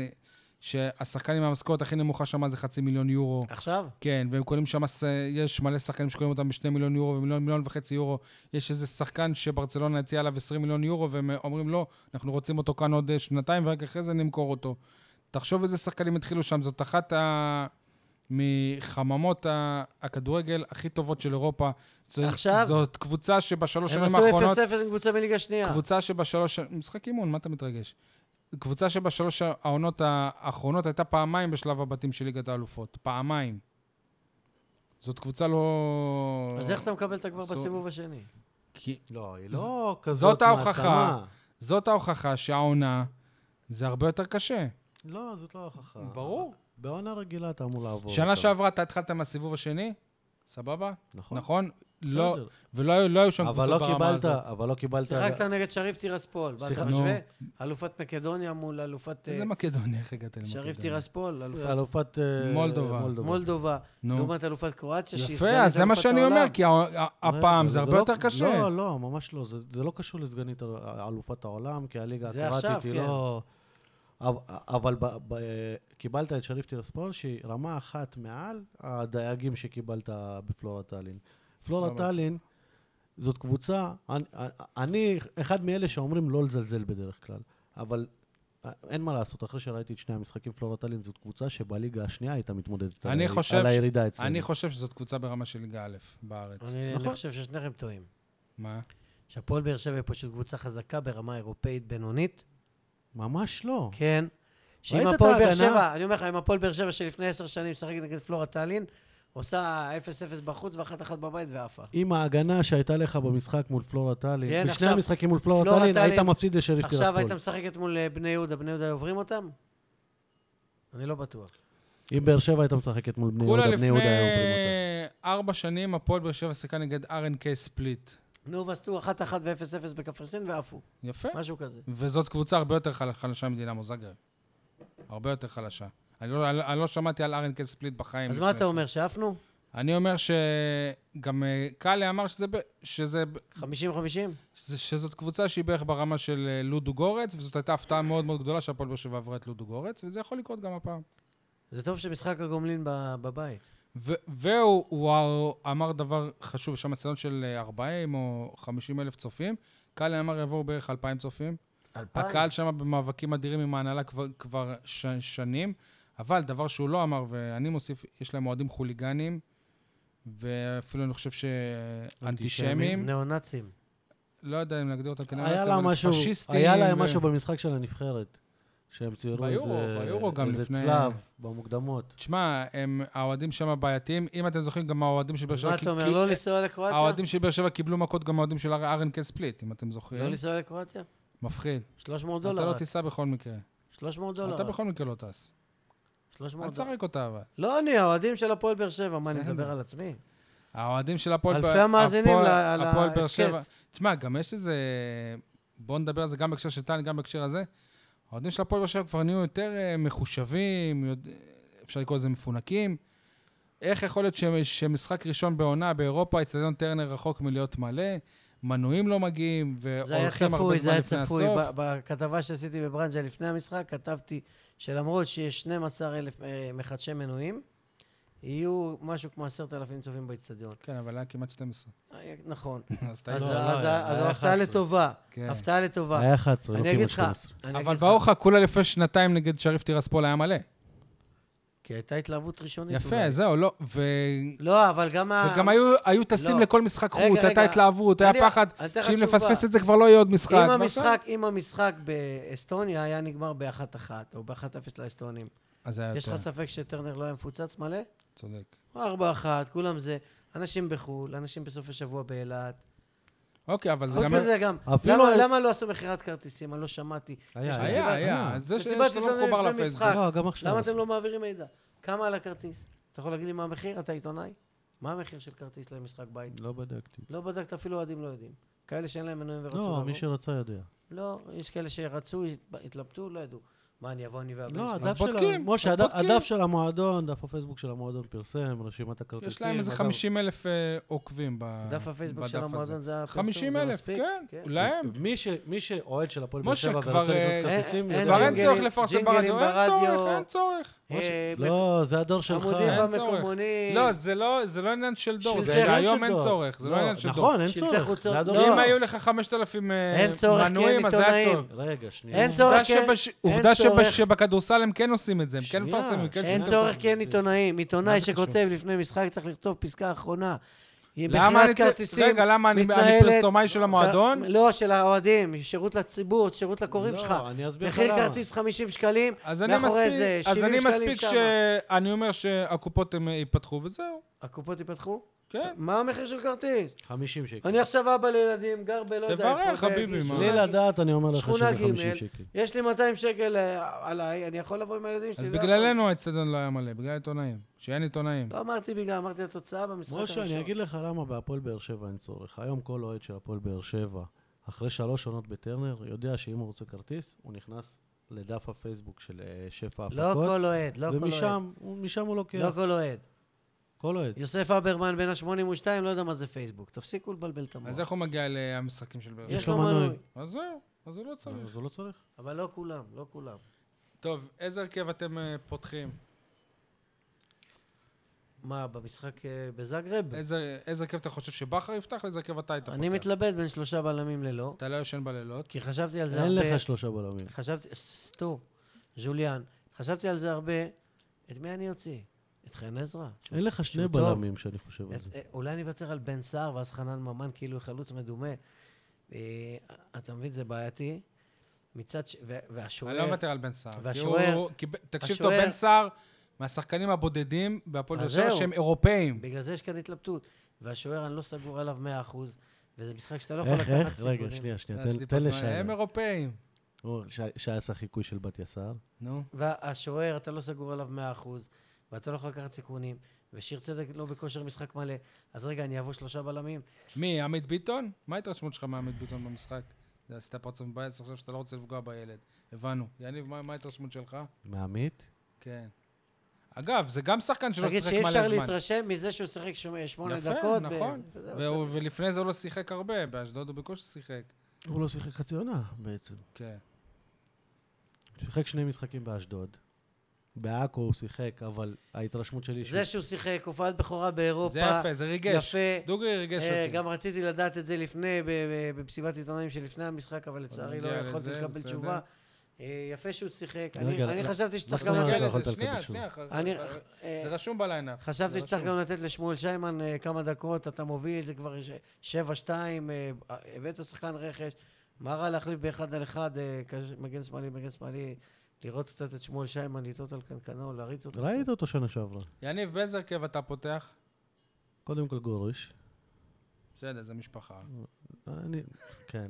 Speaker 1: שהשחקן עם המשכורת הכי נמוכה שם זה חצי מיליון יורו.
Speaker 3: עכשיו?
Speaker 1: כן, והם קונים שם, ס- יש מלא שחקנים שקונים אותם בשני מיליון יורו ומיליון מיליון וחצי יורו. יש איזה שחקן שברצלונה הציעה עליו 20 מיליון יורו, והם אומרים לא, אנחנו רוצים אותו כאן עוד אה, שנתיים, ורק אחרי זה נמכור אותו. תחשוב איזה שחקנים התחילו שם, זאת אחת ה... מחממות ה- הכדורגל הכי טובות של אירופה. זו-
Speaker 3: עכשיו?
Speaker 1: זאת קבוצה שבשלוש
Speaker 3: הם
Speaker 1: שנים
Speaker 3: עשו
Speaker 1: האחרונות...
Speaker 3: 0-0 עם קבוצה בליגה
Speaker 2: אה.
Speaker 3: שנייה.
Speaker 1: קבוצה שבשלוש... משחק אימון, מה אתה מתרגש? קבוצה שבשלוש העונות האחרונות הייתה פעמיים בשלב הבתים של ליגת האלופות. פעמיים. זאת קבוצה לא...
Speaker 3: אז איך אתה מקבל את הגבר
Speaker 1: עשו-
Speaker 3: בסיבוב השני?
Speaker 1: כי...
Speaker 2: לא, היא לא כזאת
Speaker 1: זאת ההוכחה.
Speaker 2: מעצמה.
Speaker 1: זאת ההוכחה שהעונה זה הרבה יותר קשה.
Speaker 2: לא, זאת לא ההוכחה.
Speaker 1: ברור.
Speaker 2: בעונה רגילה אתה אמור לעבור.
Speaker 1: שנה
Speaker 2: אותה.
Speaker 1: שעברה אתה התחלת מהסיבוב השני, סבבה?
Speaker 2: נכון.
Speaker 1: נכון? לא,
Speaker 2: בסדר.
Speaker 1: ולא היו- לא היו שם
Speaker 2: אבל
Speaker 1: קבוצות
Speaker 2: לא
Speaker 1: ברמה
Speaker 2: קיבלת,
Speaker 1: הזאת.
Speaker 2: אבל לא קיבלת...
Speaker 3: שיחקת נגד שריף טירספול. מה, אתה
Speaker 2: שיחק-
Speaker 3: משווה? אלופת מקדוניה מול אלופת...
Speaker 1: איזה
Speaker 3: אה,
Speaker 1: מקדוניה, איך הגעת למקדוניה?
Speaker 3: שריף טירספול, אלופת
Speaker 2: אלופת... אה,
Speaker 1: מולדובה.
Speaker 3: מולדובה,
Speaker 1: נו.
Speaker 3: לעומת אלופת קרואטיה, שהיא
Speaker 1: יפה,
Speaker 3: סגנית
Speaker 1: אז זה מה
Speaker 3: אלופת
Speaker 1: שאני אומר,
Speaker 3: העולם.
Speaker 1: כי ה- ה-
Speaker 2: רגע,
Speaker 1: הפעם אה, זה
Speaker 2: אבל
Speaker 1: הרבה
Speaker 2: לא-
Speaker 1: יותר קשה.
Speaker 2: לא, לא, ממש לא. זה, זה לא קשור לסגנית אל- אלופת העולם, כי הליגה
Speaker 3: זה
Speaker 2: הקרואטית
Speaker 3: עכשיו,
Speaker 2: היא
Speaker 3: כן.
Speaker 2: לא... אבל, אבל ב, ב, קיבלת את שריף טירספול, שהיא רמה אחת מעל הדייגים שקיבלת בפלורה טאלין. פלורה
Speaker 1: למה?
Speaker 2: טאלין זאת קבוצה, אני, אני אחד מאלה שאומרים לא לזלזל בדרך כלל, אבל אין מה לעשות, אחרי שראיתי את שני המשחקים, פלורה טאלין זאת קבוצה שבליגה השנייה הייתה מתמודדת על,
Speaker 1: אני
Speaker 2: היריד-
Speaker 1: חושב
Speaker 2: על
Speaker 1: ש-
Speaker 2: הירידה אצלנו.
Speaker 1: אני חושב שזאת קבוצה ברמה של ליגה א' בארץ.
Speaker 3: אני- אני
Speaker 2: נכון.
Speaker 3: חושב ששניכם טועים.
Speaker 1: מה?
Speaker 3: שהפועל באר שבע היא פשוט קבוצה חזקה ברמה אירופאית בינונית.
Speaker 2: ממש לא.
Speaker 3: כן. שאם
Speaker 2: ראית את
Speaker 3: הפועל באר
Speaker 2: ההגנה?
Speaker 3: שבע, אני אומר לך, אם הפועל באר שבע שלפני עשר שנים משחקת נגד פלורה טאלין, עושה 0-0 בחוץ ואחת אחת בבית ועפה.
Speaker 2: עם ההגנה שהייתה לך במשחק מול פלורה טאלין,
Speaker 3: כן,
Speaker 2: בשני
Speaker 3: עכשיו-
Speaker 2: המשחקים מול פלורה
Speaker 3: פלורה
Speaker 2: טאלין,
Speaker 3: טאלין-
Speaker 2: היית מפסיד לשריף
Speaker 3: עכשיו
Speaker 2: טירספול.
Speaker 3: היית משחקת מול אה, בני יהודה, בני יהודה היו עוברים אותם? אני לא בטוח.
Speaker 2: אם באר שבע הייתה משחקת מול בני
Speaker 1: כולה
Speaker 2: יהודה, בני
Speaker 1: לפני
Speaker 2: יהודה היו עוברים אותה.
Speaker 1: ארבע שנים הפועל באר שבע שיחקה נגד RNK ספליט.
Speaker 3: נו, ועשו 1-1 ו-0-0 בקפריסין ועפו,
Speaker 1: יפה.
Speaker 3: משהו כזה.
Speaker 1: וזאת קבוצה הרבה יותר חל- חלשה מדינמו זאגרב. הרבה יותר חלשה. אני לא, אני, לא- אני לא שמעתי על RNK ספליט
Speaker 2: אה,
Speaker 1: בחיים.
Speaker 3: אז
Speaker 1: לפני
Speaker 3: מה אתה
Speaker 1: זה.
Speaker 3: אומר, שעפנו?
Speaker 1: אני אומר שגם אה, קאלה אמר שזה, ב- שזה, ב-
Speaker 3: 50-50?
Speaker 1: שזה, שזאת קבוצה שהיא בערך ברמה של אה, לודו גורץ, וזאת הייתה הפתעה מאוד מאוד גדולה שהפועל באר שבע עברה את לודו גורץ, וזה יכול לקרות גם הפעם.
Speaker 3: זה טוב שמשחק הגומלין ב- בבית.
Speaker 1: ו- והוא הוא אמר דבר חשוב, יש שם אצטדיון של אה, 40 או 50 אלף צופים. קהל אמר יבואו בערך 2,000 צופים. הקהל שם במאבקים אדירים עם ההנהלה כבר, כבר ש- שנים, אבל דבר שהוא לא אמר, ואני מוסיף, יש להם אוהדים חוליגנים, ואפילו אני חושב שאנטישמים.
Speaker 3: ניאו-נאצים.
Speaker 1: לא יודע אם להגדיר אותם כנראה,
Speaker 2: היה
Speaker 1: אבל
Speaker 2: לה משהו-
Speaker 1: פשיסטים.
Speaker 2: היה להם
Speaker 1: ו-
Speaker 2: משהו במשחק של הנבחרת, שהם ציירו
Speaker 1: ביורו,
Speaker 2: איזה-
Speaker 1: ביורו גם
Speaker 2: איזה
Speaker 1: לפני-
Speaker 2: צלב במוקדמות.
Speaker 1: תשמע, הם- האוהדים שם בעייתיים. אם אתם זוכרים, גם האוהדים של באר
Speaker 3: אז
Speaker 1: שבע...
Speaker 3: מה
Speaker 1: כי-
Speaker 3: אתה אומר,
Speaker 1: כי-
Speaker 3: לא לנסוע לקרואטיה?
Speaker 1: האוהדים של באר שבע קיבלו מכות גם האוהדים של ארנקל ספליט, אם אתם
Speaker 3: לא
Speaker 1: זוכרים.
Speaker 3: לנסוע לקרואטיה?
Speaker 1: מפחיד.
Speaker 3: 300
Speaker 1: אתה
Speaker 3: דולר
Speaker 1: לא
Speaker 3: רק.
Speaker 1: תיסע בכל מקרה.
Speaker 3: 300 דולר
Speaker 1: אתה
Speaker 3: רק.
Speaker 1: בכל מקרה לא טס.
Speaker 3: 300
Speaker 1: אל
Speaker 3: דולר.
Speaker 1: תשחק אותה אבל.
Speaker 3: לא אני, האוהדים של הפועל באר שבע, מה, אני
Speaker 1: בסדר.
Speaker 3: מדבר על עצמי?
Speaker 1: האוהדים של הפועל...
Speaker 3: אלפי
Speaker 1: ב-
Speaker 3: המאזינים
Speaker 1: הפועל-
Speaker 3: ל- על
Speaker 1: הפועל באר
Speaker 3: ההסכת.
Speaker 1: שבע- תשמע, גם יש איזה... בואו נדבר על זה גם בהקשר של טל, גם בהקשר הזה. האוהדים של הפועל באר שבע כבר נהיו יותר אה, מחושבים, יודע- אפשר לקרוא לזה מפונקים. איך יכול להיות ש- שמשחק ראשון בעונה באירופה, אצטדיון טרנר רחוק מלהיות מלא, מנויים לא מגיעים,
Speaker 3: זה היה
Speaker 1: והולכים הרבה
Speaker 3: צפוי, זה
Speaker 1: זמן
Speaker 3: היה
Speaker 1: לפני
Speaker 3: צפוי.
Speaker 1: הסוף?
Speaker 3: ב- בכתבה שעשיתי בברנז'ה לפני המשחק, כתבתי שלמרות שיש 12,000 אה, מחדשי מנויים, יהיו משהו כמו 10,000 צופים באיצטדיון.
Speaker 1: כן, אבל היה כמעט 12.
Speaker 3: אה, נכון.
Speaker 1: אז
Speaker 3: אז-
Speaker 1: טעית.
Speaker 2: לא,
Speaker 3: אז-
Speaker 2: היה-
Speaker 3: אז
Speaker 2: היה
Speaker 3: הפתעה
Speaker 2: 11.
Speaker 3: לטובה.
Speaker 1: כן.
Speaker 3: הפתעה לטובה.
Speaker 2: היה 11, לא
Speaker 3: אני
Speaker 2: כמעט
Speaker 3: אגיד לך.
Speaker 2: 12.
Speaker 3: אני
Speaker 1: אבל
Speaker 3: אגיד לך,
Speaker 1: ברוך כולה לפני שנתיים נגד שריף טירספול היה מלא.
Speaker 3: כי הייתה התלהבות ראשונית.
Speaker 1: יפה,
Speaker 3: אולי.
Speaker 1: זהו, לא. ו-
Speaker 3: לא, אבל גם ה...
Speaker 1: וגם היו- היו טסים
Speaker 3: לא.
Speaker 1: לכל משחק
Speaker 3: רגע,
Speaker 1: חוץ,
Speaker 3: רגע.
Speaker 1: הייתה התלהבות, היה
Speaker 3: אני-
Speaker 1: פחד,
Speaker 3: אני אתן לך
Speaker 1: שאם
Speaker 3: תשובה.
Speaker 1: נפספס את זה כבר לא יהיה עוד משחק.
Speaker 3: אם
Speaker 1: ועכשיו-
Speaker 3: המשחק, אם המשחק באסטוניה היה נגמר באחת אחת, או באחת אפס לאסטונים,
Speaker 1: אז היה
Speaker 3: יש
Speaker 1: יותר,
Speaker 3: לך ספק שטרנר לא היה מפוצץ מלא?
Speaker 1: צודק.
Speaker 3: או ארבע אחת, כולם זה. אנשים בחו"ל, אנשים בסוף השבוע באילת.
Speaker 1: אוקיי, אבל זה
Speaker 3: חוץ
Speaker 1: גם...
Speaker 3: מזה גם,
Speaker 2: אפילו-
Speaker 3: למה- למה לא עשו מכירת כרטיסים? אני לא שמעתי.
Speaker 2: היה,
Speaker 3: יש לי
Speaker 1: היה,
Speaker 3: סיבה- אה.
Speaker 1: היה. אז זה
Speaker 3: יש
Speaker 1: ש-
Speaker 3: סיבה
Speaker 1: שאתה לא
Speaker 3: שתתלונן
Speaker 1: מחובר
Speaker 3: לפני
Speaker 1: לפייסבוק.
Speaker 3: משחק.
Speaker 2: לא, גם עכשיו.
Speaker 3: למה אתם לא מעבירים מידע? כמה על הכרטיס? אתה יכול להגיד לי מה המחיר? אתה עיתונאי? מה המחיר של כרטיס למשחק בית?
Speaker 2: לא בדקתי.
Speaker 3: לא בדקת, אפילו אוהדים לא יודעים. כאלה שאין להם מנויים ורצו
Speaker 2: לא,
Speaker 3: לבוא.
Speaker 2: מי שרצה יודע.
Speaker 3: לא, יש כאלה שרצו, הת- התלבטו, לא ידעו. מה, אני אבוא אני והבן
Speaker 2: לא,
Speaker 3: שלי?
Speaker 1: אז
Speaker 2: הדף של... ה-
Speaker 1: בודקים,
Speaker 2: משה,
Speaker 1: אז
Speaker 2: הדף-
Speaker 1: בודקים.
Speaker 2: הדף של המועדון, דף הפייסבוק של המועדון פרסם, רשימת הכרטיסים.
Speaker 1: יש להם איזה
Speaker 2: אגב,
Speaker 1: 50 אלף אה, עוקבים ב- בדף הזה.
Speaker 3: דף הפייסבוק של המועדון זה הפרסום,
Speaker 1: 50
Speaker 3: זה
Speaker 1: אלף,
Speaker 3: מספיק?
Speaker 1: כן. להם.
Speaker 2: מי ש- מי שאוהד של הפועל באר
Speaker 1: משה,
Speaker 2: שבע
Speaker 1: כבר,
Speaker 2: ורוצה
Speaker 1: אה,
Speaker 2: לקנות כרטיסים,
Speaker 3: אין-
Speaker 1: כבר אין
Speaker 2: יוזם.
Speaker 3: ג'ינגלים,
Speaker 1: צורך לפרסם
Speaker 3: ג'ינגלים
Speaker 1: ברדיו, אין צורך,
Speaker 3: ברדיו.
Speaker 1: אין צורך.
Speaker 3: אה,
Speaker 2: לא, זה הדור שלך.
Speaker 3: עמודים
Speaker 1: אין צורך.
Speaker 3: במקומונים.
Speaker 1: לא, זה לא, זה לא עניין של דור, זה
Speaker 3: אה, שזה עניין
Speaker 1: שהיום
Speaker 2: של
Speaker 1: אין
Speaker 2: דור.
Speaker 1: צורך, זה לא עניין של דור.
Speaker 2: נכון, אין
Speaker 3: שלטי
Speaker 2: צורך.
Speaker 3: חוצות.
Speaker 2: זה הדור
Speaker 3: לא.
Speaker 2: שלך.
Speaker 1: אם היו לך 5,000 אה,
Speaker 3: אין צורך, כי
Speaker 1: מנויים,
Speaker 3: אין
Speaker 1: אז היה
Speaker 3: עיתונאים.
Speaker 1: צורך.
Speaker 2: רגע, שנייה.
Speaker 3: אין
Speaker 1: עובדה
Speaker 3: צורך, כי-
Speaker 1: שבש-
Speaker 3: אין
Speaker 1: עובדה
Speaker 3: צורך.
Speaker 1: שבש- שבכדורסל הם כן עושים את זה, הם כן
Speaker 2: שנייה,
Speaker 1: מפרסמים, הם כן
Speaker 2: שנייה.
Speaker 3: אין
Speaker 1: שומעים.
Speaker 2: שנייה.
Speaker 3: צורך כי אין עיתונאים. עיתונאי
Speaker 1: זה
Speaker 3: שכותב לפני משחק צריך לכתוב פסקה אחרונה. היא
Speaker 1: למה אני
Speaker 3: מכירת
Speaker 1: צריך...
Speaker 3: כרטיסים
Speaker 1: רגע, למה אני אני
Speaker 3: מתנהלת-
Speaker 1: פרסומאי של המועדון?
Speaker 3: לא, של האוהדים, שירות לציבור, שירות לקוראים שלך.
Speaker 2: לא, אני אסביר לך
Speaker 3: מחיר
Speaker 2: למה.
Speaker 3: כרטיס 50 שקלים,
Speaker 1: אז אני
Speaker 3: מאחורי זה
Speaker 1: מספיק, אז
Speaker 3: 70
Speaker 1: אני
Speaker 3: שקלים
Speaker 1: מספיק
Speaker 3: שם.
Speaker 1: שאני אומר שהקופות הם אה, ייפתחו וזהו,
Speaker 3: הקופות ייפתחו?
Speaker 1: כן.
Speaker 3: מה המחיר של כרטיס?
Speaker 2: 50 שקל.
Speaker 3: אני עכשיו אבא לילדים, גר בלא יודע
Speaker 1: תברר,
Speaker 3: איפה,
Speaker 1: חביבי,
Speaker 3: בגיל
Speaker 1: מה?
Speaker 3: שכונה
Speaker 2: בלי
Speaker 3: ג',
Speaker 2: לדעת, אני אומר לך
Speaker 3: שכונה
Speaker 2: שזה 50
Speaker 3: ג',
Speaker 2: שקל.
Speaker 3: יש לי 200 שקל אה, עליי, אני יכול לבוא עם הילדים שלי.
Speaker 1: אז
Speaker 3: לא יכול.
Speaker 1: בגללנו האצטדיון לא היה מלא, בגלל העיתונאים. שאין עיתונאים.
Speaker 3: לא אמרתי בגלל, אמרתי התוצאה במשחק הראשון.
Speaker 2: משה, אני אגיד לך למה בהפועל באר שבע אין צורך. היום כל אוהד של הפועל באר שבע, אחרי שלוש עונות בטרנר, יודע שאם הוא רוצה כרטיס, הוא נכנס לדף הפייסבוק של אה, שפע הפקות.
Speaker 3: לא כל אוהד, לא כל אוהד.
Speaker 2: ומשם, כן. הוא- משם הוא לוקח.
Speaker 3: לא כל אוהד.
Speaker 2: כל אוהד.
Speaker 3: יוסף הברמן בן ה-82 לא יודע מה זה פייסבוק. תפסיקו לבלבל את המוח.
Speaker 1: אז איך הוא מגיע למשחקים של באר שבע?
Speaker 3: יש לו מנוי.
Speaker 1: אז זהו, אז הוא לא צריך.
Speaker 2: אז הוא לא צריך.
Speaker 3: אבל לא כולם, לא כולם.
Speaker 1: טוב, איזה הרכב אתם אה, פותחים?
Speaker 3: מה, במשחק אה, בזאגרב?
Speaker 1: איזה איזה הרכב אתה חושב שבכר יפתח ואיזה הרכב אתה היית פותח?
Speaker 3: אני מתלבט בין שלושה בלמים ללא,
Speaker 1: אתה לא ישן בלילות?
Speaker 3: כי חשבתי על זה
Speaker 2: אין
Speaker 3: הרבה.
Speaker 2: לך שלושה בלמים.
Speaker 3: חשבתי, סטור, ז'וליאן, חשבתי על זה הרבה. את מי אני אוציא? את חן עזרא?
Speaker 2: אין לך שני
Speaker 3: שהוא טוב.
Speaker 2: בלמים, שאני חושב על
Speaker 3: את-
Speaker 2: זה.
Speaker 3: אה, אולי אני אוותר על בן סער ואז חנן ממן כאילו חלוץ מדומה. אה, אתה מבין, זה בעייתי. מצד ש... ו-
Speaker 1: אני לא
Speaker 3: והשוער...
Speaker 1: מוותר על בן סער. כי
Speaker 3: והשוער-
Speaker 1: הוא- כי ב- תקשיב טוב,
Speaker 3: השוער-
Speaker 1: בן סער מהשחקנים הבודדים בהפועל באר
Speaker 3: אז
Speaker 1: שבע
Speaker 3: זהו.
Speaker 1: שהם אירופאים.
Speaker 3: בגלל זה יש כאן התלבטות. והשוער, אני לא סגור עליו 100%, וזה משחק שאתה לא יכול
Speaker 2: איך,
Speaker 3: לקחת סיכונים.
Speaker 2: איך? אה, רגע, שנייה, שנייה, תן- תן
Speaker 1: הם
Speaker 2: לשי.
Speaker 1: אירופאים.
Speaker 2: שי עשה חיקוי של בת יסר.
Speaker 1: נו.
Speaker 3: והשוער, אתה לא סגור עליו 100%, ואתה לא יכול לקחת סיכונים, ושיר צדק לא בכושר משחק מלא. אז רגע, אני אבוא שלושה בלמים?
Speaker 1: מי, עמית ביטון? מה ההתרשמות שלך מעמית ביטון במשחק? זה עשית פרצוף מבאס עכשיו שאתה לא רוצה לפגוע בילד. הבנו. יניב, מה מה ההתרשמות שלך?
Speaker 2: מעמית?
Speaker 1: כן. אגב, זה גם שחקן שלא
Speaker 3: תגיד
Speaker 1: שיחק
Speaker 3: שאי
Speaker 1: מלא
Speaker 3: אפשר
Speaker 1: זמן.
Speaker 3: להתרשם מזה שהוא שיחק שמ- שמונה
Speaker 1: יפה,
Speaker 3: דקות.
Speaker 1: נכון.
Speaker 3: באיזה- וזהו,
Speaker 1: והוא-
Speaker 3: בסדר.
Speaker 1: ולפני זה הוא לא שיחק הרבה, באשדוד הוא בקושי שיחק.
Speaker 2: הוא לא שיחק חצי עונה בעצם.
Speaker 1: כן.
Speaker 2: שיחק שני משחקים באשדוד. בעכו הוא שיחק, אבל ההתרשמות שלי...
Speaker 3: זה שהוא שיחק, הופעת בכורה באירופה.
Speaker 1: זה יפה, זה ריגש.
Speaker 3: יפה.
Speaker 1: דוגרי ריגש
Speaker 3: אה,
Speaker 1: אותי.
Speaker 3: גם רציתי לדעת את זה לפני, ב- ב- במסיבת עיתונאים שלפני המשחק, אבל לצערי לא
Speaker 1: נגיע
Speaker 3: יכולתי
Speaker 1: לזה,
Speaker 3: לקבל
Speaker 1: בסדר.
Speaker 3: תשובה. אה, יפה שהוא שיחק.
Speaker 2: רגע,
Speaker 3: אני
Speaker 2: לא-
Speaker 3: אני
Speaker 2: לא-
Speaker 3: חשבתי
Speaker 2: מה
Speaker 3: שצריך
Speaker 2: זאת
Speaker 3: גם...
Speaker 2: אומרת
Speaker 1: נגיע
Speaker 2: לא
Speaker 1: לזה.
Speaker 2: יכולת
Speaker 1: אוקיי, שנייה,
Speaker 2: לקבל שום.
Speaker 1: שנייה.
Speaker 3: אני-
Speaker 1: אחר-
Speaker 3: אה,
Speaker 1: זה רשום בליינאפ.
Speaker 3: חשבתי
Speaker 1: זה
Speaker 3: שצריך
Speaker 1: רשום.
Speaker 3: גם לתת לשמואל שיימן אה, כמה דקות, אתה מוביל, זה כבר ש- 7-2, אה, הבאת שחקן רכש, מה רע להחליף באחד על אחד, אה, קש- מגן שמאלי, מגן שמאלי, לראות קצת את שמואל שיימן, לטעות על קנקנו, להריץ אותו.
Speaker 2: ראית
Speaker 3: קצת.
Speaker 2: אותו שנה שעברה.
Speaker 1: יניב, באיזה הרכב אתה פותח?
Speaker 2: קודם כל גורש.
Speaker 1: בסדר, זה משפחה.
Speaker 2: אני... כן.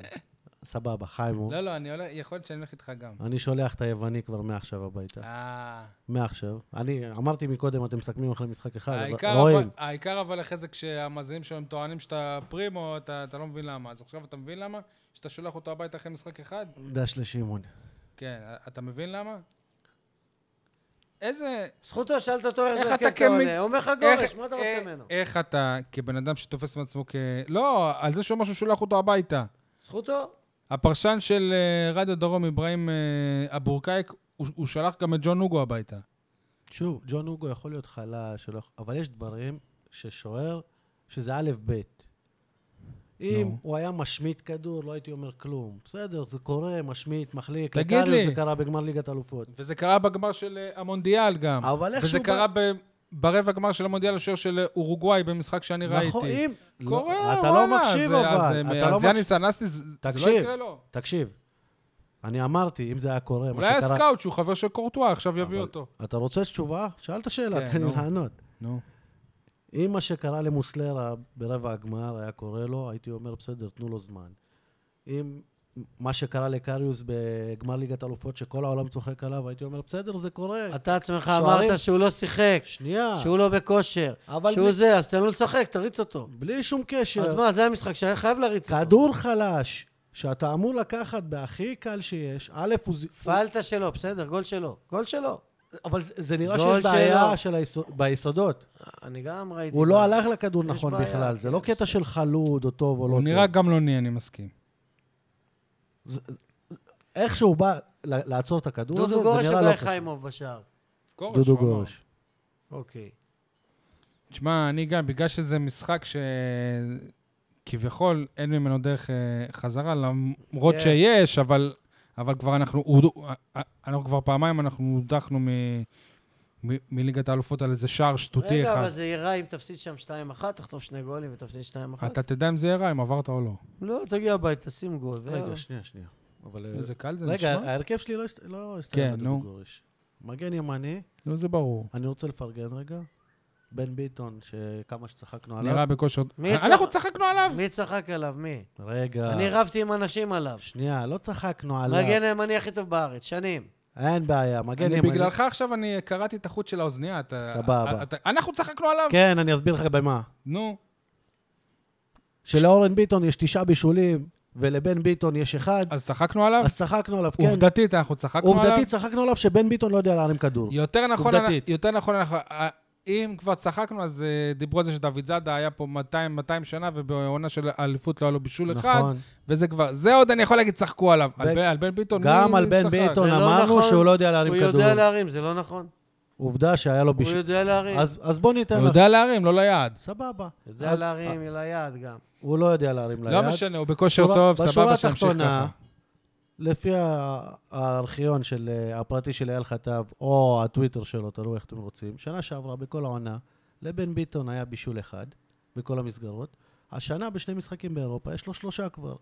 Speaker 2: סבבה, חיימו.
Speaker 1: לא, לא, אני הולך, יכול להיות שאני הולך איתך גם.
Speaker 2: אני שולח את היווני כבר מעכשיו הביתה.
Speaker 1: אה...
Speaker 2: מעכשיו. אני אמרתי מקודם, אתם מסכמים אחרי משחק אחד,
Speaker 1: העיקר
Speaker 2: אבל רואים.
Speaker 1: אבל- העיקר אבל אחרי זה כשהמאזינים שלהם טוענים שאתה פרימו, אתה אתה לא מבין למה. אז עכשיו אתה מבין למה? שאתה שולח אותו הביתה אחרי משחק אחד?
Speaker 2: דש לשמעון.
Speaker 1: כן, אתה מבין למה? איזה...
Speaker 3: זכותו, שאלת אותו
Speaker 1: איך
Speaker 3: איזה
Speaker 1: אתה
Speaker 3: הרכב אתה
Speaker 1: כמ-
Speaker 3: עולה, אומר לך גורש, מה אתה רוצה
Speaker 1: אה,
Speaker 3: ממנו?
Speaker 1: איך אתה, כבן אדם שתופס מעצמו כ... לא, על זה שאומר שהוא שולח אותו הביתה.
Speaker 3: זכותו.
Speaker 1: הפרשן של אה, רדיו דרום, אברהים אה, אבורקאיק, הוא הוא שלח גם את ג'ון נוגו הביתה.
Speaker 2: שוב, ג'ון אוגו יכול להיות חלש, שלא יכול- אבל יש דברים ששוער, שזה א' ב'. אם
Speaker 1: נו.
Speaker 2: הוא היה משמיט כדור, לא הייתי אומר כלום. בסדר, זה קורה, משמיט, מחליק.
Speaker 1: תגיד
Speaker 2: לקריוס
Speaker 1: לי.
Speaker 2: זה קרה בגמר ליגת אלופות.
Speaker 1: וזה קרה בגמר של אה, המונדיאל גם.
Speaker 2: אבל איך
Speaker 1: וזה
Speaker 2: שהוא
Speaker 1: קרה ב... ברבע גמר של המונדיאל השוער של אה, אורוגוואי במשחק שאני
Speaker 2: נכון,
Speaker 1: ראיתי.
Speaker 2: אם... לא,
Speaker 1: קורה, וואלה.
Speaker 2: אתה לא מקשיב
Speaker 1: זה- אז,
Speaker 2: אבל.
Speaker 1: אה,
Speaker 2: אתה
Speaker 1: אז
Speaker 2: לא מקשיב.
Speaker 1: יאניס אנסטי, זה זה לא
Speaker 2: תקשיב.
Speaker 1: יקרה לו.
Speaker 2: תקשיב, אני אמרתי, אם זה היה קורה, מה
Speaker 1: אולי
Speaker 2: שקרה...
Speaker 1: הסקאוט שהוא חבר של קורטואה, עכשיו יביא
Speaker 2: אבל-
Speaker 1: אותו.
Speaker 2: אתה רוצה תשובה? שאלת שאלה,
Speaker 1: כן,
Speaker 2: תן לי
Speaker 1: נו.
Speaker 2: לענות.
Speaker 1: נו.
Speaker 2: אם מה שקרה למוסלרה ברבע הגמר היה קורה לו, הייתי אומר, בסדר, תנו לו זמן. אם מה שקרה לקריוס בגמר ליגת אלופות, שכל העולם צוחק עליו, הייתי אומר, בסדר, זה קורה.
Speaker 3: אתה עצמך
Speaker 2: שוערים-
Speaker 3: אמרת שהוא לא שיחק,
Speaker 2: שנייה,
Speaker 3: שהוא לא בכושר,
Speaker 2: אבל
Speaker 3: שהוא
Speaker 2: בלי-
Speaker 3: זה, אז תן לו לשחק, תריץ אותו.
Speaker 2: בלי שום קשר.
Speaker 3: אז מה, זה המשחק שהיה חייב להריץ אותו.
Speaker 2: כדור חלש, שאתה אמור לקחת בהכי קל שיש, א', הוא... ז-
Speaker 3: פלטה שלו, בסדר, גול שלו. גול שלו.
Speaker 2: הוא- אבל זה- זה נראה
Speaker 3: גול
Speaker 2: שיש
Speaker 3: שלו.
Speaker 2: בעיה של היסוד- ביסודות.
Speaker 3: אני גם ראיתי...
Speaker 2: הוא
Speaker 3: מה-
Speaker 2: לא הלך לכדור
Speaker 3: יש
Speaker 2: נכון
Speaker 3: בעיה,
Speaker 2: בכלל, זה
Speaker 3: כן,
Speaker 2: לא קטע של חלוד או טוב או לא
Speaker 1: הוא
Speaker 2: טוב.
Speaker 1: נראה גמלוני, אני מסכים.
Speaker 2: איך שהוא בא ל- לעצור את הכדור הזה,
Speaker 3: דודו
Speaker 2: זה
Speaker 3: גורש
Speaker 2: נראה לא
Speaker 3: או גיא
Speaker 2: קשה.
Speaker 3: חיימוב בשער?
Speaker 2: דודו גורש.
Speaker 3: אוקיי.
Speaker 1: תשמע, אני גם, בגלל שזה משחק שכביכול אין ממנו דרך אה, חזרה, למרות
Speaker 3: יש.
Speaker 1: שיש, אבל, אבל כבר אנחנו, הודו- אה, אנחנו כבר פעמיים, אנחנו הודחנו מ, מ, מליגת האלופות על איזה שער שטותי
Speaker 3: רגע,
Speaker 1: אחד.
Speaker 3: אבל זה יירה אם תפסיד שם 2-1, תחטוף שני גולים ותפסיד 2-1.
Speaker 1: אתה תדע אם זה יראה, אם עברת או לא.
Speaker 3: לא, תגיע הביתה, שים גול. ויאללה.
Speaker 2: רגע, שנייה, שנייה. אבל... אה,
Speaker 1: איזה קל זה
Speaker 2: לא. רגע,
Speaker 1: נשמע?
Speaker 2: ההרכב שלי לא הסת- לא הסתיים
Speaker 1: כן,
Speaker 2: בדודו
Speaker 1: נו.
Speaker 2: גורש. מגן ימני,
Speaker 1: נו, לא, זה ברור.
Speaker 2: אני רוצה לפרגן רגע. בן ביטון, שכמה שצחקנו עליו.
Speaker 1: נראה בכושר...
Speaker 3: מי יצא?
Speaker 1: אנחנו צחקנו עליו!
Speaker 3: מי צחק עליו? מי?
Speaker 2: רגע.
Speaker 3: אני רבתי עם אנשים עליו.
Speaker 2: אה. שנייה, לא צחקנו עליו.
Speaker 3: מגן הימני הכי טוב בארץ, שנים.
Speaker 2: אין בעיה, מגן
Speaker 1: אני
Speaker 2: כן, ימני.
Speaker 1: בגללך עכשיו אני קראתי את החוט של האוזנייה. אתה-
Speaker 2: סבבה.
Speaker 1: אתה- אנחנו צחקנו עליו!
Speaker 2: כן, אני אסביר לך במה.
Speaker 1: נו.
Speaker 2: שלאורן ביטון יש תשעה בישולים, ולבן ביטון יש אחד,
Speaker 1: אז צחקנו עליו?
Speaker 2: אז צחקנו עליו, כן.
Speaker 1: עובדתית אנחנו צחקנו עליו.
Speaker 2: עובדתית צחקנו עליו שבן ביטון לא יודע להרים כדור.
Speaker 1: יותר נכון,
Speaker 2: עובדתית.
Speaker 1: יותר נכון, אנחנו- אה, אם כבר צחקנו, אז אה, דיברו על זה שדוד זאדה היה פה 200, 200 שנה, ובעונה של האליפות לא היה לו בישול אחד,
Speaker 2: נכון.
Speaker 1: וזה כבר, זה עוד אני יכול להגיד, צחקו עליו. על
Speaker 2: ו-
Speaker 1: בן- על בן ביטון,
Speaker 2: גם
Speaker 1: מי
Speaker 2: על בן
Speaker 1: צחק?
Speaker 2: ביטון.
Speaker 3: זה לא
Speaker 2: אמרנו
Speaker 3: נכון.
Speaker 2: שהוא לא יודע להרים
Speaker 3: הוא
Speaker 2: כדור.
Speaker 3: יודע להרים, זה לא נכון.
Speaker 2: עובדה שהיה לו
Speaker 3: הוא
Speaker 2: בישול.
Speaker 3: יודע להרים.
Speaker 2: אז אז בוא ניתן
Speaker 1: הוא
Speaker 2: לך.
Speaker 1: יודע להרים, לא ליעד.
Speaker 2: סבבה.
Speaker 3: יודע
Speaker 2: אז- אה.
Speaker 3: להרים אל היעד גם.
Speaker 2: הוא לא יודע להרים ליד.
Speaker 1: לא משנה, הוא בכושר
Speaker 2: בשורה-
Speaker 1: טוב,
Speaker 2: בשורה
Speaker 1: סבבה, שימשיך
Speaker 2: התחתונה,
Speaker 1: ככה.
Speaker 2: לפי ה- הארכיון של, אה, הפרטי של אייל חטב, או הטוויטר שלו, תלוי איך אתם רוצים, שנה שעברה, בכל העונה, לבן ביטון היה בישול אחד, בכל המסגרות. השנה, בשני משחקים באירופה, יש לו שלושה כבר.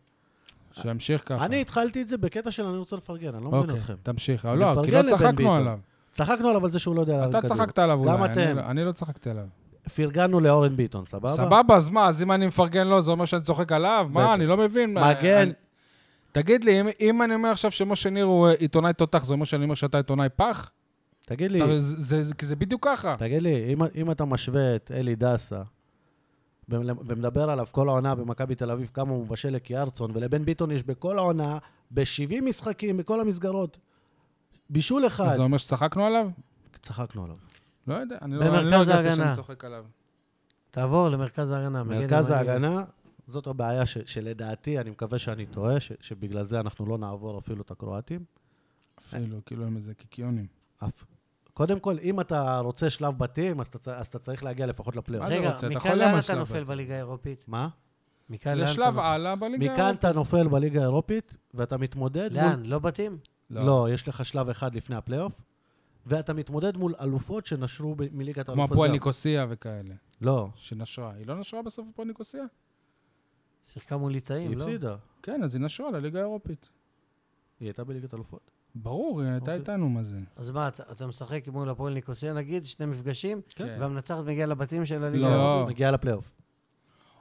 Speaker 1: שימשיך ככה.
Speaker 2: אני התחלתי את זה בקטע של אני רוצה לפרגן, אני לא מבין
Speaker 1: אוקיי,
Speaker 2: אתכם.
Speaker 1: תמשיך.
Speaker 2: אני
Speaker 1: לא, כי
Speaker 2: מפרגן
Speaker 1: לא
Speaker 2: לבן
Speaker 1: צחקנו
Speaker 2: ביטון.
Speaker 1: עליו.
Speaker 2: צחקנו עליו על זה שהוא לא יודע להרים
Speaker 1: אתה
Speaker 2: כדור.
Speaker 1: צחקת עליו
Speaker 2: גם
Speaker 1: אולי, אני
Speaker 2: אתם.
Speaker 1: לא- אני לא צחקתי עליו.
Speaker 2: פרגנו לאורן ביטון, סבבה?
Speaker 1: סבבה, אז מה, אז אם אני מפרגן לו, זה אומר שאני צוחק עליו?
Speaker 2: בטח.
Speaker 1: מה, אני לא מבין.
Speaker 2: מגן.
Speaker 1: אני- תגיד לי, אם- אם אני אומר עכשיו שמשה ניר הוא אה, עיתונאי תותח, זה אומר שאני אומר שאתה עיתונאי פח?
Speaker 2: תגיד לי,
Speaker 1: אתה- זה- זה- כי זה בדיוק ככה.
Speaker 2: תגיד לי, אם, אם אתה משווה את אלי דסה, ומל- ומדבר עליו כל העונה במכבי תל אביב, כמה הוא מבשל לקיארצון, ולבן ביטון יש בכל העונה, ב-70 משחקים, בכל המסגרות, בישול אחד.
Speaker 1: אז זה אומר שצחקנו עליו?
Speaker 2: צחקנו עליו.
Speaker 1: לא יודע, אני לא
Speaker 3: במרכז
Speaker 1: אני לא הרגשתי
Speaker 3: ההגנה.
Speaker 1: שאני צוחק עליו.
Speaker 3: תעבור למרכז ההגנה. מגן
Speaker 2: מרכז
Speaker 3: ימני.
Speaker 2: ההגנה, זאת הבעיה ש, שלדעתי, אני מקווה שאני טועה, ש, שבגלל זה אנחנו לא נעבור אפילו את הקרואטים.
Speaker 3: אה.
Speaker 1: אפילו, כאילו הם איזה קיקיונים.
Speaker 2: אף. קודם כל, אם אתה רוצה שלב בתים, אז אתה, צ- אז אתה צריך להגיע לפחות לפלייאוף.
Speaker 1: מה זה
Speaker 3: רגע,
Speaker 1: רוצה? אתה יכול
Speaker 3: מכאן לאן
Speaker 1: למה
Speaker 3: אתה
Speaker 1: שלב
Speaker 3: נופל
Speaker 1: הבא?
Speaker 3: בליגה האירופית?
Speaker 2: מה?
Speaker 3: מכאן אה, לאן אתה
Speaker 1: לשלב
Speaker 3: נופל?
Speaker 1: העלה בליגה?
Speaker 2: מכאן אתה נופל בליגה האירופית, ואתה מתמודד מול
Speaker 3: לאן? לא בתים?
Speaker 2: לא. לא, יש לך שלב אחד לפני הפלייאוף, ואתה מתמודד מול אלופות שנשרו ב- מליגת
Speaker 1: כמו
Speaker 2: האלופות.
Speaker 1: הפועל
Speaker 2: גם.
Speaker 1: ניקוסיה וכאלה,
Speaker 2: לא,
Speaker 1: שנשרה. היא לא נשרה בסוף הפועל ניקוסיה?
Speaker 3: שיחקה מול ליטאים,
Speaker 2: היא
Speaker 3: לא?
Speaker 2: הפסידה.
Speaker 1: כן, אז היא נשרה לליגה האירופית.
Speaker 2: היא הייתה בליגת אלופות.
Speaker 1: ברור, היא הייתה
Speaker 2: אוקיי.
Speaker 1: איתנו, מה זה?
Speaker 3: אז מה, אתה אתה משחק מול הפועל ניקוסיה נגיד, שני מפגשים,
Speaker 1: כן.
Speaker 3: והמנצחת מגיעה לבתים של הליגה
Speaker 1: לא.
Speaker 3: האירופית?
Speaker 2: היא מגיעה לפלייאוף.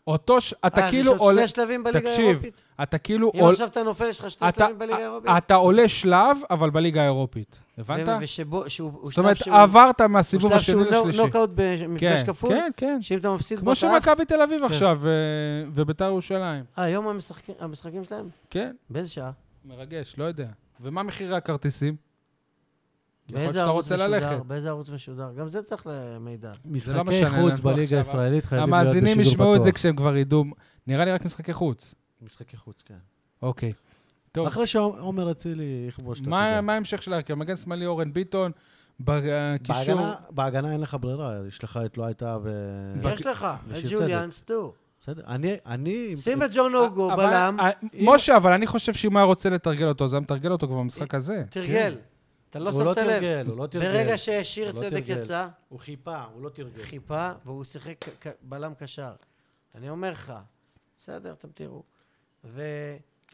Speaker 1: אותו, ש- אתה
Speaker 3: אה, אז
Speaker 1: כאילו
Speaker 3: יש עוד
Speaker 1: עולה...
Speaker 3: שני שלבים בליגה
Speaker 1: תקשיב,
Speaker 3: האירופית?
Speaker 1: אתה כאילו
Speaker 3: אם
Speaker 1: עול-
Speaker 3: עכשיו אתה נופל, יש לך שני
Speaker 1: אתה- אה,
Speaker 3: שלבים בליגה האירופית?
Speaker 1: אתה עולה שלב, אבל בליגה האירופית. הבנת?
Speaker 3: ו- ושבו, שהוא... הוא
Speaker 1: זאת
Speaker 3: שלב
Speaker 1: אומרת,
Speaker 3: שהוא-
Speaker 1: עברת
Speaker 3: הוא
Speaker 1: מהסיבוב
Speaker 3: שלב
Speaker 1: השני
Speaker 3: שהוא לא- נו-
Speaker 1: לשלישי.
Speaker 3: נוקאוט
Speaker 1: כן,
Speaker 3: במפגש כפול? כן.
Speaker 1: כן, כן.
Speaker 3: שאם אתה מפסיד
Speaker 1: כמו
Speaker 3: בתאף...
Speaker 1: שמכבי תל אביב עכשיו, ו- וביתר ירושלים.
Speaker 3: אה, היום המשחקים- המשחקים שלהם?
Speaker 1: כן,
Speaker 3: באיזה שעה?
Speaker 1: מרגש, לא יודע. ומה מחירי הכרטיסים? יכול להיות
Speaker 3: באיזה
Speaker 1: שאתה
Speaker 3: ערוץ
Speaker 1: רוצה ללכת.
Speaker 3: משודר? באיזה ערוץ משודר? גם זה צריך מידע.
Speaker 1: לא
Speaker 2: משחקי
Speaker 1: משנה,
Speaker 2: חוץ
Speaker 1: אנחנו
Speaker 2: בליגה
Speaker 1: עכשיו-
Speaker 2: הישראלית חייבים להיות בשידור פתוח.
Speaker 1: המאזינים ישמעו את זה כשהם כבר ידעו. נראה לי רק משחקי חוץ.
Speaker 2: משחקי חוץ, כן.
Speaker 1: אוקיי. טוב,
Speaker 2: אחרי שעומר אצילי יכבוש את
Speaker 1: מה
Speaker 2: העתידה.
Speaker 1: מה ההמשך של ההרכב? מגן שמאלי אורן ביטון, אה, בקישור...
Speaker 2: בהגנה- בהגנה אין לך ברירה, יש לך את לא הייתה ו...
Speaker 3: יש לך, את
Speaker 2: בשביל
Speaker 3: ג'וליאן סטו.
Speaker 2: בסדר, אני... אני...
Speaker 3: שים את ג'ון אוגו,
Speaker 1: אבל-
Speaker 3: לא בלם,
Speaker 1: אה, משה, אבל אני חושב שאם הוא היה רוצה לתרגל אותו, אז היה מתרגל אותו כבר
Speaker 3: אה,
Speaker 1: במשחק הזה.
Speaker 3: תרגל.
Speaker 1: כן.
Speaker 3: אתה לא
Speaker 2: הוא לא
Speaker 3: שמת לב.
Speaker 2: תרגל, הוא לא תרגל.
Speaker 3: ברגע ששיר
Speaker 2: הוא לא
Speaker 3: צדק
Speaker 2: תרגל.
Speaker 3: יצא,
Speaker 2: הוא חיפה, הוא לא תרגל.
Speaker 3: חיפה, והוא שיחק כ- כ- בלם קשר. אני אומר לך, בסדר, אתם תראו. ושים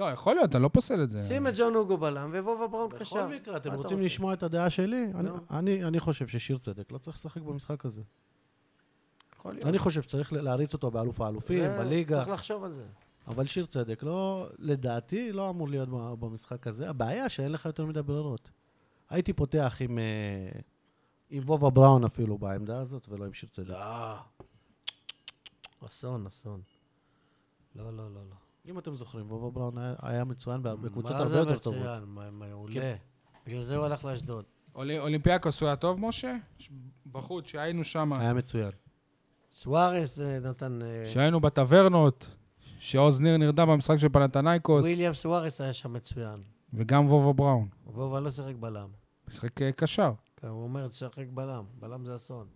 Speaker 1: לא, יכול להיות, אני לא פוסל את זה.
Speaker 3: את ג'ון אוגו בלם, ובובה בראון קשר.
Speaker 2: בכל מקרה, אתם
Speaker 3: מה אתה
Speaker 2: רוצים
Speaker 3: רוצה?
Speaker 2: לשמוע את הדעה שלי? אני-
Speaker 3: נו.
Speaker 2: לא אני- אני חושב ששיר צדק לא צריך לשחק במשחק הזה.
Speaker 3: יכול להיות.
Speaker 2: אני חושב שצריך להריץ אותו באלוף האלופים,
Speaker 3: זה-
Speaker 2: בליגה,
Speaker 3: צריך לחשוב על זה.
Speaker 2: אבל שיר צדק לא, לדעתי, לא אמור להיות ב- במשחק הזה. הבעיה שאין לך יותר מדי ברירות. הייתי פותח עם, אה, עם וובה בראון אפילו בעמדה הזאת, ולא עם שיר צדק.
Speaker 3: לא. אסון, אסון. לא, לא, לא, לא.
Speaker 2: אם אתם זוכרים, וובה בראון היה, היה מצוין בהרבה- אה, בקבוצות
Speaker 3: מה
Speaker 2: הרבה
Speaker 3: זה
Speaker 2: יותר טובות.
Speaker 3: מצוין? מה- מה,
Speaker 2: כן.
Speaker 3: עולה. בגלל זה הוא הלך לאשדוד.
Speaker 1: אולי- אולימפיאקוס הוא היה טוב, משה? ש- בחוץ, שהיינו שם,
Speaker 2: היה מצוין.
Speaker 3: סוארס אה, נתן... אה,
Speaker 1: שהיינו בטברנות, שעוז ניר נרדם במשחק של פנתנייקוס,
Speaker 3: וויליאם סוארס היה שם מצוין.
Speaker 1: וגם וובה בראון.
Speaker 3: וובה לא שיחק בלם.
Speaker 1: משחק אה, קשר.
Speaker 3: כן, הוא אומר, תשחק בלם. בלם זה אסון.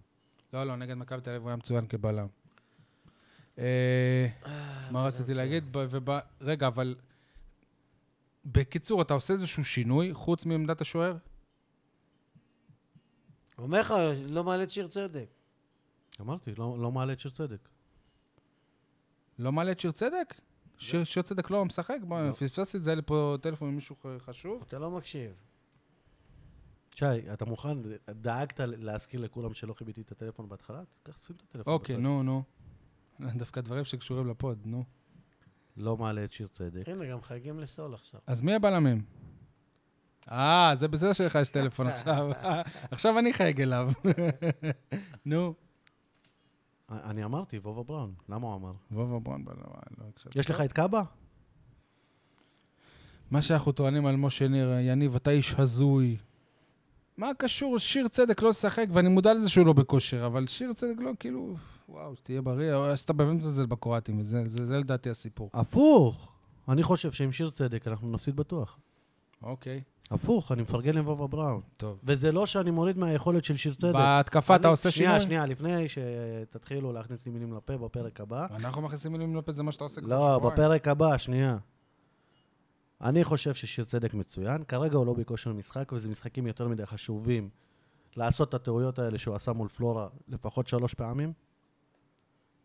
Speaker 1: לא, לא, נגד מכבי תל אביב הוא היה מצוין כבלם. אה, מה רציתי להגיד? ב- וב- רגע, אבל... בקיצור, אתה עושה איזשהו שינוי חוץ מעמדת השוער?
Speaker 3: הוא אומר לך, לא מעלה את שיר צדק.
Speaker 2: אמרתי, לא, לא מעלה את שיר צדק.
Speaker 1: לא מעלה את שיר צדק? שיר, שיר צדק לא משחק? בוא, פספסתי את זה, היה לי פה טלפון ממישהו ח- חשוב.
Speaker 3: אתה לא מקשיב.
Speaker 2: שי, אתה מוכן? דאגת להזכיר לכולם שלא חיביתי את הטלפון בהתחלה? קח, שים את הטלפון.
Speaker 1: אוקיי,
Speaker 2: בצד.
Speaker 1: נו, נו. דווקא דברים שקשורים לפוד, נו.
Speaker 2: לא מעלה את שיר
Speaker 1: כן.
Speaker 2: צדק.
Speaker 3: הנה, גם חייגים לסול עכשיו.
Speaker 1: אז מי הבלמים? אה, זה בסדר שלך יש טלפון עכשיו. עכשיו אני חייג אליו. נו.
Speaker 2: אני אמרתי, וובה בראון. למה הוא אמר?
Speaker 1: וובה ברון בלם, אה, לא הקשבתי.
Speaker 2: יש לך את קאבה?
Speaker 1: מה שאנחנו טוענים על משה ניר, יניב, אתה איש הזוי. מה קשור? שיר צדק לא לשחק, ואני מודע לזה שהוא לא בכושר, אבל שיר צדק לא, כאילו, וואו, תהיה בריא, או, אז אתה באמת מזלזל בקרואטים, וזה זה, זה לדעתי הסיפור.
Speaker 2: הפוך! אני חושב שעם שיר צדק אנחנו נפסיד בטוח.
Speaker 1: אוקיי,
Speaker 2: הפוך, אני מפרגן לוובה בראון.
Speaker 1: טוב.
Speaker 2: וזה לא שאני מוריד מהיכולת של שיר צדק.
Speaker 1: בהתקפה
Speaker 2: אני-
Speaker 1: אתה עושה שינוי?
Speaker 2: שנייה, שנייה, לפני שתתחילו להכניס לי מילים לפה בפרק הבא.
Speaker 1: אנחנו מכניסים מילים לפה, זה מה שאתה עושה כבר
Speaker 2: לא,
Speaker 1: שבועיים.
Speaker 2: בפרק הבא, שנייה. אני חושב ששיר צדק מצוין, כרגע הוא לא בכושר משחק, וזה משחקים יותר מדי חשובים לעשות את הטעויות האלה שהוא עשה מול פלורה לפחות שלוש פעמים,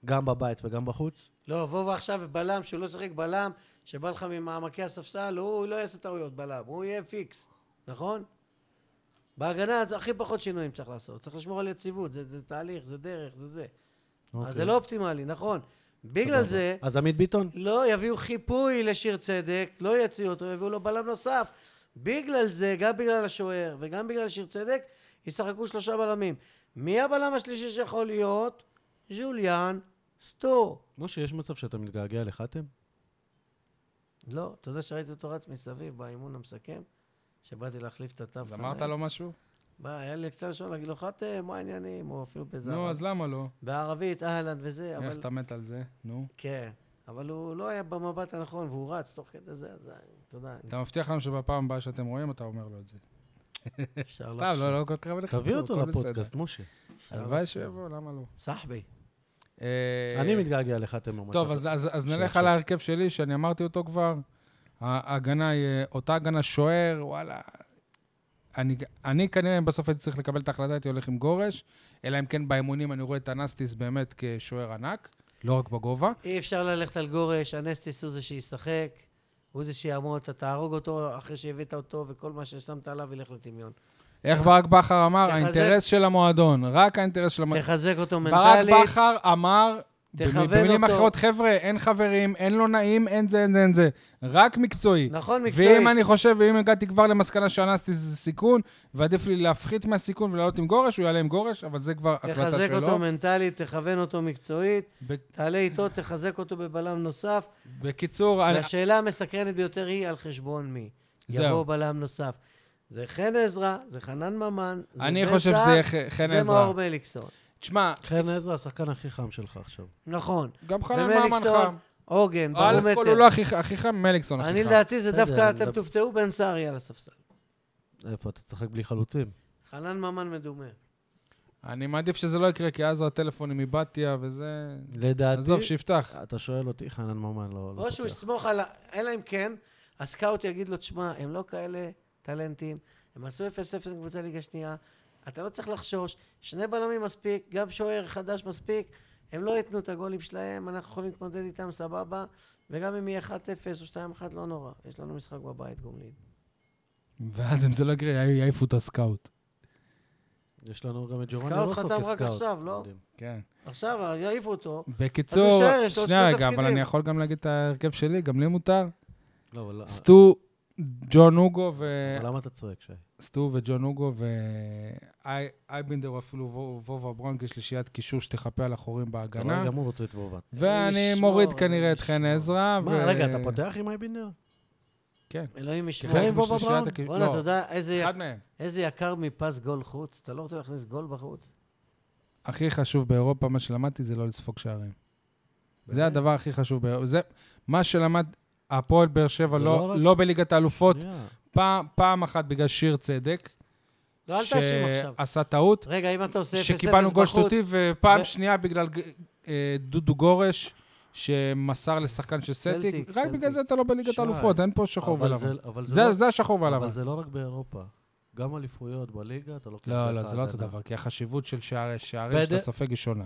Speaker 2: גם בבית וגם בחוץ.
Speaker 3: לא, וובה עכשיו בלם, שהוא לא שיחק בלם, שבא לך ממעמקי הספסל, הוא לא יעשה טעויות בלם, הוא יהיה פיקס, נכון? בהגנה זה הכי פחות שינויים צריך לעשות, צריך לשמור על יציבות, זה, זה תהליך, זה דרך, זה זה. אז זה לא אופטימלי, נכון. בגלל זה,
Speaker 2: אז עמית ביטון?
Speaker 3: לא יביאו חיפוי לשיר צדק, לא יוציאו אותו, יביאו לו בלם נוסף. בגלל זה, גם בגלל השוער וגם בגלל שיר צדק, ישחקו שלושה בלמים. מי הבלם השלישי שיכול להיות? ז'וליאן סטור.
Speaker 2: משה, יש מצב שאתה מתגעגע לחתם?
Speaker 3: לא, אתה יודע שראיתי אותו רץ מסביב באימון המסכם? שבאתי להחליף את התו
Speaker 1: אז אמרת לו משהו?
Speaker 3: בא, היה לי קצת לשון להגיד לו, חתם, מה העניינים? או אפילו
Speaker 1: נו,
Speaker 3: בזרה.
Speaker 1: אז למה לא?
Speaker 3: בערבית, אהלן וזה,
Speaker 1: איך
Speaker 3: אבל...
Speaker 1: אתה מת על זה? נו.
Speaker 3: כן. אבל הוא לא היה במבט הנכון, והוא רץ תוך כדי זה, אז אתה יודע,
Speaker 1: אתה מבטיח לנו שבפעם הבאה שאתם רואים, אתה אומר לו את זה.
Speaker 3: אפשר
Speaker 1: סתם,
Speaker 3: לחשוב.
Speaker 1: לא, לא כל כך הרבה לך.
Speaker 2: תביא אותו לפודקאסט, משה.
Speaker 1: הלוואי שיבוא, למה לא?
Speaker 3: סחבי.
Speaker 1: אה,
Speaker 2: אני מתגעגע לחתם במצב
Speaker 1: טוב,
Speaker 2: הזה.
Speaker 1: אז, אז, אז נלך
Speaker 2: עכשיו.
Speaker 1: על ההרכב שלי, שאני אמרתי אותו כבר. ההגנה היא אה, אותה הגנה שוער, וואלה. אני, אני כנראה אם בסוף הייתי צריך לקבל את ההחלטה, הייתי הולך עם גורש, אלא אם כן באימונים אני רואה את הנסטיס באמת כשוער ענק, לא רק בגובה.
Speaker 3: אי אפשר ללכת על גורש, הנסטיס הוא זה שישחק, הוא זה שיעמוד, אתה תהרוג אותו אחרי שהבאת אותו, וכל מה ששמת עליו ילך לטמיון.
Speaker 1: איך ברק בכר אמר?
Speaker 3: תחזק.
Speaker 1: האינטרס של המועדון, רק האינטרס של המועדון.
Speaker 3: תחזק אותו
Speaker 1: ברק
Speaker 3: מנטלית.
Speaker 1: בכר אמר,
Speaker 3: תכוון
Speaker 1: במילים
Speaker 3: אותו.
Speaker 1: אחרות, חבר'ה, אין חברים, אין לא נעים, אין זה, אין זה, אין זה, רק מקצועי.
Speaker 3: נכון, מקצועית.
Speaker 1: ואם אני חושב, ואם הגעתי כבר למסקנה שאנסתי זה סיכון, ועדיף לי להפחית מהסיכון ולעלות עם גורש, הוא יעלה עם גורש, אבל זה כבר החלטה
Speaker 3: תחזק
Speaker 1: שלו.
Speaker 3: אותו מנטלית, תכוון אותו מקצועית,
Speaker 1: ב-
Speaker 3: תעלה איתו, תחזק אותו בבלם נוסף.
Speaker 1: בקיצור, אני-
Speaker 3: והשאלה המסקרנת ביותר היא על חשבון מי.
Speaker 1: זהו.
Speaker 3: יבוא בלם נוסף. זה חן עזרא, זה חנן ממן, זה
Speaker 1: אני
Speaker 3: בן
Speaker 1: חושב
Speaker 3: סער,
Speaker 1: שזה יהיה ח- חן
Speaker 3: זה מאור
Speaker 1: עזרא.
Speaker 3: מליקסון.
Speaker 1: תשמע,
Speaker 2: חן עזרא, השחקן הכי חם שלך עכשיו.
Speaker 3: נכון.
Speaker 1: גם חנן ממן חם.
Speaker 3: ומליקסון, עוגן,
Speaker 1: אלף כל הוא
Speaker 3: ברומטר.
Speaker 1: לא הכי ח- הכי חם, מליקסון
Speaker 3: אני
Speaker 1: הכי חם.
Speaker 3: לדעתי זה
Speaker 2: בסדר,
Speaker 3: דווקא,
Speaker 2: אני
Speaker 3: אתם
Speaker 2: מדבר-
Speaker 3: תופתעו, בן סער יהיה על הספסל.
Speaker 2: איפה, אתה תשחק בלי חלוצים?
Speaker 3: חנן ממן מדומה.
Speaker 1: אני מעדיף שזה לא יקרה, כי אז הטלפונים מבתיה וזה...
Speaker 2: לדעתי...
Speaker 1: עזוב, שיפתח.
Speaker 2: אתה שואל אותי, חנן ממן לא... לא
Speaker 3: או שהוא
Speaker 2: פותח.
Speaker 3: יסמוך על ה... אלא אם כן, הסקאוט יגיד לו, תשמע, הם לא כאלה טלנטים, הם עשו 0-0 עם קבוצה ליגה שנייה, אתה לא צריך לחשוש, שני בלמים מספיק, גם שוער חדש מספיק, הם לא ייתנו את הגולים שלהם, אנחנו יכולים להתמודד איתם סבבה, וגם אם יהיה 1-0 או 2-1 לא נורא, יש לנו משחק בבית גומלין.
Speaker 1: ואז אם זה לא יקרה, יעיפו את הסקאוט.
Speaker 2: יש לנו גם את ג'ורני
Speaker 3: סקאוט
Speaker 2: אלוסו
Speaker 3: חתם רק
Speaker 2: כסקאוט.
Speaker 3: עכשיו, לא?
Speaker 2: מדהים.
Speaker 1: כן.
Speaker 3: עכשיו, יעיפו אותו.
Speaker 1: בקיצור,
Speaker 3: אז יישאר, יש לו עוד
Speaker 1: שנייה
Speaker 3: שני
Speaker 1: רגע, אבל
Speaker 3: תפקידים.
Speaker 1: אני יכול גם להגיד את ההרכב שלי, גם לי מותר.
Speaker 2: לא, אבל
Speaker 1: סטו, ג'ון אוגו ו...
Speaker 2: אבל למה אתה צועק, שי?
Speaker 1: סטו וג'ון אוגו ואייבינדר אפילו וו- וובה ברונק, יש שלישיית קישור שתחפה על החורים
Speaker 2: אתה רואה,
Speaker 1: בהגנה.
Speaker 2: גם הוא רוצה את וובה.
Speaker 1: ואני
Speaker 3: ישמור,
Speaker 1: מוריד
Speaker 3: אלוהים
Speaker 1: כנראה את חן
Speaker 3: ישמור.
Speaker 1: עזרא.
Speaker 2: לא. מה,
Speaker 1: ו-
Speaker 2: רגע, אתה פותח עם אייבינדר?
Speaker 1: כן.
Speaker 3: אלוהים ישמור.
Speaker 1: כחלק
Speaker 2: וובה
Speaker 1: משלישיית
Speaker 2: בראון?
Speaker 1: הקישור-
Speaker 3: בואנה,
Speaker 1: לא,
Speaker 3: אתה יודע איזה-
Speaker 1: אחד מהם.
Speaker 3: איזה יקר מפס גול חוץ? אתה לא רוצה להכניס גול בחוץ?
Speaker 1: הכי חשוב באירופה, מה שלמדתי זה לא לספוג שערים. זה הדבר הכי חשוב באירופה. זה מה שלמד הפועל באר שבע,
Speaker 2: זה
Speaker 1: לא-
Speaker 2: לא רק- אה?
Speaker 1: לא בליגת האלופות,
Speaker 2: שנייה.
Speaker 1: פעם- פעם אחת בגלל שיר צדק,
Speaker 3: לא, אל תאשים עכשיו.
Speaker 1: שעשה טעות,
Speaker 3: רגע, אם אתה עושה 0-0 בחוץ...
Speaker 1: שקיבלנו גול שטותי, ופעם
Speaker 3: ו-
Speaker 1: שנייה בגלל ג- אה, דודו גורש, שמסר לשחקן של סלטיק. רק
Speaker 3: סלטיק,
Speaker 1: בגלל
Speaker 3: סלטיק.
Speaker 1: זה אתה לא בליגת
Speaker 2: שי,
Speaker 1: האלופות, אין פה שחור
Speaker 2: אבל
Speaker 1: ולבן.
Speaker 2: זה- אבל זה
Speaker 1: זה
Speaker 2: לא-
Speaker 1: זה השחור
Speaker 2: אבל
Speaker 1: והלבן.
Speaker 2: זה לא רק באירופה. גם אליפויות בליגה, אתה לוקח...
Speaker 1: לא, לא,
Speaker 2: לך
Speaker 1: זה לא אותו
Speaker 2: הגנה.
Speaker 1: דבר, כי החשיבות של שערי- שערים שאתה
Speaker 2: בד-
Speaker 1: סופג היא שונה.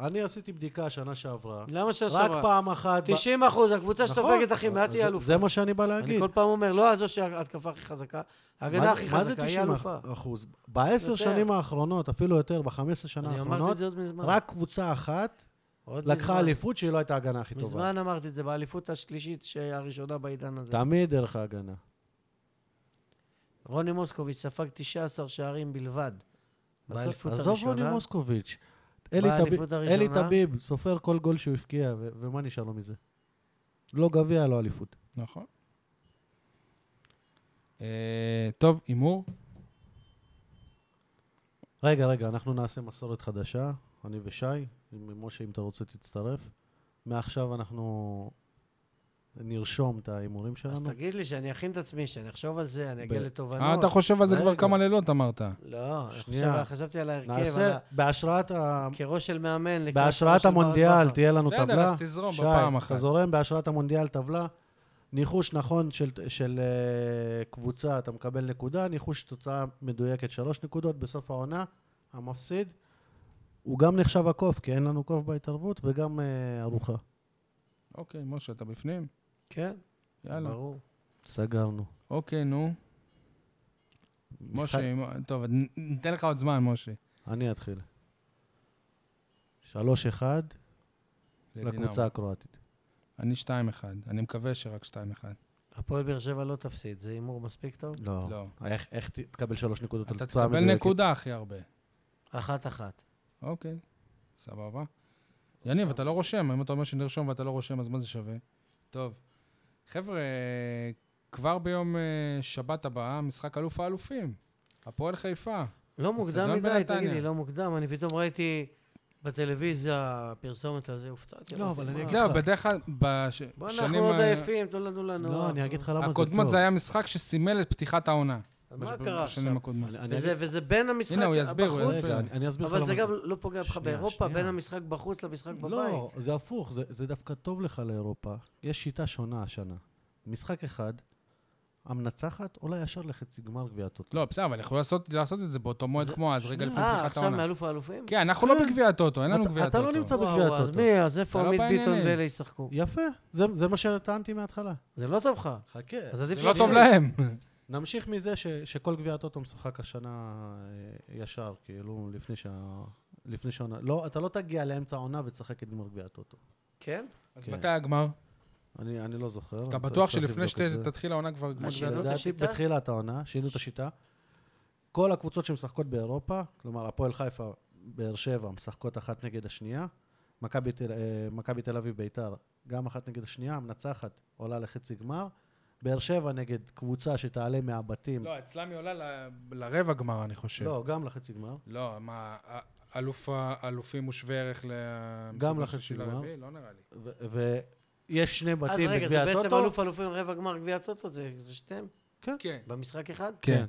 Speaker 2: אני עשיתי בדיקה שנה שעברה,
Speaker 3: למה שנה
Speaker 2: רק
Speaker 3: שעברה?
Speaker 2: פעם אחת... ב-
Speaker 3: 90 אחוז, הקבוצה שסופגת הכי מעט היא
Speaker 2: נכון. זה-
Speaker 3: אלופה.
Speaker 2: זה מה שאני בא
Speaker 3: אני
Speaker 2: להגיד.
Speaker 3: כל פעם אומר, לא זו שההתקפה הכי חזקה, ההגנה
Speaker 2: מה-
Speaker 3: הכי חזקה, היא אלופה.
Speaker 2: מה זה 90 אחוז? בעשר
Speaker 3: יותר.
Speaker 2: שנים האחרונות, אפילו יותר, ב-15 שנה
Speaker 3: אני אמרתי את
Speaker 2: האחרונות,
Speaker 3: זה עוד מזמן.
Speaker 2: לא- רק קבוצה אחת
Speaker 3: עוד
Speaker 2: לקחה
Speaker 3: מזמן.
Speaker 2: אליפות שהיא לא הייתה ההגנה הכי טובה.
Speaker 3: מזמן אמרתי את זה, באליפות השלישית הראשונה בעידן הזה.
Speaker 2: תמיד דרך ההגנה.
Speaker 3: רוני מוסקוביץ' ספג 19 שערים בלבד. באליפות
Speaker 2: עזוב רוני
Speaker 3: הראשונה,
Speaker 2: מוסקוביץ'. אלי
Speaker 3: באליפות
Speaker 2: תביב-
Speaker 3: הראשונה?
Speaker 2: אלי תביב סופר כל גול שהוא הבקיע, ו- ומה נשאר לו מזה? לא גביע, לא אליפות.
Speaker 1: נכון. אה, טוב, הימור.
Speaker 2: רגע, רגע, אנחנו נעשה מסורת חדשה, אני ושי, עם משה, אם אתה רוצה, תצטרף. מעכשיו אנחנו נרשום את ההימורים
Speaker 3: אז
Speaker 2: שלנו.
Speaker 3: תגיד לי שאני אכין את עצמי, שאני אחשוב על זה, אני אגיע
Speaker 2: ב-
Speaker 3: לתובנות.
Speaker 1: אה, אתה חושב על זה כבר
Speaker 2: רגע.
Speaker 1: כמה לילות, אמרת.
Speaker 3: לא,
Speaker 2: שנייה.
Speaker 3: עכשיו חשבתי על ההרכב, על
Speaker 2: נעשה,
Speaker 3: ה-
Speaker 2: בהשראת ה...
Speaker 3: כראש של מאמן.
Speaker 2: כן,
Speaker 3: לקראת ראש
Speaker 2: בהשראת
Speaker 3: של ברק
Speaker 2: המונדיאל
Speaker 3: בכר.
Speaker 2: תהיה לנו טבלה.
Speaker 1: בסדר, אז תזרום
Speaker 2: שי,
Speaker 1: לא, בפעם אחת.
Speaker 2: אתה זורם בהשראת המונדיאל טבלה. ניחוש נכון של, של אה, קבוצה, אתה מקבל נקודה, ניחוש תוצאה מדויקת, שלוש נקודות בסוף העונה, המפסיד. הוא גם נחשב הקוף, כי אין לנו קוף בהתערבות, וגם אה, ארוחה.
Speaker 1: אוקיי, משה, אתה בפנים?
Speaker 3: כן,
Speaker 1: יאללה.
Speaker 3: ברור.
Speaker 2: סגרנו.
Speaker 1: אוקיי, נו.
Speaker 2: משחק-
Speaker 1: משה, אם- טוב, נ- ניתן לך עוד זמן, משה.
Speaker 2: אני אתחיל. שלוש אחד
Speaker 1: לדינמו.
Speaker 2: לקבוצה הקרואטית.
Speaker 1: אני 2-1. אני מקווה שרק 2-1.
Speaker 3: הפועל באר שבע לא תפסיד, זה הימור מספיק טוב?
Speaker 1: לא.
Speaker 2: איך, איך ת- תקבל שלוש נקודות על
Speaker 1: אתה
Speaker 2: תוצאה
Speaker 1: תקבל
Speaker 2: מדויקת?
Speaker 1: נקודה הכי הרבה.
Speaker 3: אחת-אחת.
Speaker 1: אוקיי, סבבה. יניב, אתה לא רושם. אם אתה אומר שנרשום ואתה לא רושם, אז מה זה שווה? טוב. חבר'ה, כבר ביום אה, שבת הבאה, משחק אלוף האלופים. הפועל חיפה.
Speaker 3: לא מוקדם
Speaker 1: אצטדיון
Speaker 3: מדי, תגיד לי,
Speaker 1: בנתניה.
Speaker 3: לא מוקדם, אני פתאום ראיתי בטלוויזיה פרסומת על זה, הופתעתי.
Speaker 2: לא,
Speaker 3: אמרתי,
Speaker 2: אבל אני
Speaker 3: "מה,
Speaker 2: אגיד
Speaker 1: זהו,
Speaker 2: לך.
Speaker 1: בדרך כלל,
Speaker 3: בוא,
Speaker 1: בשנים...
Speaker 3: אנחנו עוד
Speaker 1: ה-
Speaker 3: עייפים, תנו לנו לנוח.
Speaker 2: לא, אני אגיד לך למה זה טוב.
Speaker 1: הקודמות זה היה משחק שסימל את פתיחת העונה.
Speaker 3: אז מה
Speaker 1: בש-
Speaker 3: קרה
Speaker 1: בשנים
Speaker 3: עכשיו?
Speaker 1: הקודמות.
Speaker 2: אני- אני
Speaker 3: וזה- וזה בין המשחק
Speaker 1: הנה, הוא יסביר, הוא
Speaker 3: בחוץ,
Speaker 1: יסביר.
Speaker 2: רגע, אני- אני אסביר לך
Speaker 3: אבל
Speaker 2: למה
Speaker 3: זה גם לא פוגע בך
Speaker 2: שנייה,
Speaker 3: באירופה,
Speaker 2: שנייה.
Speaker 3: בין המשחק בחוץ למשחק בבית.
Speaker 2: לא, זה הפוך, זה, זה דווקא טוב לך לאירופה. יש שיטה שונה השנה. משחק אחד, המנצחת עולה ישר לחצי גמר גביע הטוטו.
Speaker 1: לא, בסדר, אבל יכולו לעשות- לעשות את זה באותו מועד
Speaker 3: זה-
Speaker 1: כמו אז, רגע לפני
Speaker 3: אה,
Speaker 1: פתיחת
Speaker 3: עכשיו
Speaker 1: העונה.
Speaker 3: מאלוף האלופים?
Speaker 1: כן, אנחנו לא בגביע הטוטו, אין לנו
Speaker 2: אתה-
Speaker 1: גביע
Speaker 2: אתה
Speaker 1: הטוטו.
Speaker 2: לא נמצא
Speaker 3: וואו,
Speaker 2: בגביע
Speaker 3: אז
Speaker 2: הטוטו.
Speaker 3: מי, אז איפה
Speaker 1: אתה לא
Speaker 3: עמית ביטון
Speaker 1: בעניינים.
Speaker 3: ואלה ישחקו?
Speaker 2: יפה, זה, זה מה שטענתי מההתחלה.
Speaker 3: זה לא טוב לך.
Speaker 2: חכה.
Speaker 3: אז עדיף
Speaker 1: זה לא
Speaker 3: שזה-
Speaker 1: טוב להם.
Speaker 2: נמשיך מזה ש, שכל גביע הטוטו משוחק השנה אה, ישר, כאילו, לפני שה... לפני שהעונה... לא, אתה לא תגיע לאמצע העונה ותשחק את גמר גביע הטוטו.
Speaker 3: כן?
Speaker 1: אז
Speaker 2: כן.
Speaker 1: מתי הגמר?
Speaker 2: אני, אני לא זוכר.
Speaker 1: אתה
Speaker 2: אני צריך-
Speaker 1: בטוח
Speaker 2: צריך
Speaker 1: שלפני
Speaker 2: לבדוק את זה.
Speaker 1: שתתחיל העונה כבר גמר גביע
Speaker 3: שינו את
Speaker 1: הטוטו?
Speaker 2: לדעתי
Speaker 3: השיטה?
Speaker 2: בתחילת העונה, שינו את השיטה. כל הקבוצות שמשחקות באירופה, כלומר הפועל חיפה, באר שבע, משחקות אחת נגד השנייה. מכבי תל- אה, מכבי תל אביב, ביתר, גם אחת נגד השנייה, המנצחת עולה לחצי גמר. באר שבע נגד קבוצה שתעלה מהבתים,
Speaker 1: לא, אצלם היא עולה ל- לרבע גמר, אני חושב.
Speaker 2: לא, גם לחצי גמר.
Speaker 1: לא, מה, ה- אלוף האלופים הוא שווה ערך למשחק
Speaker 2: גם
Speaker 1: השלישי
Speaker 2: לחצי גמר.
Speaker 1: לרביעי? לא נראה לי.
Speaker 2: ו- ויש שני
Speaker 3: אז
Speaker 2: בתים
Speaker 3: רגע, זה
Speaker 2: בגביע הטוטו.
Speaker 3: בעצם אלוף אלופים, רבע גמר גביע הטוטו, זה זה שתיהם?
Speaker 1: כן.
Speaker 3: במשחק אחד?
Speaker 1: כן.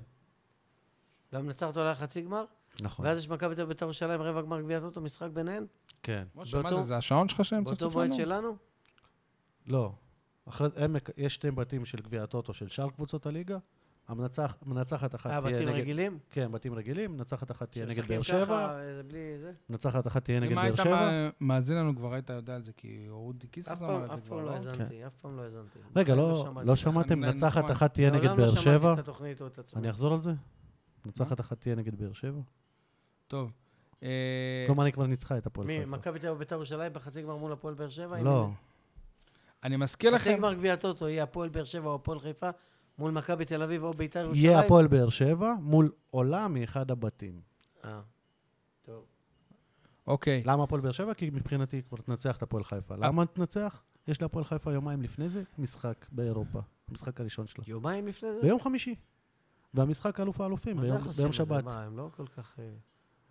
Speaker 3: והמנצחת עולה לחצי גמר?
Speaker 2: נכון,
Speaker 3: ואז יש מכבי תל אביב בית"ר ירושלים, רבע גמר גביע הטוטו, משחק ביניהן?
Speaker 2: כן.
Speaker 1: משה, מה
Speaker 3: באותו-
Speaker 1: זה, זה השעון שלך שהם
Speaker 3: באותו
Speaker 1: צפצפו
Speaker 3: מועד
Speaker 1: לנו?
Speaker 3: שלנו?
Speaker 2: לא. אחרי זה, הם מק- יש שני בתים של גביע הטוטו של שאר קבוצות הליגה. המנצח- המנצחת אחת
Speaker 3: אה,
Speaker 2: תהיה נגד...
Speaker 3: בתים רגילים?
Speaker 2: כן, בתים רגילים, מנצחת אחת תהיה נגד באר
Speaker 3: שמשחקים
Speaker 2: שבע,
Speaker 3: ככה, אה, בלי זה.
Speaker 2: מנצחת אחת תהיה נגד
Speaker 1: אם
Speaker 2: באר
Speaker 1: היית
Speaker 2: שבע.
Speaker 1: מה- מאזין לנו כבר היית יודע על זה, כי אודי
Speaker 3: אף
Speaker 1: קיסס
Speaker 3: פעם-
Speaker 1: אמר את
Speaker 3: אף
Speaker 1: זה
Speaker 3: פעם
Speaker 1: כבר,
Speaker 3: לא
Speaker 1: לא?
Speaker 3: האזנתי, אף פעם לא האזנתי.
Speaker 2: כן. רגע,
Speaker 3: בחיים
Speaker 2: לא- לא שמעתם
Speaker 1: בחיים לא
Speaker 2: מנצחת
Speaker 1: נשמע.
Speaker 2: אחת תהיה נגד באר
Speaker 3: לעולם נכון. לא
Speaker 2: שבע?
Speaker 3: שמעתי את התוכנית או את עצמי.
Speaker 2: אני אחזור על זה? מנצחת אחת תהיה נגד באר שבע?
Speaker 1: טוב. אה,
Speaker 2: כלומר, אני כבר ניצחה את הפועל
Speaker 3: מי,
Speaker 2: חיפה.
Speaker 3: מכבי תל אביב בית"ר ירושלים בחצי גמר מול הפועל באר שבע?
Speaker 2: לא,
Speaker 1: אני מזכיר
Speaker 3: חצי
Speaker 1: לכם,
Speaker 3: גמר גביע הטוטו יהיה הפועל באר שבע או הפועל חיפה מול מכבי תל אביב או בית"ר ירושלים?
Speaker 2: יהיה הפועל באר שבע מול עולה מאחד הבתים.
Speaker 3: אה, טוב.
Speaker 1: אוקיי,
Speaker 2: למה הפועל באר שבע? כי מבחינתי היא כבר תנצח את הפועל חיפה.
Speaker 3: אה.
Speaker 2: למה תנצח? יש להפועל חיפה יומיים לפני זה משחק באירופה, המשחק הראשון שלה.
Speaker 3: יומיים לפני זה?
Speaker 2: ביום חמישי. והמשחק אלוף האלופים,
Speaker 3: אז
Speaker 2: ביום-
Speaker 3: איך עושים
Speaker 2: ביום
Speaker 3: את זה?
Speaker 2: שבת.
Speaker 3: מה, הם לא כל כך... אה,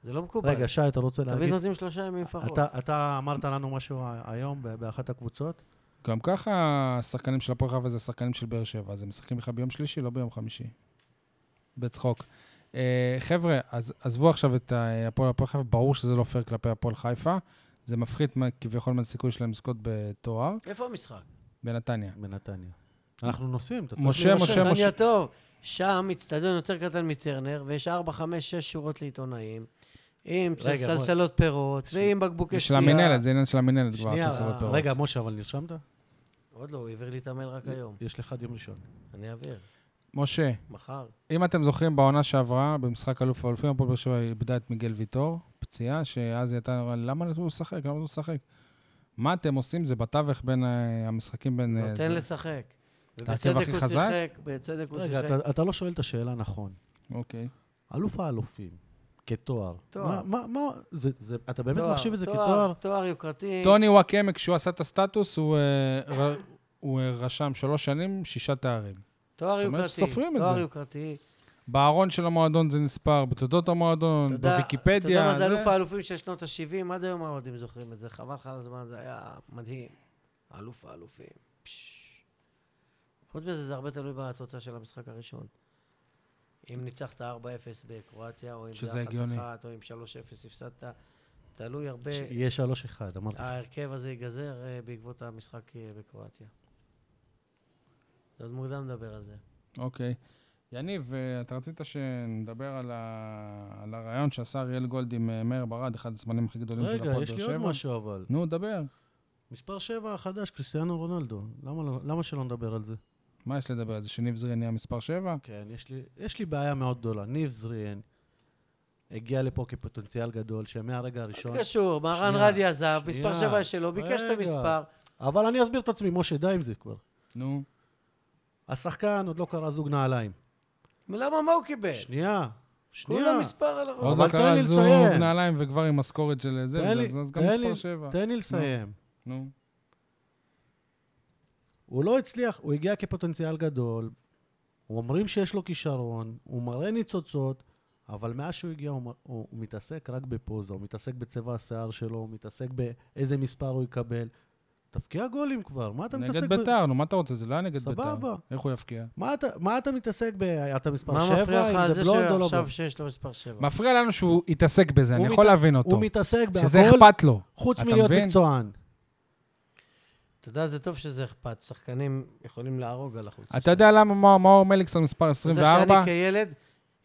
Speaker 3: זה לא מקובל.
Speaker 2: רגע, שי, אתה רוצה
Speaker 3: תמיד
Speaker 2: להגיד?
Speaker 3: נותנים שלושה ימים לפחות.
Speaker 2: אתה- אתה אמרת לנו משהו ה- היום ב- באחת הקבוצות?
Speaker 1: גם ככה השחקנים של הפועל חיפה זה שחקנים של באר שבע, אז הם משחקים לך ביום שלישי, לא ביום חמישי. בצחוק. אה, חבר'ה, אז עזבו עכשיו את ה- הפועל הפועל חיפה, ברור שזה לא פייר כלפי הפועל חיפה. זה מפחית מה- כביכול מהסיכוי שלהם לזכות בתואר
Speaker 3: איפה המשחק?
Speaker 1: בנתניה.
Speaker 2: בנתניה. אנחנו נוסעים, אתה צריך
Speaker 1: משה,
Speaker 2: להירשם.
Speaker 1: משה,
Speaker 3: נתניה טוב, שם אצטדיון יותר קטן מטרנר, ויש 4, 5, 6 שורות לעיתונאים, עם
Speaker 2: רגע, בוא.
Speaker 3: סלסלות פירות, ועם בקבוקי
Speaker 1: זה של
Speaker 3: שתייה.
Speaker 1: המינהלת, זה עניין של המינהלת כבר,
Speaker 2: שנייה,
Speaker 1: עשה סיבוב פירות.
Speaker 2: רגע, משה, אבל נרשמת?
Speaker 3: עוד לא, הוא העביר לי את המייל רק היום.
Speaker 2: יש לך עד יום ראשון.
Speaker 3: אני אעביר,
Speaker 1: משה,
Speaker 3: מחר.
Speaker 1: אם אתם זוכרים, בעונה שעברה, במשחק אלוף האלופים, הפועל באר שבע איבדה את מיגל ויטור, פציעה, שאז היא הייתה, אומרת, למה הוא משחק? למה הוא משחק? מה אתם עושים? זה בתווך בין אה, המשחקים בין... אה,
Speaker 3: נותן
Speaker 1: זה-
Speaker 3: לשחק.
Speaker 1: אתה
Speaker 3: ובצדק
Speaker 1: עקב הכי
Speaker 3: הוא
Speaker 1: חזק?
Speaker 3: שיחק, בצדק הוא
Speaker 2: רגע,
Speaker 3: שיחק.
Speaker 2: אתה- אתה לא שואל את השאלה נכון.
Speaker 1: אוקיי.
Speaker 2: אלוף האלופים, כתואר.
Speaker 3: תואר.
Speaker 2: מה- מה, מה, זה- זה- אתה באמת
Speaker 3: תואר,
Speaker 2: מחשיב את זה
Speaker 3: תואר,
Speaker 2: כתואר?
Speaker 3: תואר יוקרתי.
Speaker 1: טוני וואקמה, כשהוא עשה את הסטטוס, הוא, אה, ר- הוא אה, רשם שלוש שנים, שישה תארים.
Speaker 3: תואר
Speaker 1: זאת אומרת,
Speaker 3: יוקרתי.
Speaker 1: סופרים את
Speaker 3: תואר
Speaker 1: זה.
Speaker 3: יוקרתי.
Speaker 1: בארון של המועדון זה נספר, בתולדות המועדון,
Speaker 3: אתה יודע-
Speaker 1: כן, בוויקיפדיה.
Speaker 3: אתה יודע מה זה
Speaker 1: זה-
Speaker 3: אלוף האלופים של שנות ה-70? עד היום האוהדים זוכרים את זה, חבל לך על הזמן, זה היה מדהים. אלוף האלופים. פשש. חוץ מזה, זה הרבה תלוי בתוצאה של המשחק הראשון. אם ניצחת 4-0 בקרואטיה, או אם
Speaker 1: שזה
Speaker 3: זה 1-1,
Speaker 1: הגיוני.
Speaker 3: או אם 3-0 הפסדת, תלוי הרבה.
Speaker 2: יהיה 3-1, אמרתי.
Speaker 3: ההרכב הזה ייגזר אה, בעקבות המשחק אה, בקרואטיה. זה עוד מוקדם לדבר על זה.
Speaker 1: אוקיי. יניב, אה, אתה רצית שנדבר על, ה... על הרעיון שעשה אריאל גולד עם אה, מאיר ברד, אחד הזמנים הכי גדולים של
Speaker 2: רגע,
Speaker 1: הפועל באר
Speaker 2: יש
Speaker 1: שבע?
Speaker 2: לי עוד משהו אבל.
Speaker 1: נו, דבר.
Speaker 2: מספר 7 החדש, קריסטיאנו רונלדו. למה לא- למה שלא נדבר על זה?
Speaker 1: מה יש לדבר על זה? שניב זרין נהיה מספר 7?
Speaker 2: כן, יש לי, יש לי בעיה מאוד גדולה. ניב זריאן הגיע לפה כפוטנציאל גדול, שמהרגע הראשון...
Speaker 3: זה קשור, מהרן
Speaker 2: כן. שנייה,
Speaker 3: רדי עזב, מספר
Speaker 2: שנייה.
Speaker 3: 7 שלו, ביקש את
Speaker 2: רגע.
Speaker 3: המספר.
Speaker 2: אבל אני אסביר את עצמי, משה, די עם זה כבר.
Speaker 1: נו.
Speaker 2: השחקן עוד לא קרא זוג נעליים.
Speaker 3: למה מה הוא
Speaker 1: כן.
Speaker 3: קיבל?
Speaker 2: שנייה, שנייה.
Speaker 3: כולה מספר על הרוב.
Speaker 1: עוד
Speaker 2: אבל
Speaker 1: לא
Speaker 2: תן
Speaker 1: קרה
Speaker 2: לי
Speaker 1: זוג
Speaker 2: לסיים.
Speaker 1: נעליים וכבר עם משכורת של זה,
Speaker 2: תן לי-
Speaker 1: אז- אז גם
Speaker 2: תן לי-
Speaker 1: מספר 7.
Speaker 2: תן לי לסיים.
Speaker 1: נו.
Speaker 2: הוא לא הצליח, הוא הגיע כפוטנציאל גדול, אומרים שיש לו כישרון, הוא מראה ניצוצות, אבל מאז שהוא הגיע הוא, מ- הוא, הוא מתעסק רק בפוזה, הוא מתעסק בצבע השיער שלו, הוא מתעסק באיזה מספר הוא יקבל. תפקיע גולים כבר, מה אתה מתעסק
Speaker 1: נגד ביתר, נו, מה אתה רוצה? זה לא היה נגד ביתר.
Speaker 2: סבבה.
Speaker 1: איך הוא יפקיע?
Speaker 2: מה אתה, מה אתה מתעסק ב... אתה מספר
Speaker 3: מה
Speaker 2: שבע?
Speaker 3: מפריע לך
Speaker 2: אם
Speaker 3: על
Speaker 2: זה
Speaker 3: זה
Speaker 2: בלונד או לא
Speaker 3: שעכשיו
Speaker 2: בלונד?
Speaker 3: שיש לו מספר 7?
Speaker 1: מפריע לנו שהוא התעסק בזה, אני
Speaker 2: הוא
Speaker 1: יכול
Speaker 2: מת-
Speaker 1: להבין אותו.
Speaker 2: הוא מתעסק בהכל,
Speaker 1: שזה אכפת לו.
Speaker 2: חוץ
Speaker 1: אתה
Speaker 2: מלהיות
Speaker 1: מבין?
Speaker 2: מקצוען.
Speaker 3: אתה יודע, זה טוב שזה אכפת, שחקנים יכולים להרוג על החוץ.
Speaker 1: אתה יודע למה מאור- מאור מליקסון מספר 24?
Speaker 3: אתה יודע שאני כילד,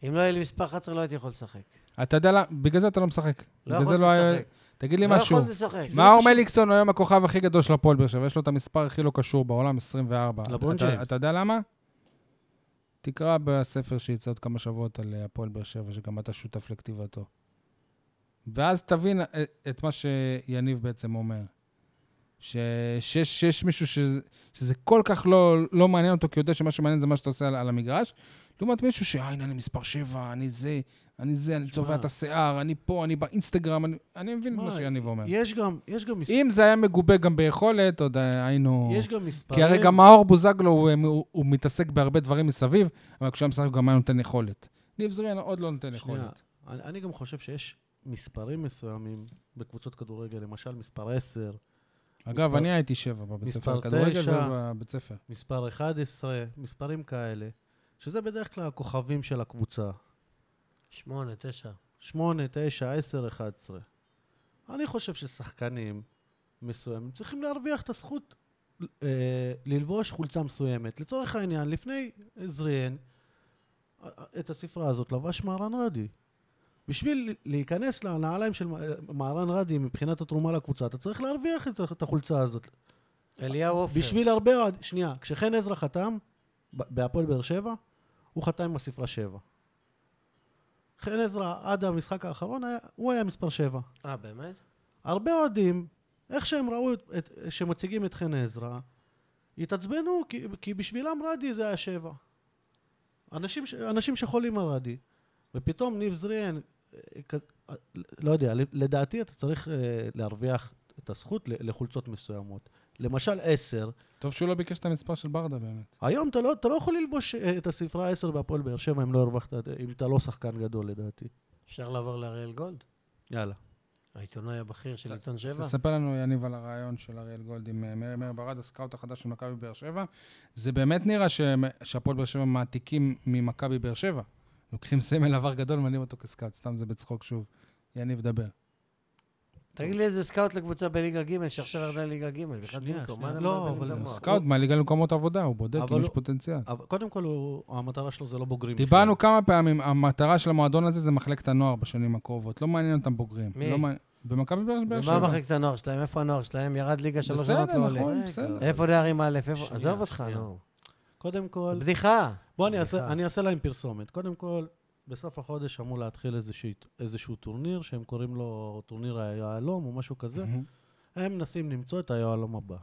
Speaker 3: אם לא היה לי מספר 11 לא הייתי יכול לשחק.
Speaker 1: אתה יודע למה? בגלל זה אתה לא משחק.
Speaker 3: לא
Speaker 1: בגלל זה
Speaker 3: יכולתי
Speaker 1: לא היה...
Speaker 3: לשחק.
Speaker 1: תגיד לי
Speaker 3: לא
Speaker 1: משהו.
Speaker 3: יכולתי לשחק.
Speaker 1: מאור מליקסון הוא היום הכוכב הכי גדול של הפועל באר שבע, יש לו את המספר הכי לא קשור בעולם, 24.
Speaker 2: לברון
Speaker 1: אתה-
Speaker 2: ג'יימס.
Speaker 1: אתה יודע למה? תקרא בספר שיצא עוד כמה שבועות על אה, הפועל באר שבע, שגם אתה שותף לכתיבתו. ואז תבין אה, את מה שיניב בעצם אומר. ש- שיש, שיש מישהו ש, שזה כל כך לא, לא מעניין אותו, כי הוא יודע שמה שמעניין זה מה שאתה עושה על, על המגרש, לעומת מישהו ש... אה, הנה, אני מספר 7, אני זה, אני זה, אני צובע את השיער, אני פה, אני באינסטגרם, אני, אני מבין את מה
Speaker 2: מה,
Speaker 1: שיניב אומר.
Speaker 2: יש גם, יש גם, מס...
Speaker 1: כן. אם זה היה מגובה גם ביכולת, עוד היינו...
Speaker 2: יש גם מספרים.
Speaker 1: כי הרי גם מאור בוזגלו, הוא, הוא, הוא מתעסק בהרבה דברים מסביב, אבל כשהוא היה משחק הוא גם היה נותן יכולת. ניב זריאן עוד לא נותן
Speaker 2: שנייה,
Speaker 1: יכולת.
Speaker 2: אני, אני גם חושב שיש מספרים מסוימים בקבוצות כדורגל, למשל מספר 10,
Speaker 1: אגב,
Speaker 2: מספר-
Speaker 1: אני הייתי שבע בבית
Speaker 2: מספר
Speaker 1: ספר לכדורגל
Speaker 2: תשע.
Speaker 1: ובבית ספר.
Speaker 2: מספר 11, מספרים כאלה, שזה בדרך כלל הכוכבים של הקבוצה.
Speaker 3: 8, 9.
Speaker 2: 8, 9, 10, 11. אני חושב ששחקנים מסוימים צריכים להרוויח את הזכות אה, ללבוש חולצה מסוימת. לצורך העניין, לפני זריאן, אה, אה, את הספרה הזאת לבש מהרן רדי. בשביל להיכנס לנעליים של מ- אה, מהרן רדי מבחינת התרומה לקבוצה, אתה צריך להרוויח את, את החולצה הזאת.
Speaker 3: אליהו עופר.
Speaker 2: בשביל הרבה אוהד... שנייה, כשחן עזרא חתם, ב- בהפועל באר שבע, הוא חתם עם הספרה שבע. חן עזרא עד המשחק האחרון, היה, הוא היה מספר 7.
Speaker 3: אה, באמת?
Speaker 2: הרבה אוהדים, איך שהם ראו, את, את, שמציגים את חן עזרא, התעצבנו, כי, כי בשבילם רדי זה היה שבע. אנשים, ש- אנשים שחולים על רדי, ופתאום ניב זריאן, אה, כ- אה, לא יודע, לדעתי אתה צריך אה, להרוויח את הזכות ל- לחולצות מסוימות. למשל עשר,
Speaker 1: טוב שהוא לא ביקש את המספר של ברדה באמת.
Speaker 2: היום אתה לא, אתה לא יכול ללבוש אה, את הספרה עשר בהפועל באר שבע אם לא הרווחת, אם אתה לא שחקן גדול לדעתי.
Speaker 3: אפשר לעבור לאריאל גולד?
Speaker 2: יאללה.
Speaker 3: העיתונאי הבכיר של עיתון
Speaker 1: אז
Speaker 3: שבע?
Speaker 1: תספר לנו, יניב, על הרעיון של אריאל גולד עם אה, מאיר מאיר ברד, הסקאוט החדש של מכבי באר שבע. זה באמת נראה שהם- שהפועל באר שבע מעתיקים ממכבי באר שבע. לוקחים סמל עבר גדול, מעלים אותו כסקאוט. סתם זה בצחוק שוב. יניב, דבר.
Speaker 3: תגיד לי איזה סקאוט לקבוצה בליגה ג' שעכשיו ירדה לליגה ג', בכלל
Speaker 2: שנייה,
Speaker 3: במקום, מה
Speaker 2: שנייה.
Speaker 3: אנחנו
Speaker 2: לא,
Speaker 3: מבלבלים את
Speaker 2: אבל
Speaker 3: המוח?
Speaker 1: סקאוט מהליגה למקומות עבודה, הוא בודק
Speaker 2: אבל
Speaker 1: אם יש
Speaker 2: הוא-
Speaker 3: אה,
Speaker 1: פוטנציאל.
Speaker 2: אבל קודם כל, הוא, המטרה שלו זה לא בוגרים.
Speaker 3: אוקיי.
Speaker 1: דיברנו כמה פעמים, המטרה של המועדון הזה זה מחלקת הנוער בשנים הקרובות. לא מעניין אותם בוגרים.
Speaker 3: מי?
Speaker 1: לא מעניין- במכבי באר- באר שבע.
Speaker 3: ומה מחלקת הנוער שלהם? איפה הנוער שלהם? ירד ליגה שלוש
Speaker 1: בסדר,
Speaker 3: שנות לא עולה.
Speaker 1: נכון,
Speaker 2: רגע.
Speaker 1: בסדר.
Speaker 3: איפה נערים א'? איפה...
Speaker 2: שנייה,
Speaker 3: עזוב אותך,
Speaker 2: שנייה.
Speaker 3: נו.
Speaker 2: קודם כל,
Speaker 3: בדיחה.
Speaker 1: לא,
Speaker 2: בוא אני אעשה,
Speaker 3: בדיחה.
Speaker 2: אני אעשה להם פרסומת. קודם כל, בסוף החודש אמור להתחיל איזשהו, איזשהו טורניר, שהם קוראים לו טורניר היהלום או משהו כזה.
Speaker 1: מהמם.
Speaker 2: הם מנסים למצוא את היהלום הבא.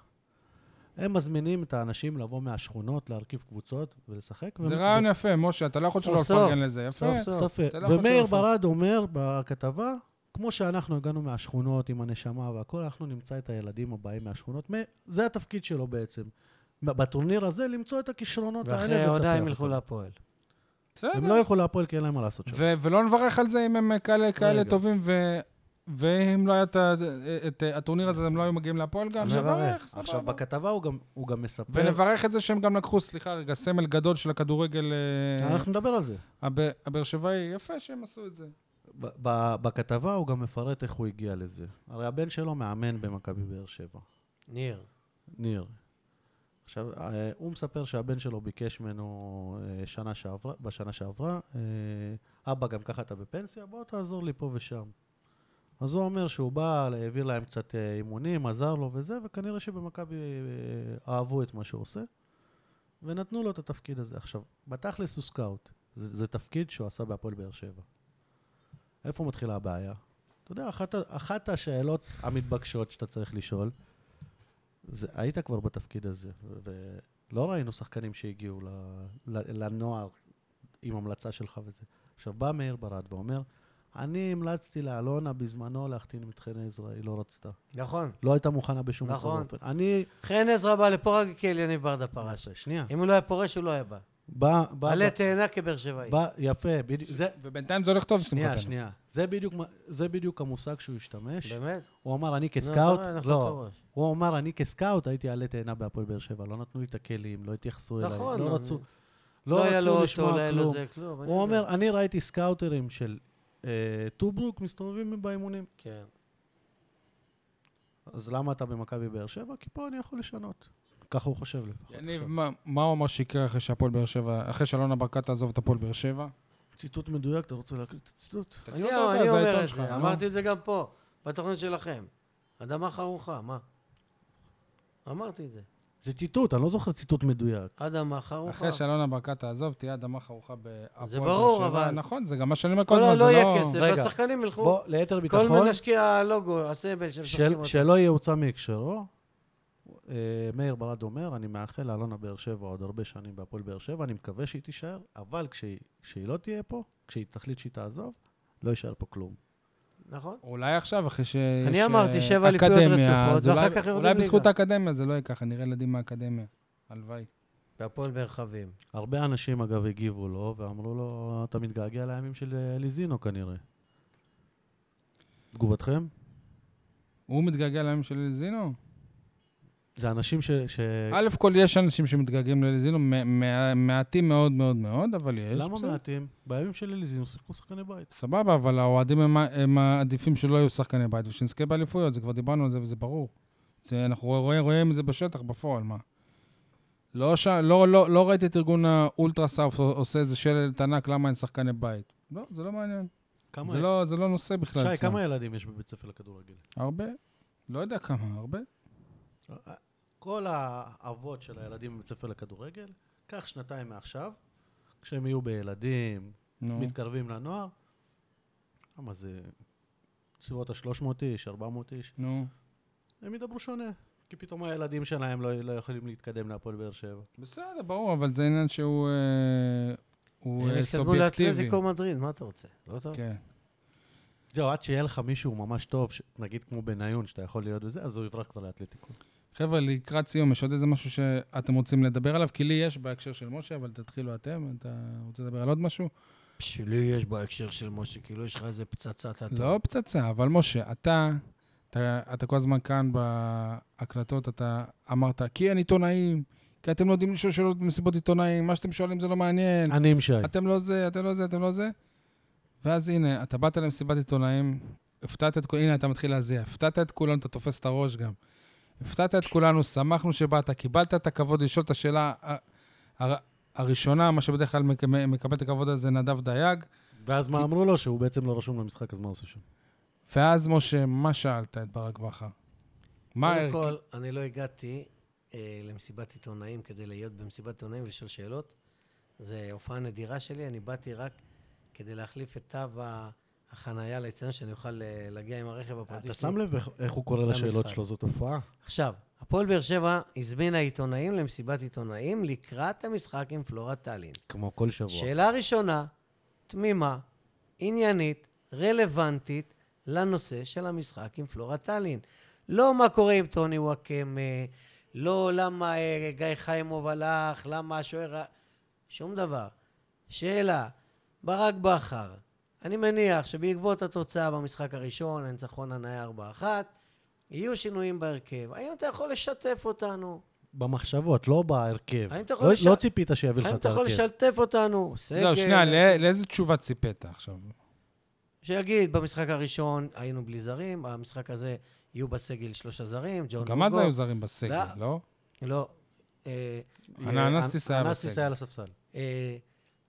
Speaker 2: הם מזמינים את האנשים לבוא מהשכונות, להרכיב קבוצות ולשחק.
Speaker 1: זה
Speaker 2: ו-
Speaker 1: רעיון
Speaker 2: ו-
Speaker 1: יפה, משה, אתה לא יכול שלא
Speaker 3: סוף סוף.
Speaker 1: לפרגן לזה. יפה.
Speaker 3: סוף סוף.
Speaker 2: סוף.
Speaker 1: אתה לא יכול
Speaker 2: ומאיר
Speaker 1: שלא
Speaker 2: ברד אומר בכתבה, כמו שאנחנו הגענו מהשכונות עם הנשמה והכול, אנחנו נמצא את הילדים הבאים מהשכונות. מ- זה התפקיד שלו בעצם. בטורניר הזה, למצוא את הכישרונות האלה.
Speaker 3: ואחרי ההודעה
Speaker 2: ולטפח
Speaker 3: הם ילכו
Speaker 2: אותם.
Speaker 3: להפועל.
Speaker 2: הם
Speaker 1: בסדר.
Speaker 2: לא ילכו להפועל כי אין להם מה לעשות שם.
Speaker 1: ו- ולא נברך על זה אם הם אה, כאלה, כאלה
Speaker 2: רגע.
Speaker 1: טובים, ו- ואם לא היה את ה- את הטורניר הזה, הם לא היו מגיעים לפועל גם,
Speaker 3: נברך.
Speaker 1: נברך,
Speaker 2: עכשיו,
Speaker 1: סבבה.
Speaker 2: בכתבה הוא גם, הוא גם מספר...
Speaker 1: ונברך את זה שהם גם לקחו, סליחה רגע, סמל גדול של הכדורגל אה,
Speaker 2: אנחנו נדבר על זה.
Speaker 1: הב- הבאר שבעי, יפה שהם עשו את זה.
Speaker 2: ב- ב- בכתבה הוא גם מפרט איך הוא הגיע לזה. הרי הבן שלו מאמן במכבי באר שבע,
Speaker 3: ניר.
Speaker 2: ניר. עכשיו, אה, הוא מספר שהבן שלו ביקש ממנו אה, שנה שעברה, בשנה שעברה, אה, אבא, גם ככה אתה בפנסיה, בוא תעזור לי פה ושם. אז הוא אומר שהוא בא, העביר להם קצת אה, אימונים, עזר לו וזה, וכנראה שבמכבי אה, אהבו את מה שהוא עושה, ונתנו לו את התפקיד הזה. עכשיו, בתכלס הוא סקאוט. זה, זה תפקיד שהוא עשה בהפועל באר שבע. איפה מתחילה הבעיה? אתה יודע, אחת, ה- אחת השאלות המתבקשות שאתה צריך לשאול, זה, היית כבר בתפקיד הזה, ו- ולא ראינו שחקנים שהגיעו ל, ל, לנוער עם המלצה שלך וזה. עכשיו, בא מאיר ברד ואומר, אני המלצתי לאלונה בזמנו להחתים את חן עזרא, היא לא רצתה.
Speaker 3: נכון.
Speaker 2: לא הייתה מוכנה בשום מצב
Speaker 3: נכון.
Speaker 2: ואופן. אני...
Speaker 3: חן עזרא בא לפה רק כי אליניב ברדה פרש.
Speaker 2: שנייה.
Speaker 3: אם הוא לא היה פורש, הוא לא היה בא.
Speaker 2: בא, בא,
Speaker 3: עלה תאנה כבאר שבעי.
Speaker 2: בא, יפה, בדיוק. זה,
Speaker 1: ובינתיים זה הולך טוב,
Speaker 2: שנייה,
Speaker 1: שמחתנו.
Speaker 2: שנייה. זה בדיוק, מה- זה בדיוק המושג שהוא השתמש.
Speaker 3: באמת?
Speaker 2: הוא אמר, אני
Speaker 3: נו,
Speaker 2: כסקאוט,
Speaker 3: אתה רואה, נכון, אנחנו אותו
Speaker 2: לא,
Speaker 3: ראש.
Speaker 2: הוא אמר, אני כסקאוט הייתי עלה תאנה בהפועל באר שבע, לא נתנו לי את הכלים, לא התייחסו אליי,
Speaker 3: נכון,
Speaker 2: לא
Speaker 3: נו,
Speaker 2: רצו,
Speaker 3: זה-
Speaker 2: לא
Speaker 3: היה לו אוטו,
Speaker 2: רצו
Speaker 3: לא
Speaker 2: לשמוע
Speaker 3: היה לו
Speaker 2: כלום.
Speaker 3: זה, כלום. אני
Speaker 2: הוא
Speaker 3: יודע.
Speaker 2: אומר, אני ראיתי סקאוטרים של אה, טוברוק מסתובבים באימונים,
Speaker 3: כן.
Speaker 2: אז למה אתה במכבי באר שבע? כי פה אני יכול לשנות. ככה הוא חושב לפחות.
Speaker 1: יניב,
Speaker 2: עכשיו.
Speaker 1: מה- מה הוא אמר שיקרה אחרי שהפועל באר שבע, אחרי שאלונה ברקת תעזוב את הפועל באר שבע?
Speaker 2: ציטוט מדויק, אתה רוצה להקריא את הציטוט?
Speaker 1: תקריא
Speaker 3: אני לא,
Speaker 1: אותו, אתה,
Speaker 3: אני
Speaker 1: זה העיתון
Speaker 3: אומר את
Speaker 1: שלך,
Speaker 3: זה,
Speaker 1: נו.
Speaker 3: אמרתי את זה גם פה, בתוכנית שלכם. אדמה חרוכה, מה? אמרתי את זה.
Speaker 2: זה ציטוט, אני לא זוכר ציטוט מדויק.
Speaker 3: אדמה חרוכה.
Speaker 1: אחרי שאלונה ברקת תעזוב, תהיה אדמה חרוכה בהפועל
Speaker 3: זה ברור,
Speaker 1: באר שבע.
Speaker 3: אבל-
Speaker 1: נכון, זה גם מה שאני אומר כל
Speaker 3: כל
Speaker 1: הזמן,
Speaker 3: עוד
Speaker 1: זה
Speaker 3: לא
Speaker 1: לא...
Speaker 3: יהיה כסף,
Speaker 2: רגע.
Speaker 3: והשחקנים ילכו.
Speaker 2: בוא, ליתר
Speaker 3: כל
Speaker 2: ביטחון,
Speaker 3: מנשקי הלוגו, הסמל שהם
Speaker 2: של-
Speaker 3: משחקים אותו.
Speaker 2: שלא יהוצא מהקשרו. אה, מאיר ברד אומר, אני מאחל לאלונה באר שבע עוד הרבה שנים בהפועל באר שבע, אני מקווה שהיא תישאר, אבל כשהיא, כשהיא לא תהיה פה, כשהיא תחליט שהיא תעזוב, לא יישאר פה כלום.
Speaker 3: נכון.
Speaker 1: אולי עכשיו, אחרי שיש...
Speaker 3: אני אמרתי,
Speaker 1: אה,
Speaker 3: שבע אליפויות
Speaker 1: אקדמיה,
Speaker 3: רצופות,
Speaker 1: אז
Speaker 3: ואחר
Speaker 1: אולי-
Speaker 3: כך יורדים
Speaker 1: אולי
Speaker 3: ליגה.
Speaker 1: בזכות האקדמיה זה לא יהיה ככה, נראה ילדים מהאקדמיה. הלוואי.
Speaker 3: והפועל מרחבים.
Speaker 2: הרבה אנשים, אגב, הגיבו לו, ואמרו לו, אתה מתגעגע לימים של אה, ליזינו כנראה. תגובתכם?
Speaker 1: הוא מתגעגע לימים של אליזינו?
Speaker 2: זה אנשים ש... ש...
Speaker 3: אה.
Speaker 1: א' כל יש אנשים שמתגעגעים לאליזינו, מ- מע- מעטים מאוד מאוד מאוד, אבל יש.
Speaker 2: למה
Speaker 1: בסדר.
Speaker 2: מעטים? בימים של ליזינו שיחקו שחקני בית.
Speaker 1: סבבה, אבל האוהדים הם, הם מעדיפים שלא יהיו שחקני בית ושנזכה באליפויות, זה כבר דיברנו על זה וזה ברור. זה, אנחנו רואים, רואים את זה בשטח, בפועל, מה? לא, ש... לא, לא, לא ראיתי את ארגון האולטרה סאוף עושה איזה שלט ענק למה אין שחקני בית. לא, זה לא מעניין.
Speaker 2: כמה...
Speaker 1: זה לא, זה לא נושא בכלל
Speaker 2: שי,
Speaker 1: אצלם.
Speaker 2: כמה ילדים יש בבית ספר לכדורגל?
Speaker 1: הרבה? לא יודע כמה, הרבה.
Speaker 2: כל האבות של הילדים בבית ספר לכדורגל, קח שנתיים מעכשיו, כשהם יהיו בילדים,
Speaker 1: נו.
Speaker 2: מתקרבים לנוער, כמה זה? בסביבות ה-300 איש, 400 איש.
Speaker 1: נו,
Speaker 2: הם ידברו שונה. כי פתאום הילדים שלהם לא, לא יכולים להתקדם להפועל באר שבע.
Speaker 1: בסדר, ברור, אבל זה עניין שהוא אה, הוא,
Speaker 3: הם
Speaker 1: אה,
Speaker 3: התקדמו
Speaker 1: סובייקטיבי.
Speaker 3: לאתלטיקו מדריד, מה אתה רוצה? לא טוב?
Speaker 1: כן.
Speaker 2: זהו, עד שיהיה לך מישהו ממש טוב, ש... נגיד כמו בניון, שאתה יכול להיות וזה, אז הוא יברח כבר לאתלטיקו.
Speaker 1: חבר'ה, לקראת סיום, יש עוד איזה משהו שאתם רוצים לדבר עליו? כי לי יש בהקשר של משה, אבל תתחילו אתם. אתה רוצה לדבר על עוד משהו?
Speaker 3: שלי יש בהקשר של משה, כאילו יש לך איזה פצצת אטום.
Speaker 1: לא פצצה, אבל משה, אתה, אתה, אתה כל הזמן כאן בהקלטות, אתה אמרת, כי אין עיתונאים, כי אתם לא יודעים לשאול שאלות במסיבות עיתונאים, מה שאתם שואלים זה לא מעניין,
Speaker 3: כן.
Speaker 2: אני עם שי.
Speaker 1: אתם לא זה, אתם לא זה, אתם לא זה. ואז הנה, אתה באת למסיבת עיתונאים, הפתעת את כולם, הנה, אתה מתחיל להזיע, הפתעת את כולנו, אתה תופס את הראש גם. הפתעת את כולנו, שמחנו שבאת, קיבלת את הכבוד לשאול את השאלה ה- הר- הראשונה, מה שבדרך כלל מק- מקבל את הכבוד הזה נדב דייג.
Speaker 2: ואז מה אמרו לו? שהוא בעצם לא רשום למשחק, אז מה עושה שם?
Speaker 1: ואז, משה, מה שאלת את ברק בכר? מה
Speaker 3: קודם
Speaker 1: הערכ...
Speaker 3: כל, אני לא הגעתי אה, למסיבת עיתונאים כדי להיות במסיבת עיתונאים ולשאול שאלות. זו הופעה נדירה שלי, אני באתי רק כדי להחליף את תו ה- החנייה לאצטדיון, שאני אוכל אה, להגיע עם הרכב הפרטי
Speaker 2: אתה שם לב איך- איך הוא קורא לשאלות
Speaker 3: למשחק.
Speaker 2: שלו? זאת הופעה?
Speaker 3: עכשיו, הפועל באר שבע הזמינה עיתונאים למסיבת עיתונאים לקראת המשחק עם פלורה טאלין.
Speaker 2: כמו כל שבוע.
Speaker 3: שאלה ראשונה, תמימה, עניינית, רלוונטית לנושא של המשחק עם פלורה טאלין. לא מה קורה עם טוני וואקמה, לא למה אה, גיא חיימוב הלך, למה השוער... ה- שום דבר. שאלה, ברק בכר, אני מניח שבעקבות התוצאה במשחק הראשון, הניצחון הנאה 4-1, יהיו שינויים בהרכב. האם אתה יכול לשתף אותנו?
Speaker 2: במחשבות, לא בהרכב.
Speaker 3: האם אתה יכול
Speaker 2: לא-
Speaker 3: לש-
Speaker 2: לא ציפית שיביא לך
Speaker 3: האם
Speaker 2: את
Speaker 3: אתה יכול
Speaker 2: ההרכב.
Speaker 3: לשתף אותנו?
Speaker 1: זהו,
Speaker 3: סגל,
Speaker 1: שנייה, לא- לאיזה תשובה ציפית עכשיו?
Speaker 3: שיגיד, במשחק הראשון היינו בלי זרים, במשחק הזה יהיו בסגל שלושה זרים, ג'ון
Speaker 1: גם אז היו זרים בסגל,
Speaker 3: לא.
Speaker 1: לא?
Speaker 3: לא. אה, אה,
Speaker 1: אננסטיס היה
Speaker 2: אנסטיס
Speaker 1: בסגל.
Speaker 2: היה על הספסל.
Speaker 3: אה,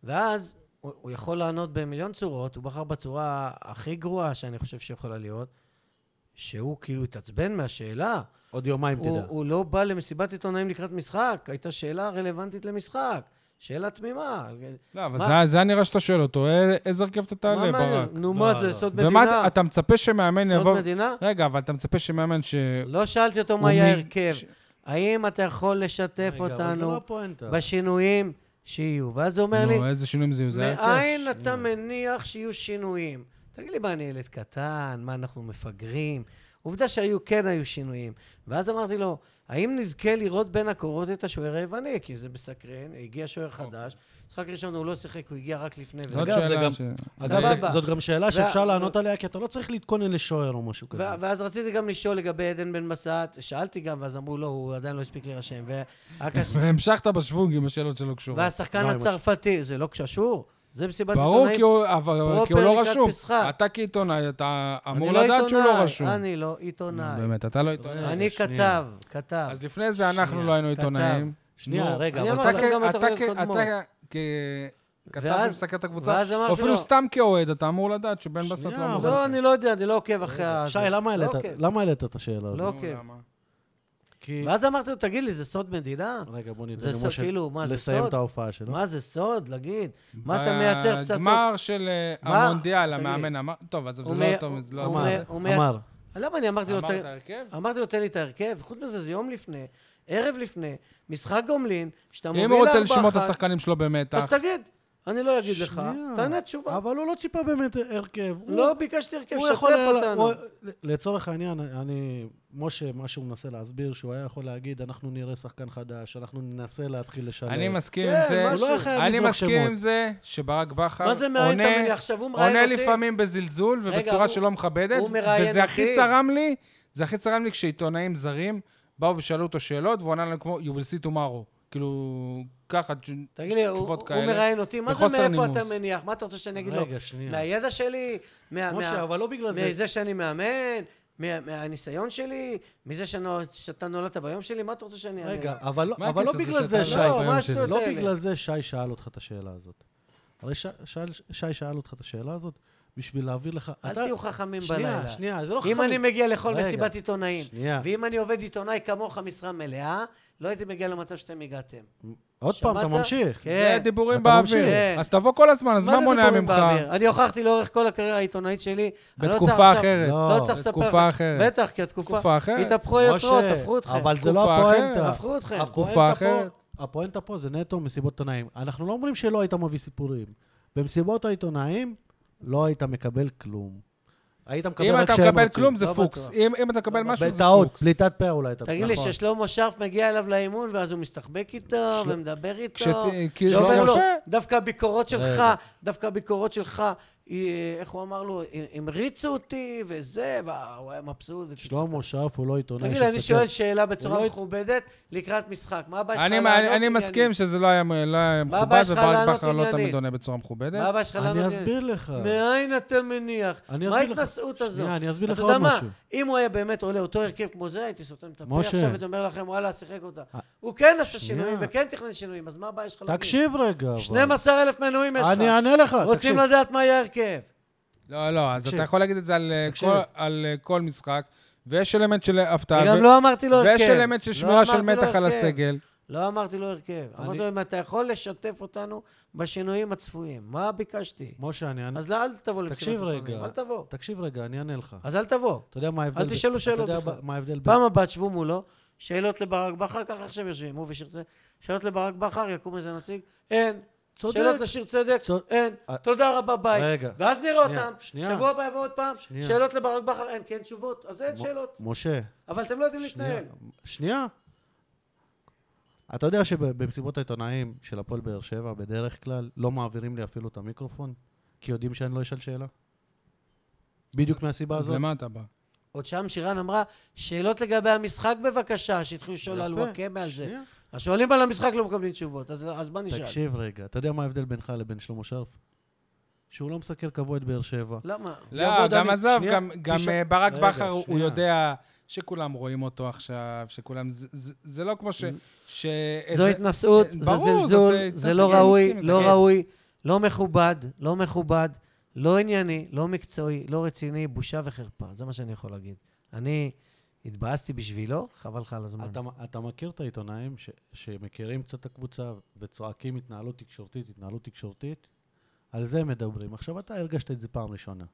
Speaker 3: ואז הוא, הוא יכול לענות במיליון צורות, הוא בחר בצורה הכי גרועה שאני חושב שיכולה להיות, שהוא כאילו התעצבן מהשאלה.
Speaker 2: עוד יומיים
Speaker 3: הוא,
Speaker 2: תדע.
Speaker 3: הוא לא בא למסיבת עיתונאים לקראת משחק, הייתה שאלה רלוונטית למשחק, שאלה תמימה.
Speaker 1: לא, אבל
Speaker 3: מה-
Speaker 1: זה- זה היה נראה שאתה שואל אותו, "אה, איזה הרכב אתה
Speaker 3: מה
Speaker 1: תעלה,
Speaker 3: מעניין?
Speaker 1: ברק?
Speaker 3: נו,
Speaker 2: לא,
Speaker 3: מה זה,
Speaker 2: לא.
Speaker 3: סוד מדינה?
Speaker 1: ומה, אתה- אתה מצפה שמאמן יבוא...
Speaker 3: סוד מדינה?
Speaker 1: רגע, אבל אתה מצפה שמאמן ש...
Speaker 3: לא שאלתי אותו מה
Speaker 1: הוא
Speaker 3: יהיה
Speaker 1: מי-
Speaker 3: ההרכב.
Speaker 1: ש-
Speaker 3: האם אתה יכול לשתף
Speaker 2: רגע, אבל זה לא
Speaker 3: אותנו
Speaker 2: הפואנטה.
Speaker 3: בשינויים שיהיו? ואז הוא אומר לי,
Speaker 1: נו, איזה שינויים זה יהיו, זה היה כיף.
Speaker 3: מאין אתה מניח שיהיו שינויים? תגיד לי, מה, אני ילד קטן? מה, אנחנו מפגרים? עובדה שהיו, כן היו שינויים. ואז אמרתי לו, האם נזכה לראות בין הקורות את השוער היווני? כי זה מסקרן, הגיע שוער
Speaker 1: אוקיי.
Speaker 3: חדש. משחק ראשון הוא לא שיחק, הוא הגיע רק לפני...
Speaker 1: זאת
Speaker 2: אגב, זה
Speaker 1: שאלה
Speaker 2: גם-
Speaker 1: ש-
Speaker 2: אגב,
Speaker 3: סבבה.
Speaker 2: זה- זאת גם שאלה
Speaker 3: וה-
Speaker 2: שאפשר לענות עליה, כי אתה לא צריך להתכונן לשוער או משהו כזה.
Speaker 3: ו- ואז רציתי גם לשאול לגבי עדן בן בסט, שאלתי גם, ואז אמרו, לא, הוא עדיין לא הספיק להירשם. והקש-
Speaker 1: והמשכת בשוונג עם השאלות שלא קשורות.
Speaker 3: והשחקן
Speaker 2: לא, עם
Speaker 3: הצרפתי, זה לא קשור? זה מסיבת
Speaker 1: ברור,
Speaker 3: עיתונאים?
Speaker 1: כי הוא אבל-
Speaker 3: פרופר
Speaker 1: כי הוא לא
Speaker 3: לקראת
Speaker 1: רשום.
Speaker 3: משחק.
Speaker 1: אתה כעיתונאי, אתה
Speaker 3: אני
Speaker 1: אמור
Speaker 3: לא
Speaker 1: לדעת שהוא לא
Speaker 3: עיתונאי,
Speaker 1: רשום.
Speaker 3: אני לא עיתונאי.
Speaker 1: באמת, אתה לא עיתונאי.
Speaker 3: אני
Speaker 2: אה, שנייה.
Speaker 3: כתב, כתב.
Speaker 1: אז לפני זה אנחנו
Speaker 2: שנייה,
Speaker 1: לא היינו
Speaker 3: כתב.
Speaker 1: עיתונאים.
Speaker 2: שנייה,
Speaker 3: נו,
Speaker 2: רגע,
Speaker 3: אני
Speaker 2: אבל
Speaker 1: אתה
Speaker 3: אמרתי
Speaker 1: כ-
Speaker 3: לך גם
Speaker 1: אתה
Speaker 3: בתוכניות
Speaker 1: כ-
Speaker 3: קודמות.
Speaker 1: אתה כ- כתב
Speaker 3: ואז-
Speaker 1: שמסכם את הקבוצה,
Speaker 3: ואז אמרתי
Speaker 1: או אפילו
Speaker 3: לו-
Speaker 1: סתם כאוהד, אתה אמור לדעת שבן בסט
Speaker 2: שנייה,
Speaker 1: לא אמור...
Speaker 2: אבל- אה,
Speaker 1: לדעת.
Speaker 3: לא, אני לא יודע, אני לא עוקב אחרי ה...
Speaker 2: שי,
Speaker 3: זה.
Speaker 2: למה
Speaker 3: לא
Speaker 2: העלית-
Speaker 3: עוקב.
Speaker 2: למה העלית את השאלה
Speaker 3: לא.
Speaker 2: הזאת?
Speaker 1: נו,
Speaker 3: אוקיי.
Speaker 1: למה?
Speaker 2: כי...
Speaker 3: ואז אמרתי לו, תגיד לי, זה סוד מדינה?
Speaker 2: רגע, בוא ניתן
Speaker 3: זה סוד,
Speaker 2: למשה
Speaker 3: כאילו, מה, זה
Speaker 2: לסיים
Speaker 3: סוד?
Speaker 2: את ההופעה שלו.
Speaker 3: מה זה סוד? להגיד. מה
Speaker 1: אה,
Speaker 3: אתה מייצר פצצות?
Speaker 1: בגמר של אה,
Speaker 3: מה?
Speaker 1: המונדיאל,
Speaker 3: תגיד.
Speaker 1: המאמן אמר... טוב, אז זה
Speaker 3: הוא
Speaker 1: לא
Speaker 3: מ-
Speaker 1: אותו... זה לא
Speaker 3: הוא
Speaker 1: אותו-
Speaker 3: מ-
Speaker 2: אמר,
Speaker 3: הוא מי-
Speaker 2: אמר.
Speaker 3: למה אני אמרתי לו,
Speaker 1: אמרת
Speaker 3: "ת-
Speaker 1: הרכב?
Speaker 3: אמרתי לו, תן לי את ההרכב, חוץ מזה, זה יום לפני, ערב לפני, משחק גומלין, שאתה מוביל
Speaker 1: אם
Speaker 3: לארבע
Speaker 1: הוא
Speaker 3: אחת,
Speaker 1: רוצה לשמוע את השחקנים שלו במתח,
Speaker 3: אז תגיד, אני לא אגיד לך,
Speaker 2: שנייה.
Speaker 3: תענה תשובה.
Speaker 2: אבל הוא לא ציפה באמת הרכב. הוא-
Speaker 3: לא ביקשתי הרכב,
Speaker 2: הוא
Speaker 3: שתף
Speaker 2: יכול היה-
Speaker 3: אותנו.
Speaker 2: הוא- לצורך העניין, אני... משה, מה שהוא מנסה להסביר, שהוא היה יכול להגיד, אנחנו נראה שחקן חדש, אנחנו ננסה להתחיל לשלם.
Speaker 1: אני מסכים
Speaker 3: כן,
Speaker 1: עם זה.
Speaker 3: משהו. הוא לא
Speaker 2: חייב
Speaker 1: אני
Speaker 2: לזרוק
Speaker 1: מסכים
Speaker 2: שמות.
Speaker 1: עם זה שברק בכר
Speaker 3: מה זה מאיים
Speaker 1: עונה...
Speaker 3: אתה ממני עכשיו? הוא מראיין
Speaker 1: עונה
Speaker 3: אותי.
Speaker 1: לפעמים בזלזול
Speaker 3: רגע,
Speaker 1: ובצורה
Speaker 3: הוא-
Speaker 1: שלא מכבדת,
Speaker 3: הוא מראיין
Speaker 1: וזה הכי
Speaker 3: אותי.
Speaker 1: צרם לי, זה הכי צרם לי כשעיתונאים זרים באו ושאלו אותו שאלות, והוא ענה להם כמו you will see tomorrow. כאילו, ככה תש-
Speaker 3: תגיד לי, הוא-
Speaker 1: תשובות
Speaker 3: הוא
Speaker 1: כאלה.
Speaker 3: מראיין אותי, מה זה
Speaker 1: בחוסר
Speaker 3: מאיפה
Speaker 1: נימוס.
Speaker 3: אתה מניח? מה אתה רוצה שאני אגיד לו?
Speaker 2: רגע, שנייה.
Speaker 3: מהידע שלי? מה-
Speaker 2: משה,
Speaker 3: מה-
Speaker 2: אבל לא בגלל זה.
Speaker 3: מזה שאני מאמן? מה- מהניסיון שלי? מזה שאני- לא- שאתה נולדת ביום שלי? מה אתה רוצה שאני אענה?
Speaker 2: רגע, אבל לא-
Speaker 1: מה
Speaker 2: אבל לא
Speaker 1: הקשר
Speaker 2: בגלל
Speaker 1: שאתה
Speaker 2: זה,
Speaker 1: לא
Speaker 2: שי.
Speaker 1: ביום
Speaker 3: מה
Speaker 1: שלי?
Speaker 3: השטויות
Speaker 2: לא
Speaker 3: האלה?
Speaker 2: בגלל זה שי שאל אותך את השאלה הזאת. הרי ש- שאל- שי שאל אותך את השאלה הזאת בשביל להעביר לך...
Speaker 3: אל
Speaker 2: אתה-
Speaker 3: תהיו חכמים
Speaker 2: שנייה,
Speaker 3: בלילה.
Speaker 2: שנייה, זה לא חכמים.
Speaker 3: אם אני מגיע לכל
Speaker 2: רגע,
Speaker 3: מסיבת עיתונאים,
Speaker 2: שנייה.
Speaker 3: ואם אני עובד עיתונאי כמוך משרה מלאה, לא הייתי מגיע למצב שאתם הגעתם.
Speaker 2: עוד פעם, אתה
Speaker 3: שמעת?
Speaker 2: ממשיך.
Speaker 1: זה
Speaker 3: כן.
Speaker 1: דיבורים
Speaker 2: אתה
Speaker 1: באוויר.
Speaker 3: ממשיך.
Speaker 1: אה, אז תבוא כל הזמן, אז
Speaker 3: מה
Speaker 1: מה
Speaker 3: זה
Speaker 1: מונע
Speaker 3: דיבורים
Speaker 1: ממך?
Speaker 3: באוויר? אני הוכחתי לאורך כל הקריירה העיתונאית שלי. אני לא צריך
Speaker 1: בתקופה
Speaker 3: עכשיו-
Speaker 1: אחרת.
Speaker 3: לא
Speaker 2: לא,
Speaker 3: צריך לספר.
Speaker 1: בתקופה
Speaker 3: לך.
Speaker 1: אחרת.
Speaker 3: בטח, כי התקופה...
Speaker 1: תקופה אחרת.
Speaker 3: התהפכו היוצרות,
Speaker 2: משה,
Speaker 3: הפכו אתכם.
Speaker 2: אבל זה
Speaker 1: תקופה
Speaker 2: לא
Speaker 1: אחרת.
Speaker 2: הפואנטה.
Speaker 3: הפכו אתכם.
Speaker 1: תקופה
Speaker 2: הפואנטה
Speaker 1: אחרת.
Speaker 2: פה- הפואנטה פה זה נטו מסיבות עיתונאים. אנחנו לא אומרים שלא היית מביא סיפורים. במסיבות העיתונאים לא היית מקבל כלום. היית מקבל
Speaker 1: אם
Speaker 2: רק
Speaker 1: אתה
Speaker 2: שהם
Speaker 1: מקבל
Speaker 2: רוצים.
Speaker 1: כלום זה
Speaker 2: לא
Speaker 1: פוקס.
Speaker 2: בטוח.
Speaker 1: אם אם אתה מקבל משהו זה
Speaker 2: בטעות,
Speaker 1: פוקס.
Speaker 2: פליטת פה אולי אתה... נכון.
Speaker 3: תגיד לי ששלמה שרף מגיע אליו לאימון, ואז הוא מסתחבק איתו,
Speaker 2: של-
Speaker 3: ומדבר איתו.
Speaker 1: כשת- כי-
Speaker 3: לא אומר לו,
Speaker 1: יפה.
Speaker 3: דווקא הביקורות שלך,
Speaker 2: רגע.
Speaker 3: דווקא הביקורות שלך, אה, איך הוא אמר לו, "אה, המריצו אותי, וזה, והוא היה מבסוט. ותצ-
Speaker 2: שלמה שרף הוא לא עיתונאי
Speaker 3: תגיד לי, אני
Speaker 2: שצריך-
Speaker 3: שואל שאלה בצורה
Speaker 2: לא-
Speaker 3: מכובדת לקראת משחק. מה הבעיה שלך
Speaker 1: אני-
Speaker 3: לענות
Speaker 1: אני- אני
Speaker 3: עניינית?
Speaker 1: מסכים שזה לא היה- לא היה מכובד,
Speaker 3: הבעיה שלך
Speaker 1: וברק
Speaker 3: לענות
Speaker 1: בכר לא תמיד
Speaker 3: עניינית?
Speaker 1: עונה בצורה מכובדת.
Speaker 3: מה הבעיה שלך לענות
Speaker 2: כן. אני
Speaker 3: עניינית?
Speaker 2: אסביר לך.
Speaker 3: מאין אתה מניח?
Speaker 2: אני
Speaker 3: מה
Speaker 2: אסביר לך-
Speaker 3: ההתנשאות הזו?
Speaker 2: שנייה, אני אסביר לך
Speaker 3: אתה
Speaker 2: עוד
Speaker 3: יודע מה?
Speaker 2: משהו.
Speaker 3: אם הוא היה באמת עולה אותו הרכב כמו זה, הייתי סותם את הפה
Speaker 2: משה.
Speaker 3: עכשיו ואתה אומר לכם, וואלה, שיחק אותה.
Speaker 2: אה,
Speaker 3: הוא כן עשה
Speaker 2: שנייה.
Speaker 3: שינויים וכן תכנן שינויים, אז מה הבעיה שלך להגיד?
Speaker 2: תקשיב רגע, אבל.
Speaker 3: 12,000 מנויים יש
Speaker 2: אני
Speaker 3: לך.
Speaker 2: אענה לך, תקשיב.
Speaker 3: רוצים לדעת מה יהיה ההרכב.
Speaker 1: לא, לא, אז
Speaker 2: תקשיב.
Speaker 1: אתה יכול להגיד את זה על אה,
Speaker 2: תקשיב.
Speaker 1: כל- על אה, כל משחק, ויש אלמנט של הפתעה, אה, ו-
Speaker 3: וגם לא אמרתי לו הרכב.
Speaker 1: ויש אלמנט של
Speaker 3: לא
Speaker 1: שמירה של
Speaker 3: אמרתי לו
Speaker 1: מתח על
Speaker 3: הרכב.
Speaker 1: הסגל.
Speaker 3: לא אמרתי לו הרכב. אמרתי לו, אם אתה יכול לשתף אותנו בשינויים הצפויים. מה ביקשתי?
Speaker 2: משה, אני אענה...
Speaker 3: אז לא, אל תבוא למסיבת
Speaker 2: תקשיב
Speaker 3: עיתונאים.
Speaker 2: רגע.
Speaker 3: אל תבוא.
Speaker 2: תקשיב רגע, אני אענה לך.
Speaker 3: אז אל תבוא.
Speaker 2: אתה יודע מה ההבדל?
Speaker 3: אל
Speaker 2: ב-
Speaker 3: תשאלו שאלות
Speaker 2: אתה יודע
Speaker 3: בכלל.
Speaker 2: ב- מה ההבדל בין...
Speaker 3: פעם הבאה תשבו מולו, שאלות לברק בכר, ככה עכשיו יושבים, הוא ושיר צדק, שאלות לברק בכר, יקום איזה נציג, אין.
Speaker 2: צודק.
Speaker 3: שאלות לשיר צדק,
Speaker 2: צוד-
Speaker 3: אין.
Speaker 2: אה,
Speaker 3: תודה רבה, ביי.
Speaker 2: רגע.
Speaker 3: ואז נראה
Speaker 2: שנייה,
Speaker 3: אותם.
Speaker 2: שנייה.
Speaker 3: שבוע הבא יבוא עוד פעם,
Speaker 2: שנייה.
Speaker 3: שאלות לברק בכר, אין, כי אין תשובות, אז אין שאלות.
Speaker 2: משה,
Speaker 3: אבל אתם לא יודעים
Speaker 2: שנייה.
Speaker 3: להתנהל.
Speaker 2: שנייה. אתה יודע שבמסיבות העיתונאים של הפועל באר שבע, בדרך כלל, לא מעבירים לי אפילו את המיקרופון, כי יודעים שאני לא אשאל שאלה? בדיוק מהסיבה
Speaker 1: אז
Speaker 2: הזאת.
Speaker 1: למה אתה בא?
Speaker 3: עוד שם שירן אמרה, שאלות לגבי המשחק בבקשה, שהתחילו לשאול על
Speaker 2: יפה.
Speaker 3: וואקמה על זה.
Speaker 2: שנייה.
Speaker 3: אז שואלים על המשחק, לא מקבלים תשובות, אז אז מה נשאל?
Speaker 2: תקשיב רגע, אתה יודע מה ההבדל בינך לבין שלמה שרף? שהוא לא מסקר קבוע את באר שבע.
Speaker 3: למה?
Speaker 1: לא,
Speaker 2: יבוא
Speaker 1: גם
Speaker 2: דני-
Speaker 1: עזוב,
Speaker 2: שנייה,
Speaker 1: גם- גם
Speaker 2: תשאל-
Speaker 1: אה, ברק
Speaker 2: רגע,
Speaker 1: בכר, הוא
Speaker 2: שנייה.
Speaker 1: יודע שכולם רואים אותו עכשיו, שכולם... זה- זה זה לא כמו ש... ש-
Speaker 3: זו
Speaker 1: זה-
Speaker 3: התנשאות,
Speaker 1: אה,
Speaker 3: זה
Speaker 1: ברור, זאת,
Speaker 3: זלזול,
Speaker 1: אה,
Speaker 3: זה
Speaker 1: התנשאות,
Speaker 3: לא
Speaker 1: אני
Speaker 3: ראוי,
Speaker 1: מסכים איתך.
Speaker 3: לא
Speaker 1: כן.
Speaker 3: ראוי, לא מכובד, לא מכובד, לא ענייני, לא מקצועי, לא רציני, בושה וחרפה. זה מה שאני יכול להגיד. אני התבאסתי בשבילו, חבל לך על הזמן.
Speaker 2: אתה, אתה מכיר את העיתונאים ש, שמכירים קצת את הקבוצה וצועקים התנהלות תקשורתית, התנהלות תקשורתית? על זה הם מדברים. עכשיו, אתה הרגשת את זה פעם ראשונה.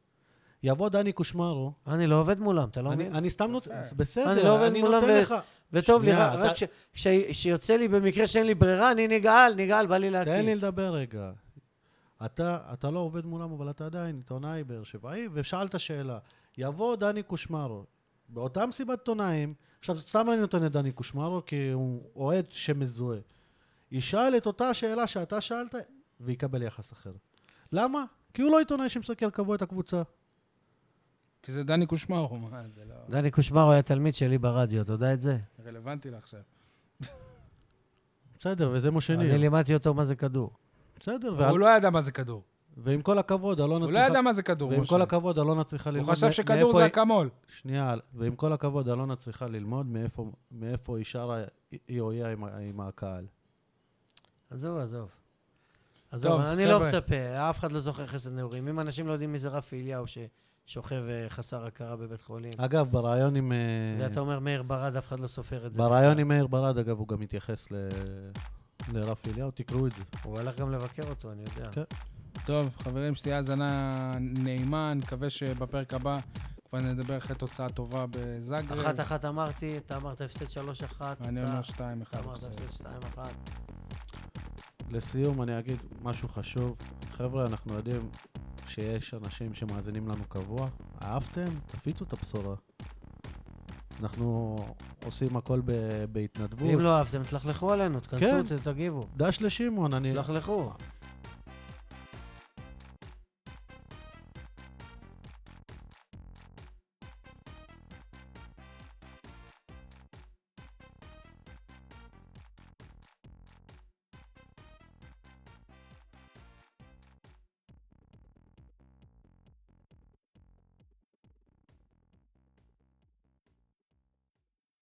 Speaker 2: יבוא דני קושמרו,
Speaker 3: אני לא עובד מולם, אתה לא
Speaker 2: אני,
Speaker 3: מבין?
Speaker 2: אני סתם נות... בסדר,
Speaker 3: אני לא עובד
Speaker 2: אני
Speaker 3: מולם
Speaker 2: נותן
Speaker 3: ו-
Speaker 2: לך...
Speaker 3: וטוב לי,
Speaker 2: שנייה,
Speaker 3: רק-
Speaker 2: אתה-
Speaker 3: רק ש- ש- שיוצא לי במקרה שאין לי ברירה, אני נגעל, נגעל, בא לי
Speaker 2: תן לי
Speaker 3: להקיא.
Speaker 2: לדבר רגע. אתה, אתה לא עובד מולם, אבל אתה עדיין עיתונאי באר שבעי, ושאלת שאלה. יבוא דני קושמרו, באותה מסיבת עיתונאים, עכשיו סתם אני נותן את דני קושמרו, כי הוא אוהד שמזוהה. ישאל את אותה השאלה שאתה שאלת, ויקבל יחס אחר. למה? כי הוא לא עיתונאי שמסקר קבוע את הקבוצה.
Speaker 1: כי זה דני קושמרו, מה, זה לא
Speaker 3: דני קושמרו היה תלמיד שלי ברדיו, אתה יודע את זה?
Speaker 1: רלוונטי לעכשיו.
Speaker 2: בסדר, וזה משה
Speaker 3: אני
Speaker 2: ניר.
Speaker 3: לימדתי אותו מה זה כדור.
Speaker 2: בסדר, וה...
Speaker 1: הוא לא ידע מה זה כדור.
Speaker 2: ועם כל הכבוד, אלונה
Speaker 1: הוא לא
Speaker 2: צריכה...
Speaker 1: ידע מה זה כדור,
Speaker 2: ועם
Speaker 1: משה.
Speaker 2: כל הכבוד, אלונה צריכה
Speaker 1: הוא
Speaker 2: ללמוד
Speaker 1: חשב
Speaker 2: מא-
Speaker 1: שכדור
Speaker 2: מאיפה
Speaker 1: זה
Speaker 2: היא-
Speaker 1: אקמול.
Speaker 2: שנייה, ועם כל הכבוד, אלונה צריכה ללמוד מאיפה, מאיפה היא שרה, היא או היא עם, ה- עם הקהל.
Speaker 3: עזוב, עזוב.
Speaker 1: טוב,
Speaker 3: עזוב, אני לא
Speaker 1: חבר'ה.
Speaker 3: מצפה, אף אחד לא זוכר חסד נעורים. אם אנשים לא יודעים מי זה רפי אליהו ששוכב אה, חסר הכרה בבית חולים,
Speaker 2: אגב, בריאיון עם... אה,
Speaker 3: ואתה אומר מאיר ברד, אף אחד לא סופר את זה.
Speaker 2: בריאיון עם מאיר ברד, אגב, הוא גם התייחס ל... לרפי אליהו, תקראו את זה.
Speaker 3: הוא הלך גם לבקר אותו, אני יודע.
Speaker 2: כן.
Speaker 1: טוב, חברים, שתהיה האזנה נעימה, נקווה שבפרק הבא כבר נדבר אחרי תוצאה טובה בזאגרב.
Speaker 3: אחת אחת אמרתי, אתה אמרת הפסד 3-1,
Speaker 1: אני
Speaker 3: אתה-
Speaker 1: אומר שתיים,
Speaker 3: אתה
Speaker 1: אחד.
Speaker 3: אמרת
Speaker 1: בסדר.
Speaker 3: הפסד 2-1.
Speaker 2: לסיום, אני אגיד משהו חשוב. חבר'ה, אנחנו יודעים שיש אנשים שמאזינים לנו קבוע. אהבתם? תפיצו את הבשורה. אנחנו עושים הכל ב... בהתנדבות.
Speaker 3: ואם לא אהבתם, לא תלכלכו עלינו, תכנסו,
Speaker 2: כן. אה.
Speaker 3: ת- תגיבו. לא
Speaker 2: דש לשמעון, אני...
Speaker 3: תלכלכו.